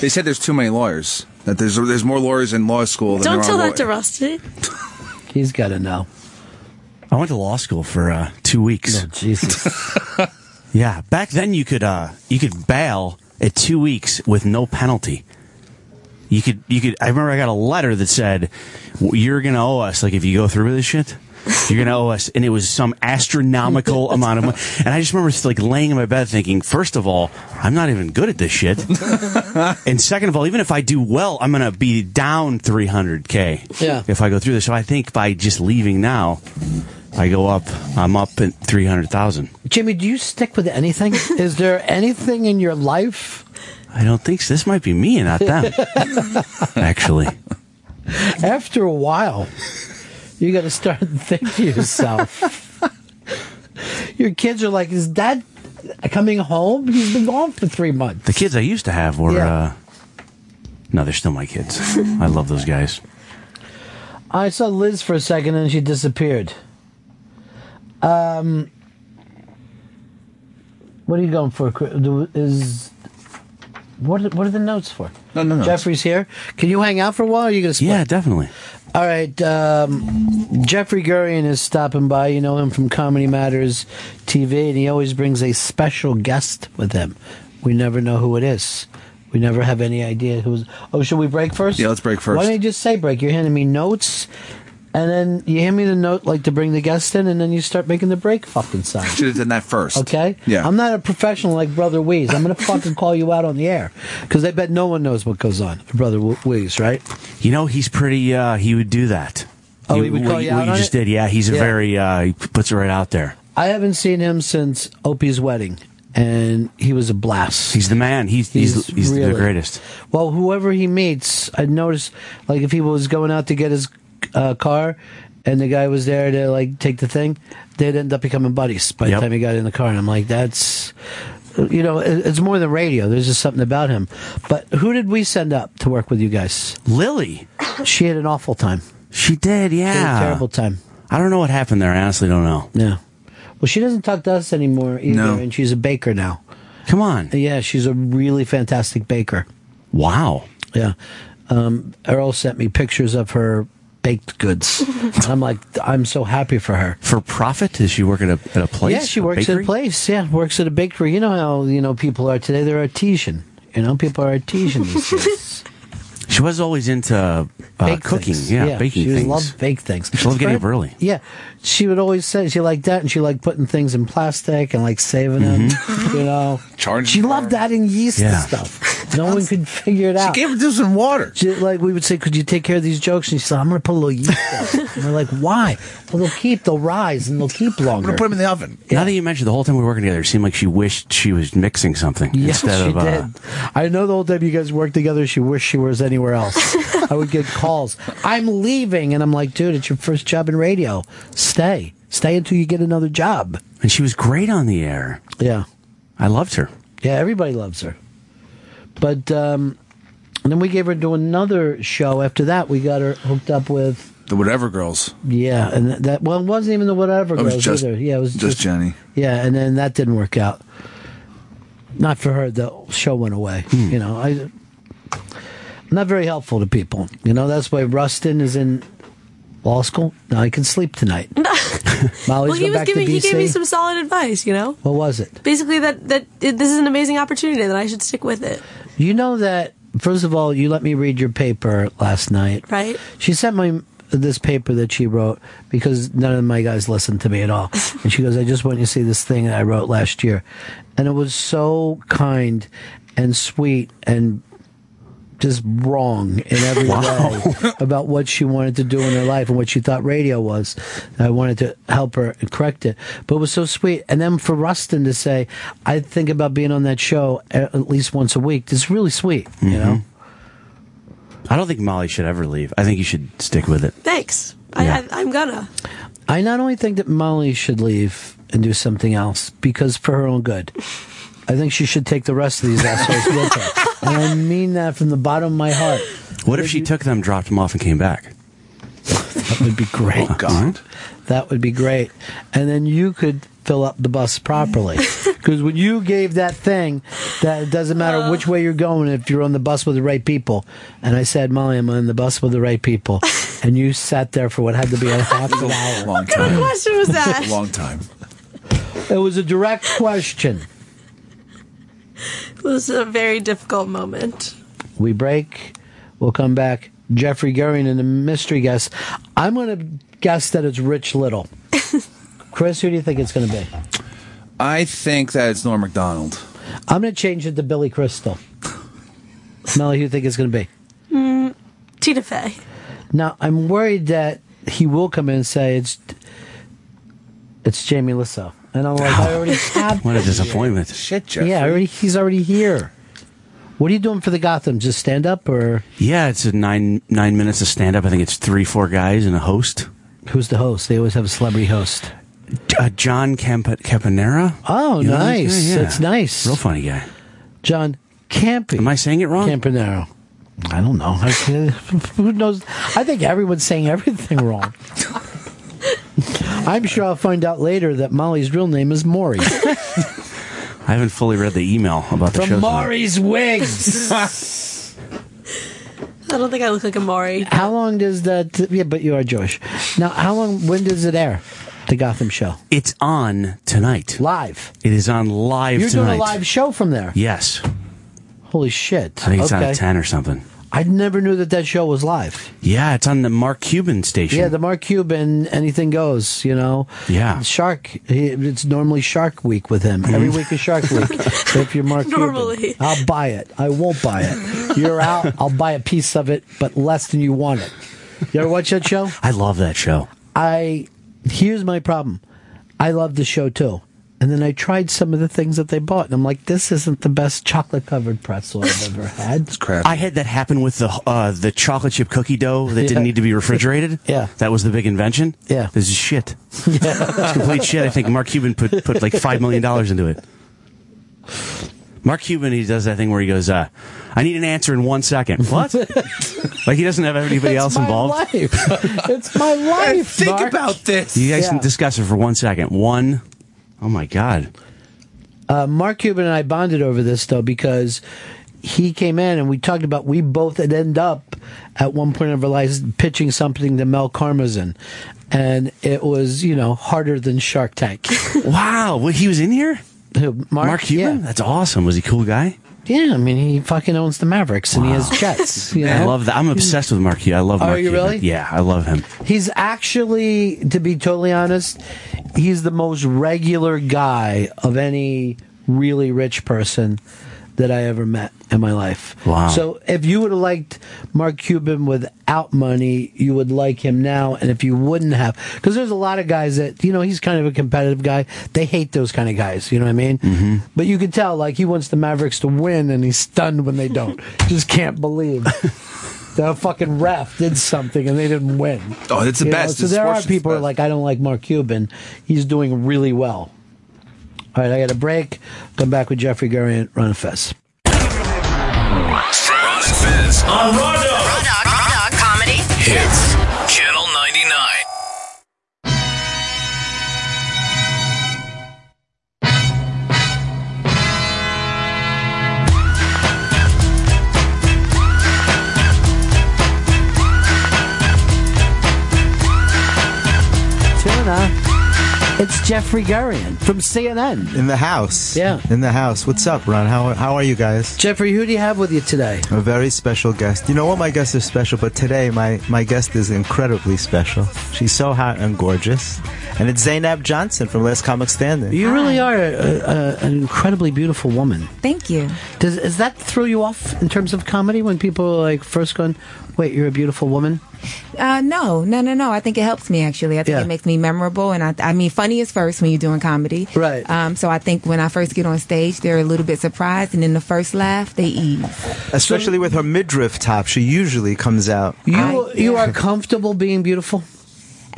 They said there's too many lawyers. That there's there's more lawyers in law school than
Don't
there
tell
are
that to
law-
Oh,
Rusty.
He's got to know.
I went to law school for uh, two weeks.
Oh, Jesus.
Yeah, back then you could uh, you could bail at two weeks with no penalty. You could you could. I remember I got a letter that said you're gonna owe us like if you go through with this shit. You're gonna owe us, and it was some astronomical amount of money. And I just remember like laying in my bed thinking, first of all, I'm not even good at this shit, and second of all, even if I do well, I'm gonna be down 300k.
Yeah.
If I go through this, so I think by just leaving now, I go up. I'm up at 300,000.
Jimmy, do you stick with anything? Is there anything in your life?
I don't think so. This might be me and not them. Actually,
After a while, you got to start thinking to yourself. your kids are like, is dad coming home? He's been gone for three months.
the kids I used to have were.
Yeah.
Uh, no, they're still my kids. I love those guys.
I saw Liz for a second and she disappeared. Um, what are you going for? Chris? Do- Is what? Are, what are the notes for?
No, no, no.
Jeffrey's here. Can you hang out for a while? Or are you gonna? Split?
Yeah, definitely.
All right. Um, Jeffrey Gurian is stopping by. You know him from Comedy Matters TV, and he always brings a special guest with him. We never know who it is. We never have any idea who's. Oh, should we break first?
Yeah, let's break first.
Why don't you just say break? You're handing me notes, and then you hand me the note like to bring the guest in, and then you start making the break fucking sound.
Should have done that first.
Okay.
Yeah.
I'm not a professional like Brother Weeze. I'm gonna fucking call you out on the air because I bet no one knows what goes on, Brother W- Weeze. Right?
You know, he's pretty. Uh, he would do that.
Oh, he would
what
call you out
what
on
just
it?
did. Yeah, he's a
Yeah.
very. Uh, he puts it right out there.
I haven't seen him since Opie's wedding, and he was a blast.
He's the man. He's he's he's,
really-
the greatest.
Well, whoever he meets, I noticed like if he was going out to get his uh, car, and the guy was there to like take the thing, they'd end up becoming buddies by
Yep.
the time he got in the car. And I'm like, that's you know, it- it's more than radio. There's just something about him. But who did we send up to work with you guys?
Lily,
She had an awful time.
she did. Yeah,
She had a terrible time.
I don't know what happened there. I honestly don't know.
Yeah. Well, she doesn't talk to us anymore either,
No.
and she's a baker now.
Come on.
Yeah, she's a really fantastic baker.
Wow.
Yeah. Um, Earl sent me pictures of her baked goods. And I'm like, I'm so happy for her.
For profit? Does she work at a at a place?
yeah, she works at
bakery?
a place. Yeah, works at a bakery. You know how you know people are today. They're artesian. You know, people are artesian these days.
She was always into uh,
Bake
cooking.
things.
Yeah, baking
she
things.
loved bake things.
She loved getting up early.
Yeah, she would always say she liked that, and she liked putting things in plastic and like saving them. You know,
Charging
She loved
for-
adding yeast
Mm-hmm. Yeah.
to stuff. No one could figure it out.
She gave it to some water.
She, like we would say, could you take care of these jokes? And she said, I'm going to put a little yeast. in." and we're like, why? Well, they'll keep, they'll rise, and they'll keep
I'm
longer.
gonna put them in the oven.
Now that you mentioned the whole time we were working together, it seemed like she wished she was mixing something
Yes,
instead
she
of.
did.
Uh,
I know the whole time you guys worked together, she wished she was anywhere else. I would get calls. I'm leaving, and I'm like, dude, it's your first job in radio. Stay, stay until you get another job.
and she was great on the air.
Yeah,
I loved her.
yeah. Everybody loves her. But um, and then we gave her to another show. After that, we got her hooked up with.
The whatever girls.
Yeah, and that- that well, it wasn't even the whatever
It
girls
was just
either. Yeah, it was
just Jenny.
Yeah, and then that didn't work out. Not for her. The show went away. You know, I not very helpful to people. You know, that's why Rustin is in law school. Now he can sleep tonight. Molly's
well, he
going
was
back to
giving he gave me
BC.
some solid advice. You know,
What was it?
basically that that it, this is an amazing opportunity that I should stick with it.
You know that first of all, you let me read your paper last night.
Right.
She sent me this paper that she wrote because none of my guys listened to me at all. And she goes, I just want you to see this thing that I wrote last year. And it was so kind and sweet and just wrong in every way about what she wanted to do in her life and what she thought radio was. I wanted to help her and correct it, but it was so sweet. And then for Rustin to say, "I think about being on that show at at least once a week," it's really sweet, you know.
Mm-hmm. I don't think Molly should ever leave. I think you should stick with it.
Thanks.
Yeah.
I, I, I'm gonna.
I not only think that Molly should leave and do something else because for her own good. I think she should take the rest of these assholes with her. And I mean that from the bottom of my heart.
What
Mm-hmm.
if she took them, dropped them off, and came back?
That would be great.
God.
That would be great. And then you could fill up the bus properly. Because when you gave that thing, that it doesn't matter which way you're going if you're on the bus with the right people. And I said, Molly, I'm on the bus with the right people. And you sat there for what had to be a half an hour.
Long
What kind of
time.
question was that?
Long time.
It was a direct question.
it was a very difficult moment.
We break. We'll come back. Jeffrey Gehring and the mystery guest. I'm going to guess that it's Rich Little. Chris, who do you think it's going to be?
I think that it's Norm McDonald.
I'm going to change it to Billy Crystal. Melly, who do you think it's going to be?
Mm, Tina Fey.
Now, I'm worried that he will come in and say it's it's Jamie Lissow. And I'm like, I already have.
Oh, What a disappointment.
Shit, Jeff.
Yeah, I already, he's already here. What are you doing for the Gotham? Just stand up or
Yeah, it's a nine nine minutes of stand up. I think it's three, four guys and a host.
who's the host? They always have a celebrity host.
Uh, John Camp- Campanera.
Oh,
You know this
nice.
guy? Yeah.
It's nice.
Real funny guy.
John Campy.
Am I saying it wrong?
Campanero. I don't know. I- Who knows? I think everyone's saying everything wrong. I'm sure I'll find out later that Molly's real name is Maury.
I haven't fully read the email about the show.
From
tonight.
Maury's Wigs.
I don't think I look like a Maury.
how long does that? Yeah, but you are Jewish. Now, how long? When does it air? The Gotham show
It's on tonight.
live.
It is on live
You're
tonight.
doing a live show from there.
Yes.
Holy shit!
I think it's on
okay.
at 10 or something.
I never knew that that show was live.
Yeah, it's on the Mark Cuban station.
Yeah, the Mark Cuban, anything goes, you know.
Yeah.
Shark, he, it's normally Shark Week with him. Every week is Shark Week. if you're Mark Cuban.
Normally.
I'll buy it. I won't buy it. You're out. I'll buy a piece of it, but less than you want it. You ever watch that show?
I love that show.
I, here's my problem. I love the show too. And then I tried some of the things that they bought, and I'm like, this isn't the best chocolate covered pretzel I've ever had.
Crap.
I had that happen with the uh, the chocolate chip cookie dough that
Yeah.
didn't need to be refrigerated.
Yeah.
that was the big invention.
Yeah.
this is shit. it's complete shit. I think Mark Cuban put put like five million dollars into it. Mark Cuban, he does that thing where he goes, uh, "I need an answer in one second. What? like he doesn't have anybody
It's
else
my
involved.
Life. It's my
I
life.
think
Mark.
about this.
You guys
Yeah.
can discuss it for one second. One, oh my god,
Uh, Mark Cuban and I bonded over this though because he came in and we talked about we both had end up at one point of our lives pitching something to Mel Karmazin, and it was you know harder than Shark Tank.
wow! Well, he was in here.
Who, Mark,
Mark Cuban,
Yeah.
that's awesome. Was he a cool guy?
yeah, I mean he fucking owns the Mavericks and he has jets. You know?
I love that. I'm obsessed with Mark Cuban. I love
Oh,
Are
Mark
you
Cuban.
really?
Yeah, I love him.
He's actually, to be totally honest, he's the most regular guy of any really rich person that I ever met in my life.
Wow.
So if you would have liked Mark Cuban without money, you would like him now. And if you wouldn't have, because there's a lot of guys that, you know, he's kind of a competitive guy. They hate those kind of guys. You know what I mean? Mm-hmm. But you could tell, like, he wants the Mavericks to win and he's stunned when they don't. Just can't believe the fucking ref did something and they didn't win.
Oh, it's the
You know,
best.
So
It's
there are
sports, it's
people who are
best.
like, I don't like Mark Cuban. He's doing really well. All right, I got a break. Come back with Jeffrey Gurian, Ron Fest.
Ron and Fez on Raw Dog.
Raw Dog, Raw Dog Comedy
Hits. Channel 99.
It's Jeffrey Gurian from CNN.
In the house.
Yeah.
In the house. What's up, Ron? How, how are you guys?
Jeffrey, who do you have with you today?
A very special guest. You know what? My guests are special, but today my, my guest is incredibly special. She's so hot and gorgeous. And it's Zainab Johnson from Last Comic Standing.
You really are a, a, an incredibly beautiful woman.
Thank you.
Does is that throw you off in terms of comedy when people are like first going, "Wait, you're a beautiful woman"?
Uh, no, no, no, no. I think it helps me actually. I think
Yeah.
it makes me memorable, and I, I mean, funny is first when you're doing comedy,
Right.
Um, so I think when I first get on stage, they're a little bit surprised, and then the first laugh, they ease.
Especially with her midriff top. She usually comes out.
You
I-
you
yeah.
are comfortable being beautiful.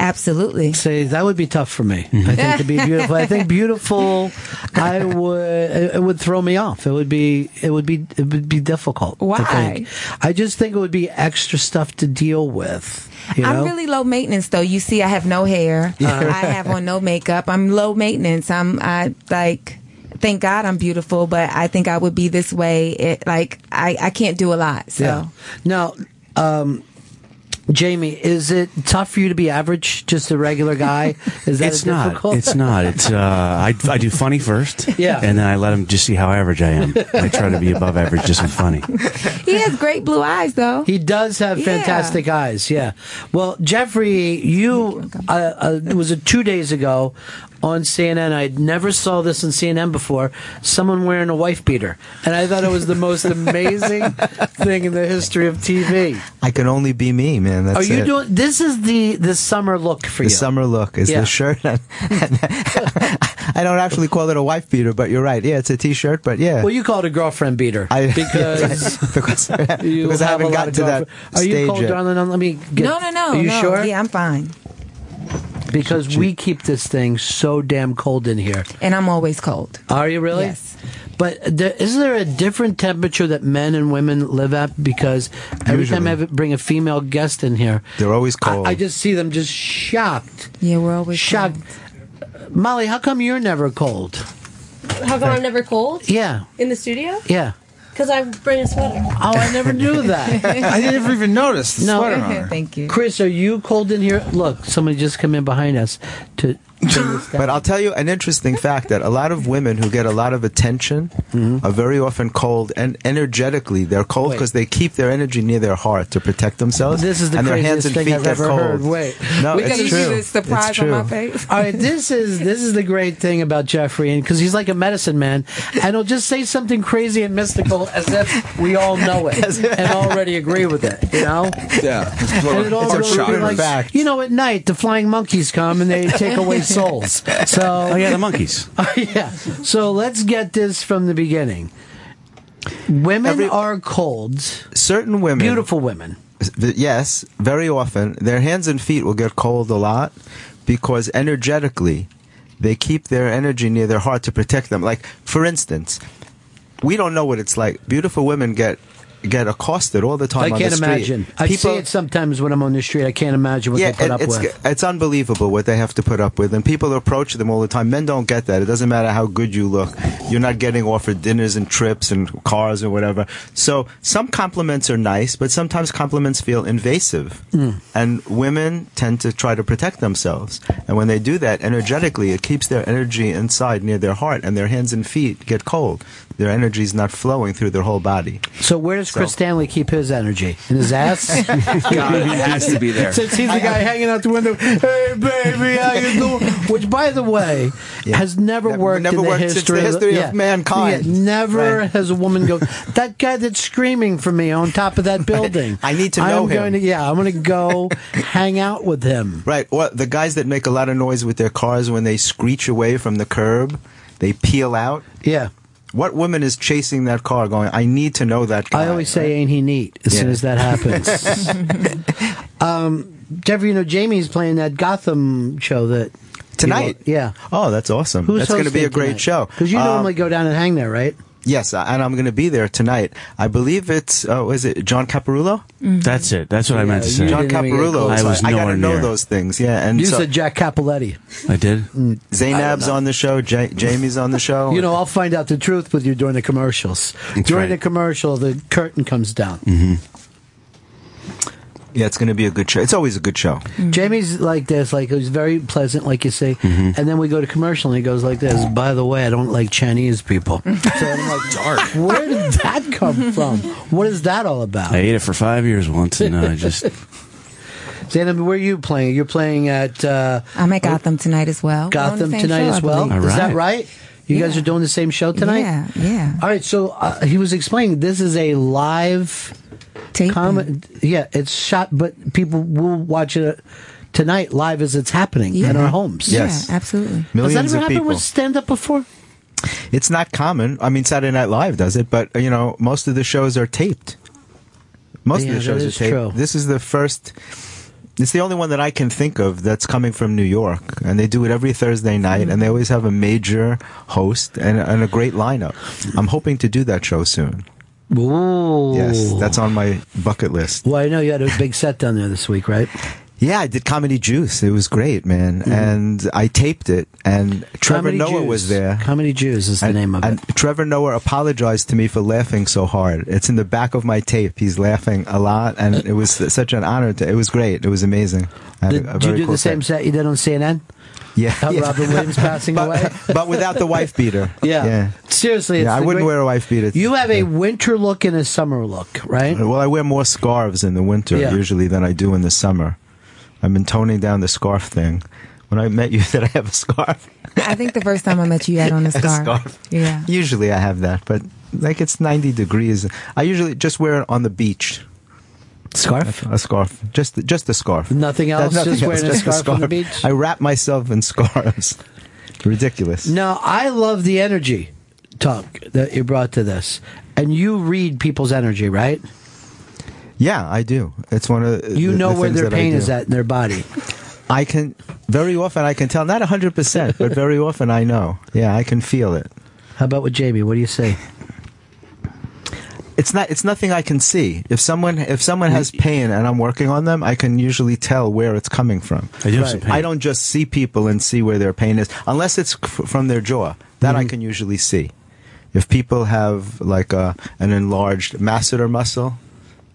Absolutely.
Say that would be tough for me.
Mm-hmm.
I think to be beautiful. I think beautiful. I would. It would throw me off. It would be. It would be. It would be difficult. I
Why?
think. I just think it would be extra stuff to deal with. You know?
I'm really low maintenance though. You see, I have no hair. Uh, I have on no makeup. I'm low maintenance. I'm I like. Thank God I'm beautiful, but I think I would be this way. It, like I, I can't do a lot. So
Yeah. Now, um, Jamie, is it tough for you to be average, just a regular guy? Is that
it's
a difficult?
not. It's not. It's uh, I, I do funny first,
Yeah.
and then I let them just see how average I am. I try to be above average just in funny.
he has great blue eyes though.
He does have
Yeah.
fantastic eyes. Yeah. Well, Jeffrey, you uh, uh, it was a two days ago on CNN. I never saw this on CNN before. Someone wearing a wife beater, and I thought it was the most amazing thing in the history of TV.
I can only be me, man. That's
Are you
it.
doing? This is the the summer look for
the
you.
summer look is
Yeah.
the shirt. I don't actually call it a wife beater, but you're right. Yeah, it's a t-shirt, but yeah.
Well, you call it a girlfriend beater
I,
because.
because,
You
because I
have a
haven't
lot
gotten
of
to that
girlfriend- Are you
stage
cold,
yet.
darling? Now Let me get,
no, no, no.
Are you
no.
sure?
Yeah, I'm fine,
Because we keep this thing so damn cold in here.
and I'm always cold.
Are you really?
Yes.
But there, is there a different temperature that men and women live at? Because every time
Usually.
I have- bring a female guest in here,
They're always
I-
cold.
I, just see them just shocked.
Yeah, we're always
shocked.
cold.
Molly, how come you're never cold?
How come I'm never cold
Yeah,
in the studio?
yeah.
Because I bring a sweater.
Oh, I never knew that.
I never even noticed the
No.
sweater on her.
Thank you.
Chris, are you cold in here? Look, somebody just come in behind us to.
But I'll tell you an interesting fact that a lot of women who get a lot of attention are very often cold and energetically they're cold
Mm-hmm. Wait.
because they keep their energy near their heart to protect themselves.
This is the
and their hands
craziest
and
thing
feet
I've
get
ever
cold.
heard. Wait.
no,
we
it's
gotta
true.
see this surprise
it's
on
true.
my face.
All right, this is this is the great thing about Jeffrey, and because he's like a medicine man, and he'll just say something crazy and mystical as if we all know it and already agree with it, you know.
Yeah, it's,
And it all
it's our chakras.
really be like,
Fact.
you know, at night the flying monkeys come and they take away souls. So
Oh yeah, the monkeys.
yeah. So let's get this from the beginning. Women
Every-
are cold,
Certain women
beautiful women.
th- yes, very often their hands and feet will get cold a lot because energetically they keep their energy near their heart to protect them. Like for instance, we don't know what it's like. Beautiful women get get accosted all the time.
I
on
can't
the street.
imagine. I see it sometimes when I'm on the street. I can't imagine what
yeah,
they put
it-
up
it's
with.
it's unbelievable what they have to put up with, and people approach them all the time. Men don't get that. It doesn't matter how good you look; you're not getting offered dinners and trips and cars or whatever. So some compliments are nice, but sometimes compliments feel invasive,
Mm.
and women tend to try to protect themselves. And when they do that energetically, it keeps their energy inside near their heart, and their hands and feet get cold. Their energy is not flowing through their whole body.
So where does Chris
So-
Stanley keep his energy? In his ass?
God, it has to be there.
Since he's the guy hanging out the window, hey baby, how you doing? Which, by the way, has never
Never-
worked
never
in the
worked since the
history,
history of
yeah.
mankind.
Yeah, never
Right.
has a woman go. That guy that's screaming for me on top of that building.
I need to
I'm
know him."
Going to, yeah, I'm going to go hang out with him.
Right. Or the guys that make a lot of noise with their cars when they screech away from the curb, they peel out.
Yeah.
What woman is chasing that car going, I need to know that guy?
I always say, "Ain't he neat?" As soon
Yeah.
as that happens. um, Jeffrey, you know Jamie's playing that Gotham show that
Tonight.
Yeah.
Oh, that's awesome.
Who's
that's going to be a
hosting
great
tonight?
show.
Because you
Um,
normally go down and hang there, right?
Yes, I- and I'm going to be there tonight. I believe it's, oh, is it John Caparulo?
That's it. That's what I meant to say.
John
Mm. didn't even get
Caparulo.
close.
is
I was
like, got
nowhere
to know
near.
those things. Yeah. And
You
so
said Jack Capoletti.
I did.
Zainab's on the show. Ja Jamie's on the show.
You know, I'll find out the truth with you during the commercials. during
right.
the commercial, the curtain comes down.
Mm-hmm. Yeah, it's going to be a good show. It's always a good show.
Hmm.
Jamie's like this, like he's very pleasant, like you say,
Mm-hmm.
and then we go to commercial, and he goes like this. By the way, I don't like Chinese people. So I'm like,
Dark.
where did that come from? What is that all about?
I ate it for five years once, and I just
Xander, where are you playing? You're playing at uh,
I'm at Gotham tonight as well. We're on the
Gotham
same
tonight
show, I
as well.
believe.
Is that
Alright.
right? You guys
Yeah.
are doing the same show tonight.
Yeah, yeah.
All right. So uh, he was explaining this is a live
Taping.
comment. Yeah, it's shot, but people will watch it uh, tonight live as it's happening in
Yeah.
our homes.
Yeah,
Yes.
absolutely.
Has that
Millions
ever
of
happened
people.
with stand up before?
It's not common. I mean, Saturday Night Live does it, but you know, most of the shows are taped. Most
Yeah,
of the
that
shows
is
are taped.
true.
This is the first. It's the only one that I can think of that's coming from New York, and they do it every Thursday night,
Mm-hmm.
and they always have a major host and, and a great lineup. I'm hoping to do that show soon.
Ooh.
Yes, that's on my bucket list.
Well, I know you had a big set down there this week, right? Mm-hmm.
Yeah, I did Comedy Juice. It was great, man, and I taped it, and Trevor
Comedy
Noah
Jews.
was there.
Comedy Jews is the
and,
name of
and
it.
Trevor Noah apologized to me for laughing so hard. It's in the back of my tape. He's laughing a lot, and it was such an honor. To, it was great. It was amazing. I had a-
Did,
a
did you
very
do
cool
the same set you did on CNN?
Yeah,
About
yeah.
Robin Williams passing
but,
away?
but without the wife beater.
Yeah. Seriously, it's
Yeah, I
the
wouldn't
great-
wear a wife beater.
You have a
Yeah.
winter look and a summer look, right?
Well, I wear more scarves in the winter
Yeah.
usually than I do in the summer. I've been toning down the scarf thing. When I met you, did I have a scarf?
I think the first time I met you, you had on a
a
scarf.
scarf.
Yeah.
Usually I have that, but like it's 90 degrees. I usually just wear it on the beach.
Scarf?
A scarf, just just a scarf.
Nothing else?
That's
Just wearing a scarf on the beach?
I wrap myself in scarves. Ridiculous.
No, I love the energy talk that you brought to this. And you read people's energy, right?
Yeah, I do. It's one of
You
the,
know
the
where
things
their
that I
pain
do.
is at in their body.
I can very often I can tell not hundred percent, but very often I know. Yeah, I can feel it.
How about with Jamie? What do you say?
It's not. It's nothing I can see. If someone if someone has pain and I'm working on them, I can usually tell where it's coming from.
I do have some pain.
I don't just see people and see where their pain is, unless it's f- from their jaw. That
Mm-hmm.
I can usually see. If people have like a, an enlarged masseter muscle,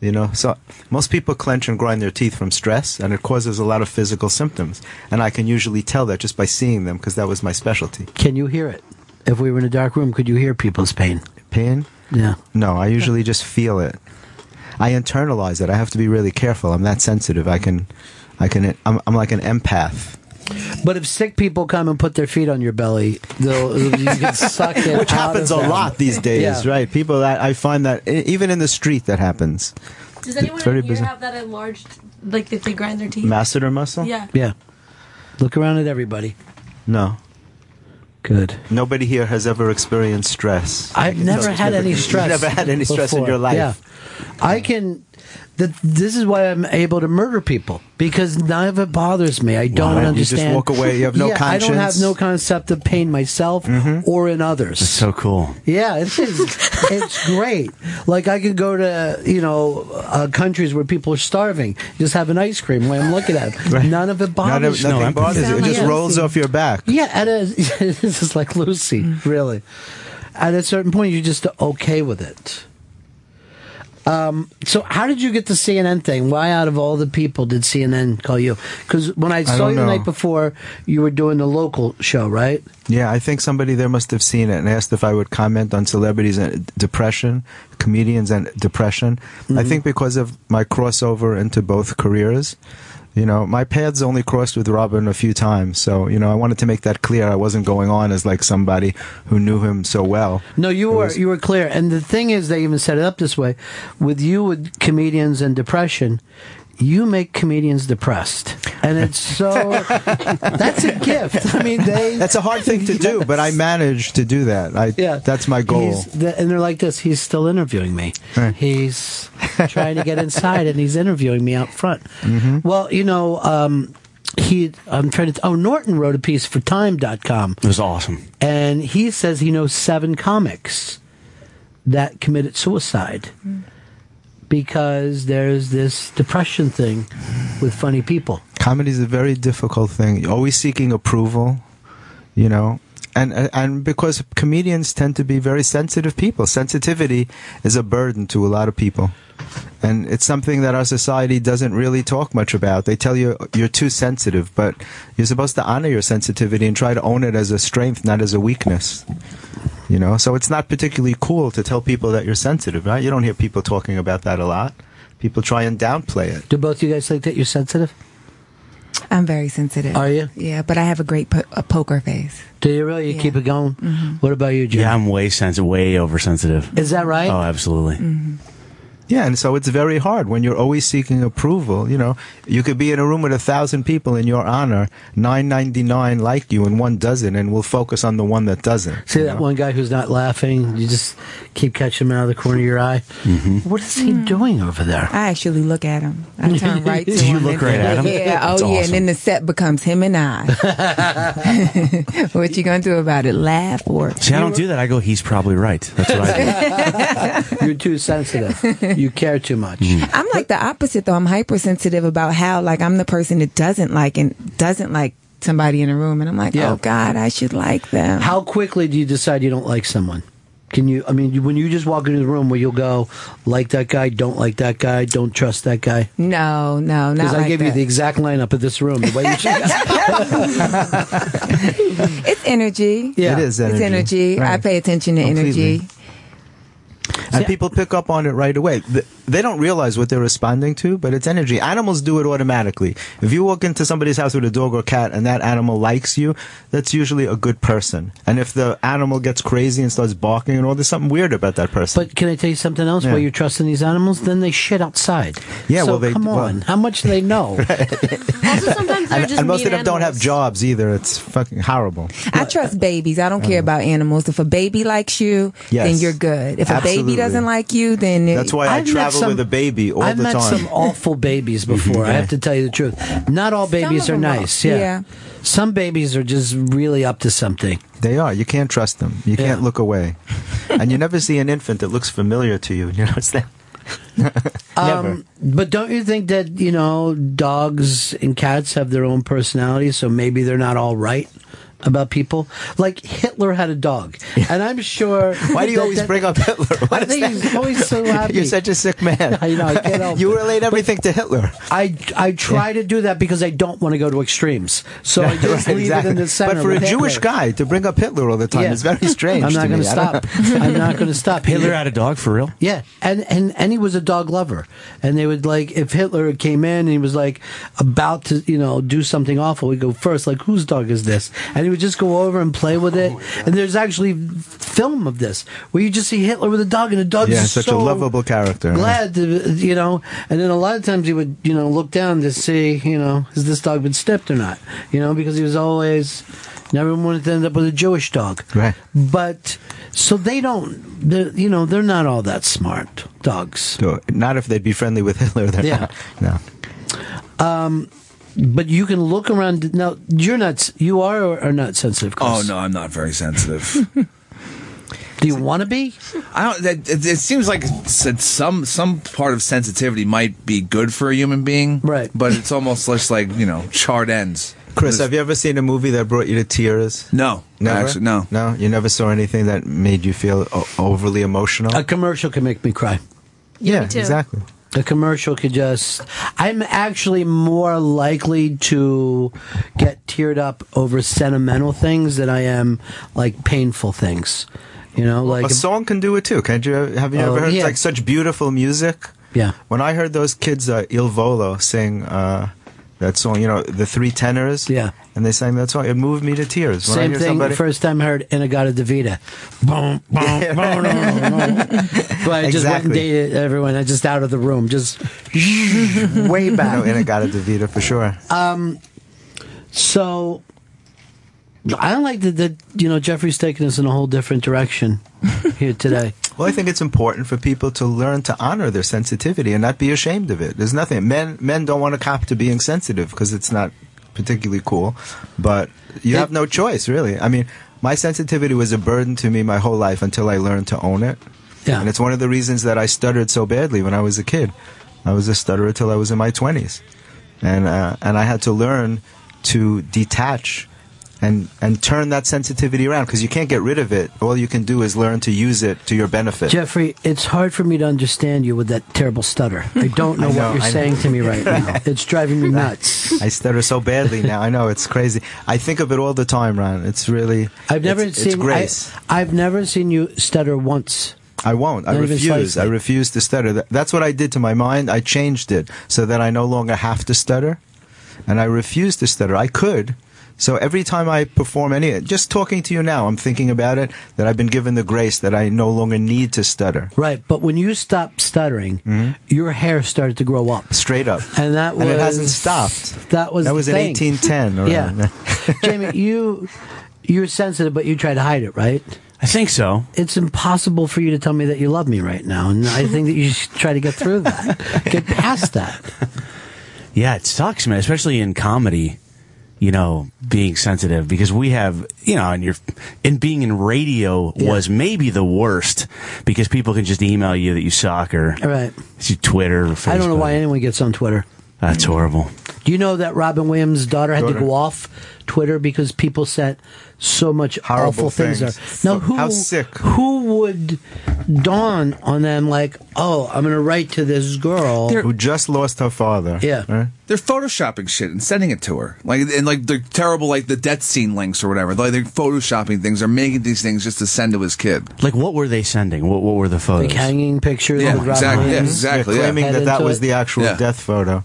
you know, so most people clench and grind their teeth from stress, and it causes a lot of physical symptoms. And I can usually tell that just by seeing them because that was my specialty.
Can you hear it? If we were in a dark room, could you hear people's pain?
Pain?
Yeah.
No, I usually just feel it. I internalize it. I have to be really careful. I'm that sensitive. I can, I can. I'm, I'm like an empath.
But if sick people come and put their feet on your belly, they'll you get sucked in.
Which happens a lot these days,
Yeah.
right? People that I find that e- even in the street that happens.
Does
anyone It's very in here bizarre.
have that enlarged, like if they grind their teeth?
Masseter muscle?
Yeah.
Yeah. Look around at everybody.
No.
Good.
Nobody here has ever experienced stress.
I've never
it's
had
never-
any
you've
stress.
never had any stress in
before.
your life.
Yeah. I can. Th- this is why I'm able to murder people because none of it bothers me. I don't
Wow. You just
understand.
walk away. You have no
yeah, I don't have
conscience. Mm-hmm.
no concept of pain myself or in others.
so cool.
Yeah, it is. it's great. Like I could go to you know uh, countries where people are starving, just have an ice cream when I'm looking at them.
Right.
None of it
Not
bothers.
nothing
me.
I'm
bothers you. It
confused.
just rolls
Yeah.
off your back.
Yeah, at a this is like Lucy, really. At a certain point, you're just okay with it. Um, so how did you get the CNN thing? Why, out of all the people, did CNN call you? Because when I saw
don't
you the
know.
night before, you were doing the local show, right?
Yeah, I think somebody there must have seen it and asked if I would comment on celebrities and depression, comedians and depression.
Mm-hmm.
I think because of my crossover into both careers, you know, my paths only crossed with Robin a few times. So, you know, I wanted to make that clear. I wasn't going on as like somebody who knew him so well.
No, you
It
were
was-
you were clear. And the thing is, they even set it up this way. With you, with comedians and depression, you make comedians depressed, and it's so that's a gift. I mean, they
That's a hard thing to do, but I managed to do that. I,
Yeah,
That's my goal.
He's the, and they're like this. He's still interviewing me.
Oh. Right.
He's trying to get inside, and he's interviewing me out front.
Mm-hmm.
Well, you know, um, he. I'm trying to. Oh, Norton wrote a piece for Time.com,
It was awesome.
and he says he knows seven comics that committed suicide because there's this depression thing with funny people.
comedy is a very difficult thing. You're always seeking approval, you know, and and because comedians tend to be very sensitive people. Sensitivity is a burden to a lot of people, And it's something that our society doesn't really talk much about. They tell you you're too sensitive, but you're supposed to honor your sensitivity and try to own it as a strength, not as a weakness. You know, so it's not particularly cool to tell people that you're sensitive, right? You don't hear people talking about that a lot. People try and downplay it.
Do both you guys think that you're sensitive?
I'm very sensitive.
Are you?
Yeah, but I have a great po- a poker face.
Do you really? You
Yeah.
keep it going.
Mhm.
What about you, Jim?
Yeah, I'm way sensitive, way oversensitive.
Is that right?
Oh, absolutely.
Yeah, and so it's very hard when you're always seeking approval. You know, you could be in a room with a thousand people in your honor, nine ninety nine like you, and one doesn't, and we'll focus on the one that doesn't.
See that one guy who's not laughing? You just keep catching him out of the corner of your eye.
Mm-hmm.
What is he
Hmm.
doing over there?
I actually look at him. I turn right to
Do
him.
you
and-
look
right at him?
Yeah. Oh,
That's
yeah.
awesome.
And then the set becomes him and I. what you gonna do about it? Laugh or?
See, I don't do that. I go, he's probably right. That's what I do.
You're too sensitive. you care too much.
Mm.
I'm like the opposite though. I'm hypersensitive about how like I'm the person that doesn't like and doesn't like somebody in a room, and I'm like,
Yeah.
oh God, I should like them.
How quickly do you decide you don't like someone? Can you? I mean, you- when you just walk into the room, where you'll go, like that guy, don't like that guy, don't trust that guy.
No, no, not
Because I
like
gave you
that.
the exact lineup of this room. The way you
It's energy.
Yeah.
It is
It's
energy.
energy. I
Right.
pay attention to
Completely.
energy.
And people pick up on it right away. Th- They don't realize what they're responding to, but it's energy. Animals do it automatically. If you walk into somebody's house with a dog or cat and that animal likes you, that's usually a good person. And if the animal gets crazy and starts barking and all, there's something weird about that person.
But can I tell you something else?
Yeah.
While you're trusting these animals, then they shit outside.
Yeah,
So
well, they-
come
well-
on. How much do they know?
Also, sometimes they're
and,
just
and most
mean
of them don't
animals.
have jobs either. It's fucking horrible.
I trust babies. I don't care about animals. If a baby likes you,
Yes.
then you're good. If a
Absolutely.
baby doesn't like you, then it-
That's why I
I've met
travel
some-
with a baby all
I've
the
met
time.
some awful babies before. I have to tell you the truth. Not all
Some
babies
of
are
them are-
nice. Yeah.
yeah.
Some babies are just really up to something.
They are. You can't trust them. You can't
Yeah.
look away. and you never see an infant that looks familiar to you. You know, it's that. never.
um, But don't you think that, you know, dogs and cats have their own personalities, so maybe they're not all right about people? Like Hitler had a dog. And I'm sure
Why do you
that-
always
that-
bring up Hitler? What
I
is
think
that?
he's always so happy.
You're such a sick man.
I know, I can't help
you
it.
relate everything to Hitler.
I, I try to do that because I don't want to go to extremes. So I just
Right,
leave
exactly.
it in the center.
But for a
with
Jewish
Hitler.
guy to bring up Hitler all the time
Yeah.
is very strange.
I'm
to
not going
me.
to
I don't-
stop. I'm not going to stop.
Hitler had a dog for real?
Yeah, and, and and he was a dog lover, and they would like if Hitler came in and he was like about to you know do something awful, he'd go first like whose dog is this, and he would just go over and play with
Oh,
it. and there's actually film of this where you just see Hitler with a dog, and the dog's
Yeah,
just
such
so
a lovable character.
Glad to you know, and then a lot of times he would you know look down to see you know has this dog been snipped or not, you know because he was always never wanted to end up with a Jewish dog,
Right.
but so they don't, they're, you know, they're not all that smart dogs.
So, Not if they'd be friendly with Hitler. They're
Yeah. Um,
not. No.
But you can look around. Now you're not. You are or are not sensitive.
Oh
Chris?
no, I'm not very sensitive.
Do you want to be?
I don't. That, it, it seems like it's, it's some some part of sensitivity might be good for a human being,
Right.
But it's almost just like you know charred ends.
Chris, have you ever seen a movie that brought you to tears?
No,
Never?
actually, no.
No, you never saw anything that made you feel o- overly emotional.
A commercial can make me cry.
yeah,
me too.
exactly.
A commercial could just. I'm actually more likely to get teared up over sentimental things than I am like painful things. You know, like
A song can do it too. Can't you? uh, Have you
Oh,
ever heard
yeah.
like such beautiful music?
Yeah.
When I heard those kids, uh, Il Volo, sing uh, that song, you know, the three tenors.
Yeah.
And they sang that song. It moved me to tears. When I
Same
hear
thing.
somebody-
First time I heard Inagata Davida. Boom, boom, boom, boom, boom. So I just went and
Exactly.
dated everyone. I just out of the room, just way
No,
back.
and it got a DeVita for sure.
Um, So I don't like that. that, You know, Jeffrey's taking us in a whole different direction here today.
Well, I think it's important for people to learn to honor their sensitivity and not be ashamed of it. There's nothing. Men men don't want to cop to being sensitive because it's not particularly cool, but you have no choice, really. I mean, my sensitivity was a burden to me my whole life until I learned to own it.
Yeah.
And it's one of the reasons that I stuttered so badly when I was a kid. I was a stutterer till I was in my 20s. And uh, and I had to learn to detach and and turn that sensitivity around because you can't get rid of it. All you can do is learn to use it to your benefit.
Jeffrey, it's hard for me to understand you with that terrible stutter. I don't know,
I know,
what you're
I know.
saying to me right now. It's driving me nuts.
I stutter so badly now. I know it's crazy. I think of it all the time, Ron. It's really
I've never
it's,
seen
it's grace.
I, have never seen you stutter once.
I won't. I
Not even
refuse. I
slightly.
refuse to stutter. Th- That's what I did to my mind. I changed it so that I no longer have to stutter, and I refuse to stutter. I could. So every time I perform any, just talking to you now, I'm thinking about it that I've been given the grace that I no longer need to stutter.
Right, but when you stopped stuttering, your hair started to grow up.
Straight up,
And that was
and it hasn't stopped.
That was
That
the
was in
thing.
1810. Or
Yeah. Jamie, you you're sensitive, but you try to hide it, right?
I think so.
It's impossible for you to tell me that you love me right now, and I think that you should try to get through that, get past that.
Yeah, it sucks, man. Especially in comedy, you know, being sensitive because we have, you know, and you're, and being in radio
Yeah.
was maybe the worst because people can just email you that you suck or
All right.
see Twitter. Or
I don't know
Facebook.
why anyone gets on Twitter.
That's horrible.
Do you know that Robin Williams' daughter had to
Daughter.
go off Twitter because people sent so much
Horrible
awful things?
things.
there. Now, who
How sick.
Who would dawn on them like, oh, I'm going to write to this girl?
Who just lost her father?
Yeah.
Right?
They're photoshopping shit and sending it to her, like and like they're terrible, like the death scene links or whatever. Like they're photoshopping things, they're making these things just to send to his kid.
Like, what were they sending? What, what were the
like
photos?
hanging pictures.
Yeah,
with Robin
exactly. Yeah,
Williams.
exactly.
They're
Yeah.
claiming
Head
that that
into
was
it.
the actual
Yeah.
death photo.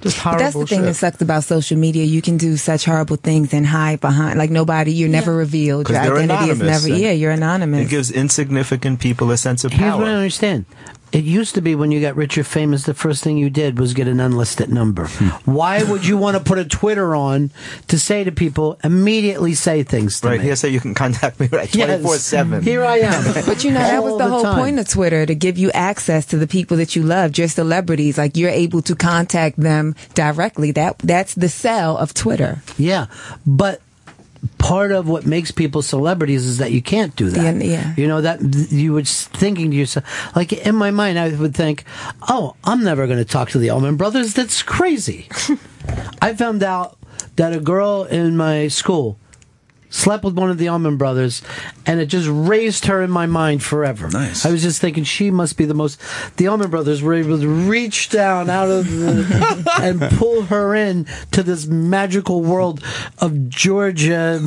Just
But that's the thing that sucks about social media. You can do such horrible things and hide behind, like nobody, you're never revealed.
'Cause
Your
they're
identity is
anonymous
never,
and-
yeah, you're anonymous.
It gives insignificant people a sense of
Here's what I don't
power.
understand. It used to be when you got rich or famous, the first thing you did was get an unlisted number.
Hmm.
Why would you want to put a Twitter on to say to people, immediately say things to
Right
me?
here, so you can contact me right
Yes.
24 7.
Here I am.
But you know, that was
All
the, whole
time.
point of Twitter to give you access to the people that you loved, your celebrities. Like you're able to contact them directly. That that's the sell of Twitter.
Yeah, but part of what makes people celebrities is that you can't do that.
Yeah, yeah.
You know that th- you were s- thinking to yourself, like in my mind, I would think, "Oh, I'm never going to talk to the Allman Brothers. That's crazy." I found out that a girl in my school slept with one of the Allman Brothers, and it just raised her in my mind forever.
Nice.
I was just thinking she must be the most. The Allman Brothers were able to reach down out of the, and pull her in to this magical world of Georgia.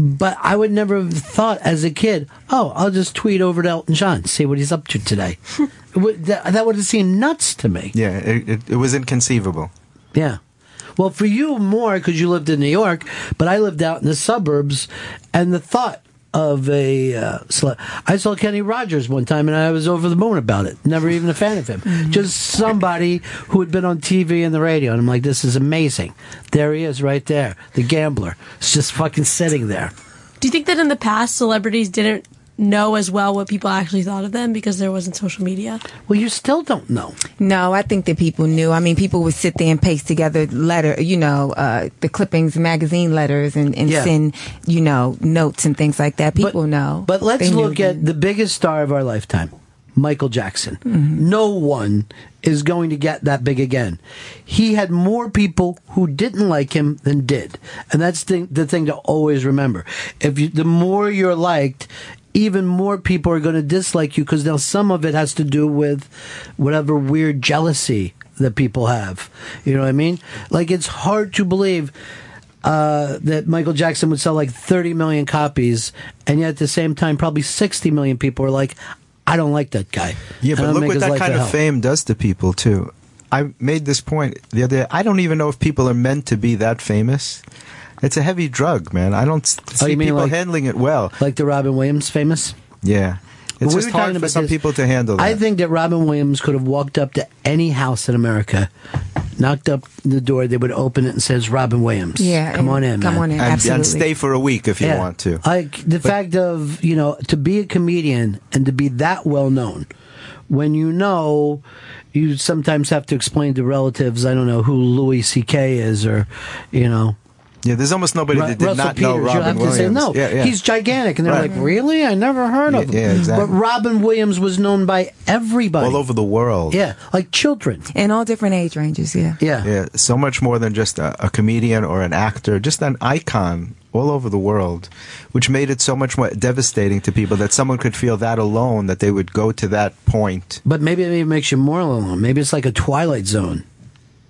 But I would never have thought as a kid, oh, I'll just tweet over to Elton John, see what he's up to today. It would- that, that would have seemed nuts to me.
Yeah, it, it, it was inconceivable.
Yeah. Well, for you more because you lived in New York, but I lived out in the suburbs, and the thought of a uh, slut. I saw Kenny Rogers one time, and I was over the moon about it. Never even a fan of him. Just somebody who had been on TV and the radio, and I'm like, this is amazing. There he is, right there, the gambler. It's just fucking sitting there.
Do you think that in the past celebrities didn't know as well what people actually thought of them because there wasn't social media?
Well, you still don't know.
No, I think that people knew. I mean, people would sit there and paste together letter, you know, uh, the clippings, magazine letters, and, and
Yeah.
send, you know, notes and things like that. People
but,
know.
But let's
They knew
look at
then.
the biggest star of our lifetime, Michael Jackson. No one is going to get that big again. He had more people who didn't like him than did. And that's the, the thing to always remember. If you, the more you're liked, even more people are going to dislike you because now some of it has to do with whatever weird jealousy that people have. You know what I mean? Like it's hard to believe uh, that Michael Jackson would sell like 30 million copies, and yet at the same time, probably 60 million people are like, I don't like that guy.
Yeah,
And
but
I'll
look
make
what
his
that
life
kind
a
of
hell.
fame does to people, too. I made this point the other day. I don't even know if people are meant to be that famous. It's a heavy drug, man. I don't s-
Oh, you
see
mean
people
like-
handling it well.
Like the Robin Williams famous?
Yeah. It's
But
just
we were talking
hard for
about
some
this.
people to handle that.
I think that Robin Williams could have walked up to any house in America, knocked up the door, they would open it and says, Robin Williams.
yeah,
Come
and
on in.
come
man.
on in,
and,
absolutely.
and stay for a week if you
Yeah.
want to.
Like the fact of you know to be a comedian and to be that well known, when you know, you sometimes have to explain to relatives. I don't know who Louis C.K. is, or you know,
Yeah, there's almost nobody that Oh, did
Russell
not
Peters,
know
you'll have
Robin Williams.
to say no.
Yeah, yeah.
He's gigantic, and they're
Right.
like, "Really? I never heard of him."
Yeah, yeah, exactly.
But Robin Williams was known by everybody,
all over the world.
Yeah, like children.
in all different age ranges. Yeah.
Yeah,
Yeah, so much more than just a, a comedian or an actor, just an icon all over the world, which made it so much more devastating to people that someone could feel that alone, that they would go to that point.
but maybe it even makes you more alone. Maybe it's like a Twilight Zone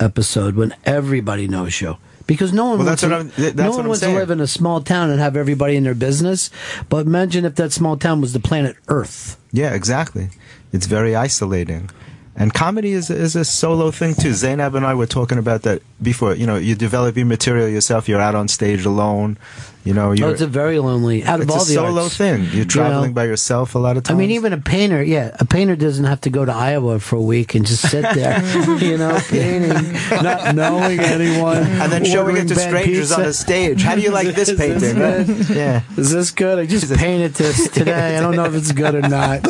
episode when everybody knows you. Because no one
Well,
wants,
that's what I'm-
to,
th- that's
no
what
one
I'm
wants to
saying.
live in a small town and have everybody in their business. But imagine if that small town was the planet Earth.
Yeah, exactly. It's very isolating. And comedy is, is a solo thing too. Zainab and I were talking about that before. You know, you develop your material yourself. You're out on stage alone. You know,
Oh,
you're
it's a very lonely. Out of
it's
all
a
the
solo
arts,
thing.
you
You're
know?
traveling by yourself a lot of
I
times.
mean, even a painter, yeah, a painter doesn't have to go to Iowa for a week and just sit there, you know, painting, not knowing anyone,
and then showing it
ordering
to
bad
strangers on a
pizza.
stage. How do you like this
Is this
painting?
good?
yeah.
Is this good? I just painted this today. I don't know if it's good or not.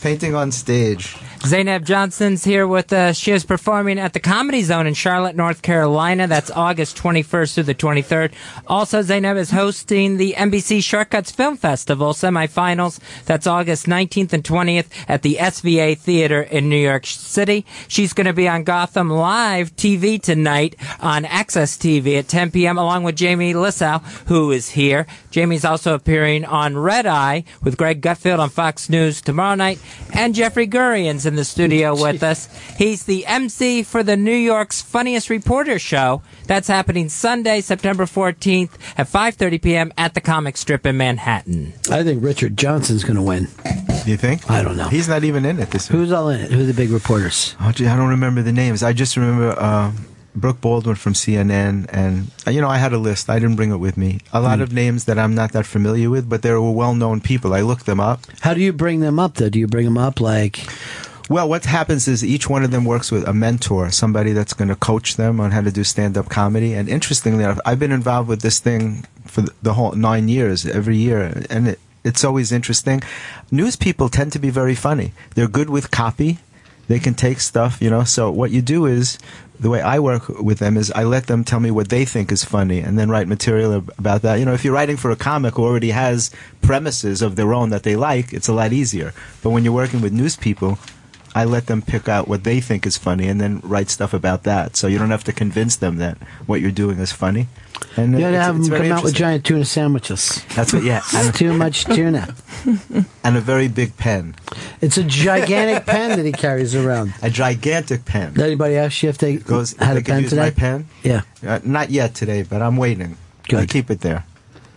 painting on stage.
Zainab Johnson's here with us. She is performing at the Comedy Zone in Charlotte, North Carolina. That's August 21st through the 23rd. Also, Zainab is hosting the NBC Shortcuts Film Festival semifinals. That's August 19th and 20th at the SVA Theater in New York City. She's going to be on Gotham Live TV tonight on Access TV at 10 p.m. along with Jamie Lissau, who is here. Jamie's also appearing on Red Eye with Greg Gutfield on Fox News tomorrow night, and Jeffrey Gurian's in the studio with us. He's the MC for the New York's Funniest Reporter Show. That's happening Sunday, September 14th at 5:30 p.m. at the Comic Strip in Manhattan.
I think Richard Johnson's going to win.
You think?
I don't know.
He's not even in it this week.
Who's all in it? Who are the big reporters?
Oh, gee, I don't remember the names. I just remember uh, Brooke Baldwin from CNN, and uh, you know, I had a list. I didn't bring it with me. A
Hmm.
lot of names that I'm not that familiar with, but they were well-known people. I looked them up.
How do you bring them up though? Do you bring them up like
Well, what happens is each one of them works with a mentor, somebody that's going to coach them on how to do stand-up comedy. And interestingly enough, I've been involved with this thing for the- the whole nine years, every year, and it, it's always interesting. News people tend to be very funny. They're good with copy. They can take stuff, you know. So what you do is, the way I work with them is I let them tell me what they think is funny, and then write material ab- about that. You know, if you're writing for a comic who already has premises of their own that they like, it's a lot easier. But when you're working with news people, I let them pick out what they think is funny and then write stuff about that. So you don't have to convince them that what you're doing is funny. And
you
it's-
gotta have
it's
them
very
come out with
interesting.
giant tuna sandwiches?
That's what, yeah,
That's too much tuna.
Oh,
and a very big pen,
It's a gigantic pen that he carries around.
a gigantic pen.
Did anybody ask you if they
goes.
had
they
a
could
pen
use
today?
my pen.
Yeah,
Uh, not yet today, but I'm waiting.
Good.
I keep it there.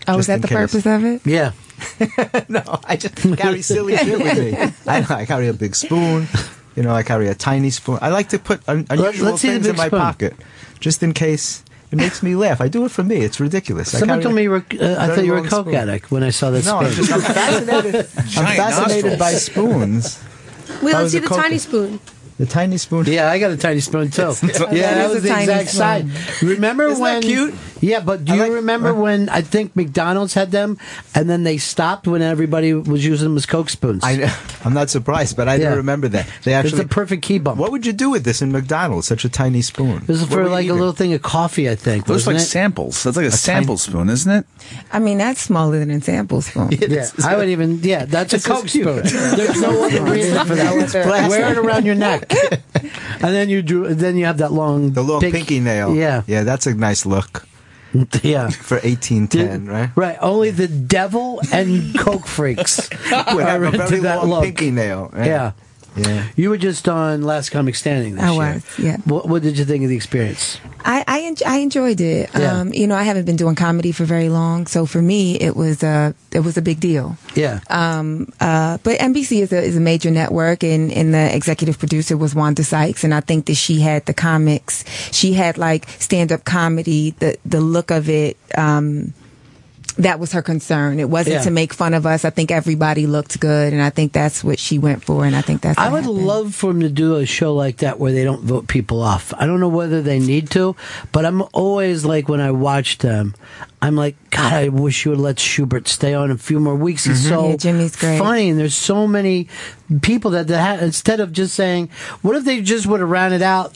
Oh,
Just
is that
in
the
case.
purpose of it?
yeah.
no, I just carry silly shit with me. I, I carry a big spoon. You know, I carry a tiny spoon. I like to put un- unusual
let's see the
things in
big
my
spoon.
pocket, just in case. It makes me laugh. I do it for me. It's ridiculous. I
Someone
carry
told
a
me you were. Uh,
very
I thought you were a
long
coke
spoon.
addict when I saw that.
No, I'm
spoon.
just I'm fascinated. I'm fascinated by spoons.
We
That
don't
was
see
a
the
coke-
tiny spoon.
the tiny spoon.
Yeah, I got a tiny spoon too. yeah,
That
that
is
was
a
the
tiny
exact side.
spoon.
Remember
Isn't that
when?
cute?
Yeah, but do
I
you
like-
remember when I think McDonald's had them, and then they stopped when everybody was using them as Coke spoons?
I, know- I'm not surprised, but I
Yeah.
didn't remember that. They
It's
actually.
a perfect key bump.
what would you do with this in McDonald's? Such a tiny spoon.
This is
What were
for
you
like a
eating?
little thing of coffee, I think.
Those are
wasn't
like
it?
samples. That's like a, sample spoon, isn't it?
I mean, that's smaller than a sample spoon.
Yeah, I would even. Yeah, that's a Coke spoon. There's no other reason for that.
It's plastic.
Wear it around your neck, and then you do. Then you have that long,
The little
pink-
pinky nail.
Yeah,
Yeah, that's a nice look
yeah.
for 1810, right?
Right, only the devil and coke freaks
Would have
are
a very
into that
long
look.
pinky nail. right?
Yeah.
Yeah.
You were just on Last Comic Standing this
I
year.
was, yeah.
What, what did you think of the experience?
I I, en- I enjoyed it.
Yeah.
Um, you know, I haven't been doing comedy for very long, so for me, it was a it was a big deal.
Yeah.
Um, uh, but NBC is a is a major network, and and the executive producer was Wanda Sykes, and I think that she had the comics. She had like stand up comedy, the the look of it. Um, that was her concern. It wasn't
Yeah.
to make fun of us. I think everybody looked good, and I think that's what she went for, and I think that's.
I
what
would
happened.
love for them to do a show like that where they don't vote people off. I don't know whether they need to, but I'm always like when I watch them, I'm like, God, I wish you would let Schubert stay on a few more weeks. He's so
Mm-hmm. Yeah, Jimmy's great.
funny, and there's so many people that, that ha- instead of just saying, what if they just would have rounded out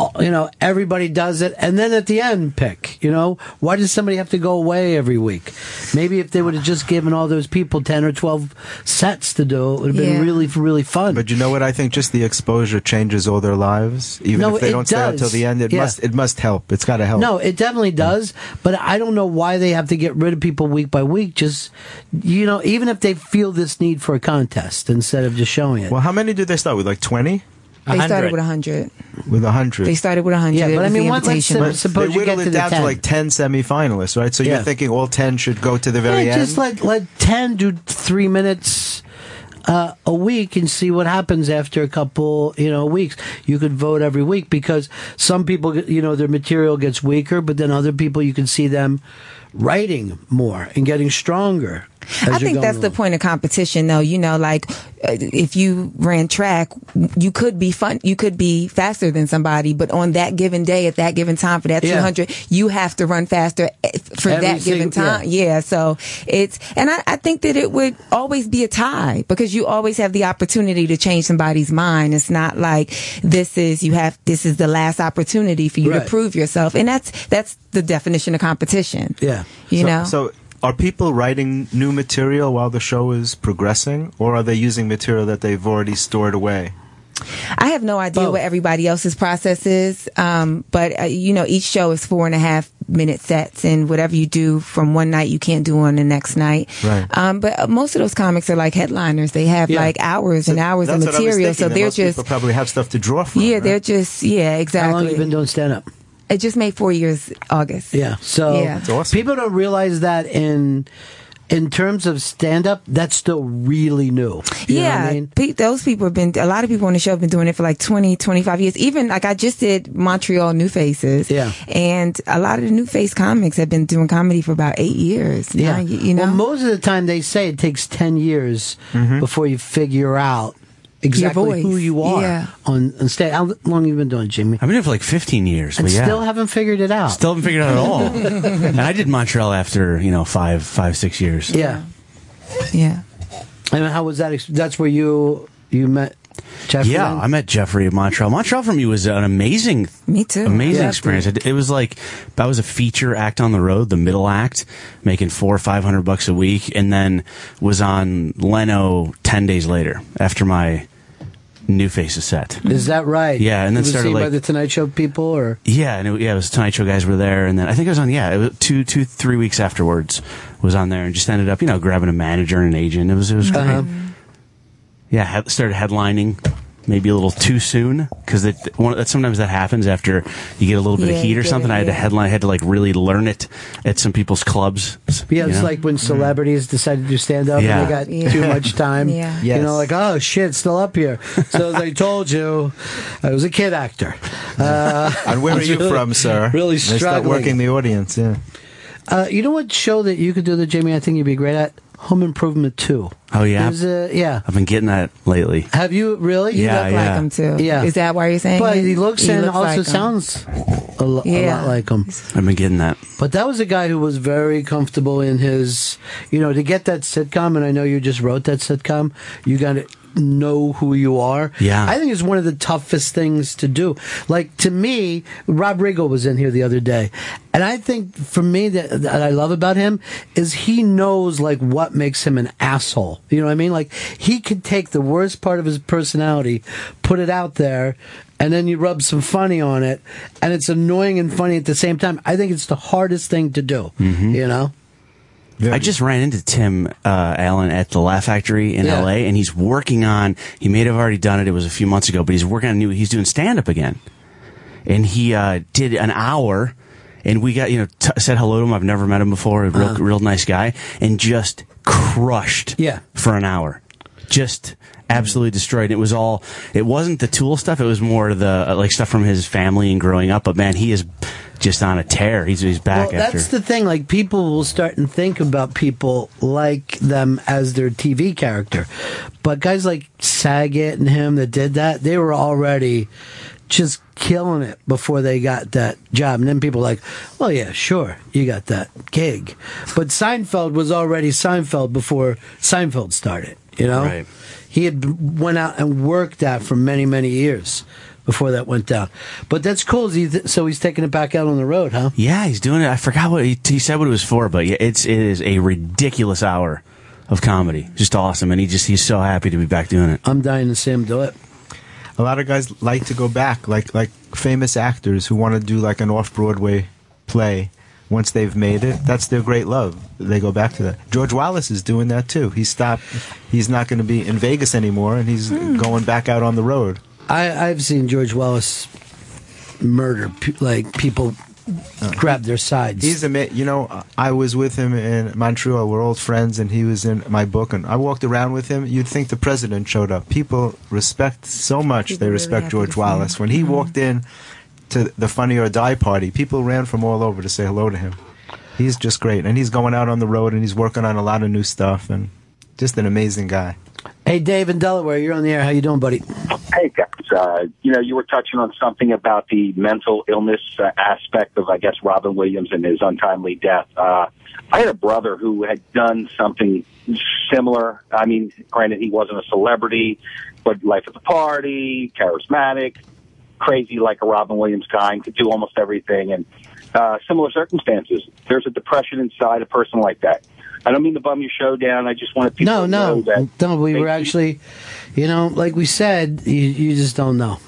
uh, you know, everybody does it, and then at the end, pick. You know, why does somebody have to go away every week? Maybe if they would have just given all those people ten or twelve sets to do, it would have been
Yeah.
really, really fun.
But you know what? I think just the exposure changes all their lives. Even
No,
if they
it
don't stay out
does.
till the end, it
Yeah.
must it must help. It's got to help.
No, it
Mm.
definitely does. But I don't know why they have to get rid of people week by week. Just you know, even if they feel this need for a contest instead of just showing it.
Well, how many did they start with? Like twenty?
They
100.
started with 100.
With a hundred?
They started with 100.
Yeah,
It
but I
was
mean,
the
what- let's
invitation.
say- suppose
they
you get
whittled
to
it
the
down
10.
to like ten semifinalists, right? So
Yeah.
you're thinking all ten should go to the very
Yeah,
end.
just let let ten do three minutes uh, a week and see what happens after a couple you know weeks. You could vote every week because some people get- you know their material gets weaker, but then other people you can see them writing more and getting stronger. as
I
you're
think
going
that's the
along.
point of competition, though. You know, like uh, if you ran track, you could be fun, you could be faster than somebody, but on that given day, at that given time for that
Yeah.
200, you have to run faster eh, for
Every
that given
sing- yeah.
time. Yeah. So it's, and I, I think that it would always be a tie because you always have the opportunity to change somebody's mind. It's not like this is, you have, this is the last opportunity for you
Right.
to prove yourself. And that's, that's the definition of competition.
Yeah.
You
so,
know?
So are people writing new material while the show is progressing, or are they using material that they've already stored away?
I have no idea
Both.
what everybody else's process is, um, but uh, you know, each show is four and a half minute sets, and whatever you do from one night, you can't do on the next night.
Right.
Um, but uh, most of those comics are like headliners; they have
Yeah.
like hours and hours of
That's what I was
material, so
thinking, that
they're
most
just
people probably have stuff to draw from.
yeah,
right?
they're just yeah,
How long
exactly.
have you been doing stand up?
it just made four years August.
Yeah. So
Yeah. That's
awesome.
people don't realize that in in terms of stand up, that's still really new. You know what
yeah,
I mean?
pe- those people have been, a lot of people on the show have been doing it for like 20, 25 years. Even like I just did Montreal New Faces.
Yeah.
And a lot of the New Face comics have been doing comedy for about eight years. Yeah. you, you know,
Well, most of the time they say it takes ten years
Mm-hmm.
before you figure out
voice.
exactly who you are
Yeah.
on, on stage. How long have you been doing, Jimmy?
I've been doing it for like 15 years,
And
but yeah.
still haven't figured it out.
Still haven't figured it out at all. and I did Montreal after, you know, five, five, six years.
yeah.
yeah.
And how was that? Ex- that's where you you met Jeffrey.
Yeah, I met Jeffrey at Montreal. Montreal for me was an amazing,
Me too.
amazing
Yeah.
experience. It, it was like I was a feature act on the road, the middle act, making four or five hundred bucks a week, and then was on Leno ten days later after my New Faces set.
Is that right?
Yeah, and then
You were
started,
seen by
like-
the Tonight Show people, or
Yeah, and it, yeah, it was Tonight Show guys were there, and then I think it was on yeah, it was two, two, three weeks afterwards was on there, and just ended up you know grabbing a manager and an agent. It was it was great.
Uh-huh.
Yeah, had, started headlining. Maybe a little too soon because that sometimes that happens after you get a little bit
Yeah,
of heat
you
or
get
something.
it,
I had to
yeah.
headline, I had to like really learn it at some people's clubs.
yeah,
you
it's
know?
like when celebrities decided to stand up
Mm-hmm. Yeah.
and they got
Yeah.
too much time.
Yeah.
You
Yes.
know, like oh shit, still up here. So as I told you, I was a kid actor. Uh,
And where are you
really-
from, sir?
Really
they start
struggling.
working the audience. Yeah.
Uh, you know what show that you could do that, Jamie? I think you'd be great at Home Improvement Two.
Oh, yeah?
There's a- uh, yeah.
I've been getting that lately.
Have you really?
You
Yeah,
look
yeah.
like him too.
Yeah.
Is that why you're saying?
But
it?
he looks and
looks
also
like him.
sounds a, lo- a
Yeah.
lot like him.
I've been getting that.
But that was a guy who was very comfortable in his, you know, to get that sitcom. And I know you just wrote that sitcom. You got to know who you are.
Yeah.
I think it's one of the toughest things to do. Like to me, Rob Riggle was in here the other day, and I think for me that, that I love about him is he knows like what makes him an asshole. You know what I mean? Like he could take the worst part of his personality, put it out there, and then you rub some funny on it, and it's annoying and funny at the same time. I think it's the hardest thing to do.
Mm-hmm.
You know?
I just ran into Tim uh, Allen at the Laugh Factory in
Yeah.
LA, and he's working on. He may have already done it. It was a few months ago, but he's working on a new. He's doing stand up again, and he uh, did an hour. And we got you know t- said hello to him. I've never met him before. A real, real nice guy, and just crushed.
Uh-huh. Yeah.
for an hour, just absolutely destroyed. It was all. It wasn't the Tool stuff. It was more the uh, like stuff from his family and growing up. But man, he is just on a tear. He's he's back
well,
after.
that's the thing. Like people will start and think about people like them as their TV character, but guys like Saget and him that did that, they were already just killing it before they got that job. And then people like, well, yeah, sure, you got that gig, but Seinfeld was already Seinfeld before Seinfeld started. You know,
Right.
he had went out and worked at for many many years before that went down. But that's cool. He's- So he's taking it back out on the road, huh?
Yeah, he's doing it. I forgot what he, he said what it was for, but yeah, it's it is a ridiculous hour of comedy. Just awesome, and he just he's so happy to be back doing it.
I'm dying to see him do it.
A lot of guys like to go back, like like famous actors who want to do like an off Broadway play. Once they've made it, that's their great love. They go back to that. George Wallace is doing that too. He stopped. He's not going to be in Vegas anymore, and he's going back out on the road.
Hmm. I, I've seen George Wallace murder pe- like people grab their sides.
He's a man. You know, I was with him in Montreal. We're old friends, and he was in my book, and I walked around with him. You'd think the president showed up. People respect so much.
People
they
really
respect
happy to
George
see
Wallace.
him.
When he
Mm-hmm.
walked in to the Funny or Die party, people ran from all over to say hello to him. He's just great, and he's going out on the road, and he's working on a lot of new stuff, and just an amazing guy.
hey, Dave in Delaware, you're on the air. How you doing, buddy?
Hey guys, uh, you know, you were touching on something about the mental illness uh, aspect of, I guess, Robin Williams and his untimely death. Uh, I had a brother who had done something similar. I mean, granted, he wasn't a celebrity, but life at the party, charismatic, crazy like a Robin Williams kind, could do almost everything. And uh, similar circumstances, there's a depression inside a person like that. I don't mean to bum your show down. I just wanted people
No,
to know
no,
that.
no. We
they-
were actually, you know, like we said, you, you just don't know.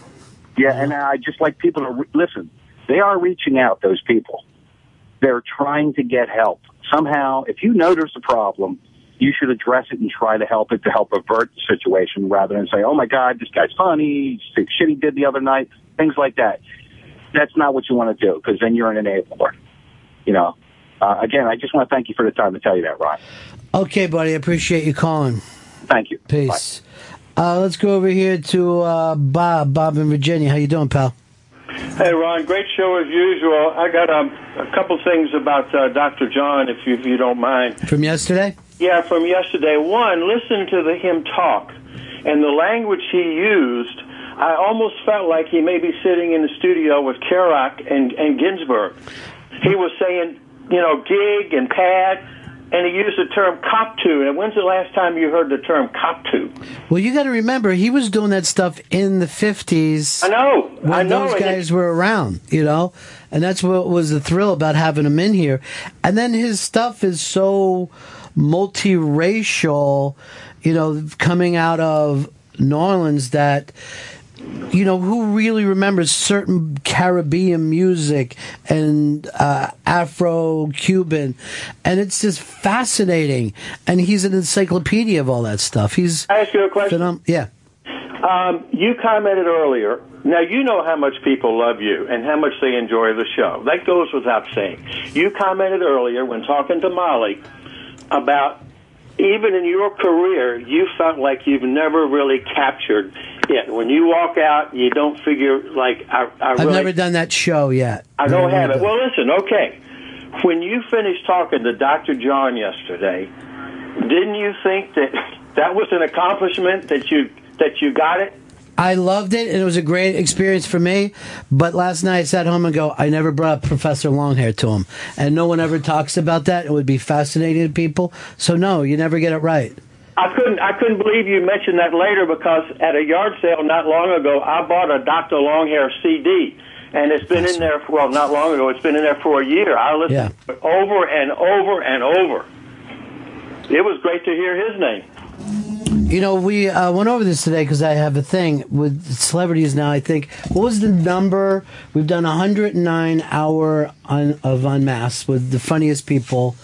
Yeah, and I just like people to re- listen. They are reaching out, those people. They're trying to get help. Somehow, if you know there's a problem, you should address it and try to help it to help avert the situation rather than say, oh my God, this guy's funny, sick shit he did the other night, things like that. That's not what you want to do because then you're an enabler. You know, uh, again, I just want to thank you for the time to tell you that, Ron.
Okay, buddy, I appreciate you calling.
Thank you.
Peace. Uh, let's go over here to uh, Bob. Bob in Virginia. How you doing, pal?
Hey, Ron, great show as usual. I got um, a couple things about uh, Dr. John, if you, if you don't mind.
From yesterday?
Yeah, from yesterday. One, listen to the, him talk and the language he used. I almost felt like he may be sitting in the studio with Kerouac and, and Ginsberg. He was saying, you know, gig and pad, and he used the term cop to. And when's the last time you heard the term cop to?
Well, you got to remember, he was doing that stuff in the 50s.
I know.
When
I know.
those
and it-
guys were around, you know? And that's what was the thrill about having him in here. And then his stuff is so multiracial, you know, coming out of New Orleans that. You know who really remembers certain Caribbean music and uh, Afro-Cuban, and it's just fascinating. And he's an encyclopedia of all that stuff. He's
I ask you a question?
phenom- yeah.
Um, you commented earlier. Now you know how much people love you and how much they enjoy the show. That goes without saying. You commented earlier when talking to Molly about even in your career, you felt like you've never really captured it. When you walk out, you don't figure like I, I
I've
really
never done that show yet.
I don't have it.
Never
Well, listen, okay. When you finished talking to Dr. John yesterday, didn't you think that that was an accomplishment that you that you got it?
I loved it, and it was a great experience for me. But last night I sat home and go, I never brought Professor Longhair to him, and no one ever talks about that. It would be fascinating to people. So no, you never get it right.
I couldn't. I couldn't believe you mentioned that later because at a yard sale not long ago, I bought a Dr. Longhair CD, and it's been in there. For, well, not long ago. It's been in there for a year. I listened
Yeah.
to it over and over and over. It was great to hear his name.
You know, we uh, went over this today because I have a thing with celebrities now. I think what was the number? We've done 109 hour on, of unmasked with the funniest people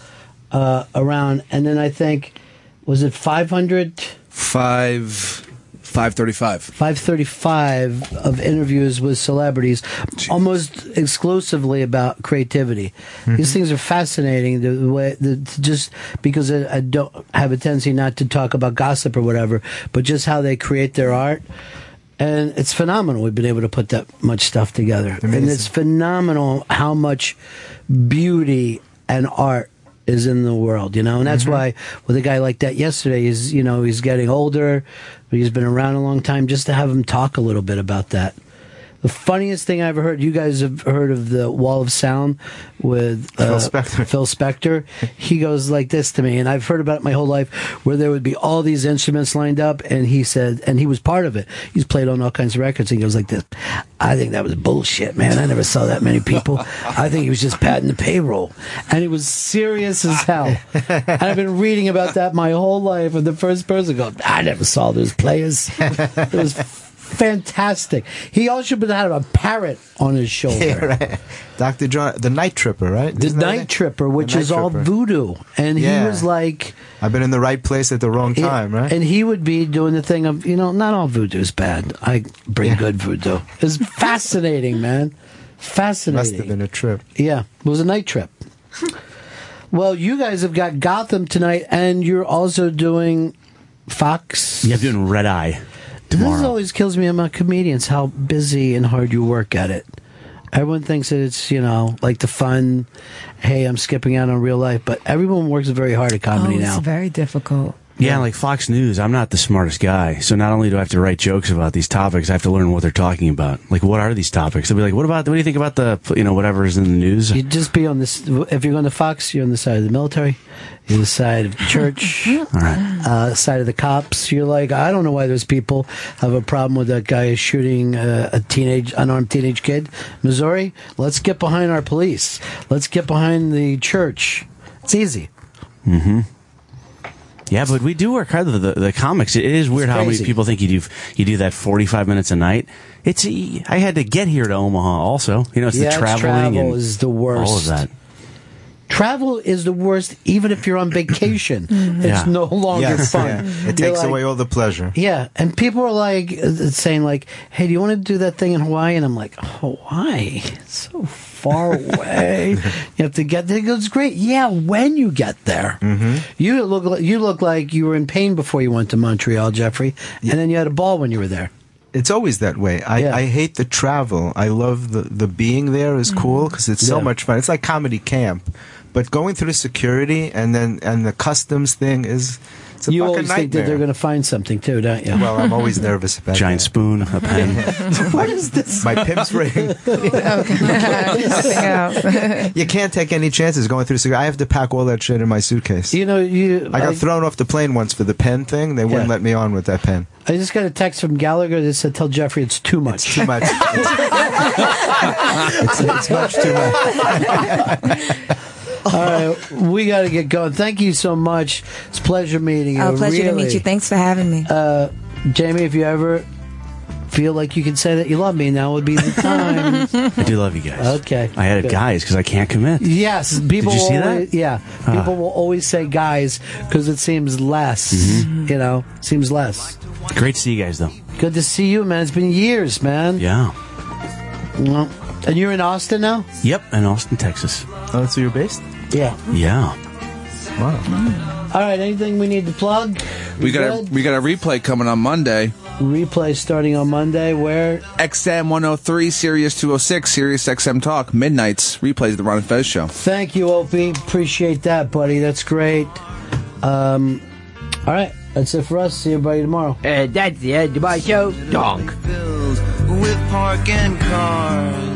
uh, around, and then I think was it 500-
Five, five thirty-five.
535 of interviews with celebrities almost exclusively about creativity
Mm-hmm.
these things are fascinating the way the, just because I, I don't have a tendency not to talk about gossip or whatever but just how they create their art and it's phenomenal we've been able to put that much stuff together and it's phenomenal how much beauty and art is in the world, you know, and that's
Mm-hmm.
why with a guy like that yesterday, he's you know he's getting older, but he's been around a long time. Just to have him talk a little bit about that, it The funniest thing I ever heard. You guys have heard of the Wall of Sound with uh,
Phil Spector.
Phil Spector. He goes like this to me, and I've heard about it my whole life, where there would be all these instruments lined up, and he said, and he was part of it. He's played on all kinds of records, and he goes like this. I think that was bullshit, man. I never saw that many people. I think he was just padding the payroll, and it was serious as hell. and I've been reading about that my whole life, and the first person goes, I never saw those players. it was fantastic. He also had a parrot on his shoulder.
Yeah, right. Dr. John, the Night Tripper, right?
The
Isn't that
Night
it?
Tripper, which
Night
is all
Tripper.
voodoo. And he
Yeah.
was like,
I've been in the right place at the wrong time, right?
and he would be doing the thing of, you know, not all voodoo is bad. I bring good voodoo. It's fascinating, man.
Must have
Fascinating.
been a trip.
Yeah, it was a night trip. well, you guys have got Gotham tonight, and you're also doing Fox.
Yeah, I'm doing red eye
This
tomorrow.
always kills me about comedians how busy and hard you work at it. Everyone thinks that it's, you know, like the fun, hey, I'm skipping out on real life, but everyone works very hard at comedy
oh,
now.
it's very difficult.
yeah, like Fox News, I'm not the smartest guy. So not only do I have to write jokes about these topics, I have to learn what they're talking about. Like, what are these topics? They'll be like, what about, what do you think about the, you know, whatever is in the news?
You'd just be on this, if you're going to Fox, you're on the side of the military, you're the side of the church,
All right.
uh, side of the cops. You're like, I don't know why those people have a problem with that guy shooting uh, a teenage, unarmed teenage kid. Missouri, let's get behind our police. Let's get behind the church. It's easy.
Yeah, but we do work hard. The, the, the comics. It is weird how many
crazy.
people think you do you do that forty five minutes a night. It's e, I had to get here to Omaha. Also, you know, it's
Yeah,
the
it's
traveling.
travel
and
is the worst.
All of that.
Travel is the worst, even if you're on vacation. It's
Yeah.
no longer
Yes,
fun.
yeah.
You're
It takes
like-
away all the pleasure.
Yeah, and people are like uh, saying like, "Hey, do you want to do that thing in Hawaii?" And I'm like, "Hawaii, it's so far away. you have to get there." He goes, "Great, yeah." When you get there,
Mm-hmm.
you look like, you look like you were in pain before you went to Montreal, Jeffrey, and then you had a ball when you were there.
It's always that way. I,
Yeah.
I hate the travel. I love the, the being there is cool because it's so
Mm-hmm. Yeah.
much fun. It's like comedy camp, but going through security and then and the customs thing is it's a
you
fucking
always
nightmare.
think that they're going to find something too, don't you?
well, I'm always nervous about
Giant
that.
spoon, a pen.
what is this?
My pimp's ring. you can't take any chances going through security. I have to pack all that shit in my suitcase.
You know, you.
I got thrown off the plane once for the pen thing. They wouldn't
Yeah.
let me on with that pen.
I just got a text from Gallagher that said, "Tell Jeffrey it's too much."
Too much. it's, it's, it's much too much.
All right, we got to get going. Thank you so much. It's a pleasure meeting you.
Oh, pleasure to meet
really.
you. Thanks for having me.
Uh, Jamie, if you ever feel like you can say that you love me, now would be the time.
I do love you guys.
Okay.
I added
Good.
guys because I can't commit.
yes, people.
Did you see
will
that? Ah.
always, Yeah, people will always say guys because it seems less.
Mm-hmm.
You know, seems less.
Great to see you guys though.
Good to see you, man. It's been years, man.
Yeah.
Well, And you're in Austin now?
Yep. In Austin, Texas.
Oh, that's where you're based?
Yeah.
Yeah.
Wow.
All right. Anything we need to plug?
We got a,
Good?
we got a replay coming on Monday.
replay starting on Monday. Where
XM 103, Sirius 206, Sirius XM Talk, Midnights, replays of the Ron and Fez show.
Thank you, Opie. Appreciate that, buddy. That's great. Um, all right. That's it for us. See everybody tomorrow.
And Uh, that's the end of my show. Donk.
with parking cars.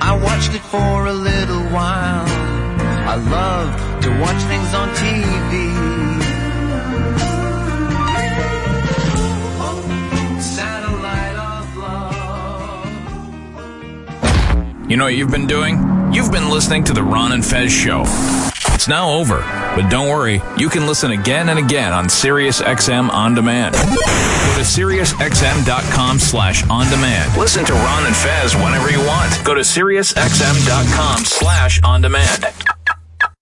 I watched it for a little while. I love to watch things on TV. Satellite of love.
You know what you've been doing? You've been listening to the Ron and Fez show. It's now over, but don't worry, you can listen again and again on SiriusXM on demand. Go to SiriusXM.com slash on demand. Listen to Ron and Fez whenever you want. Go to SiriusXM.com slash on demand.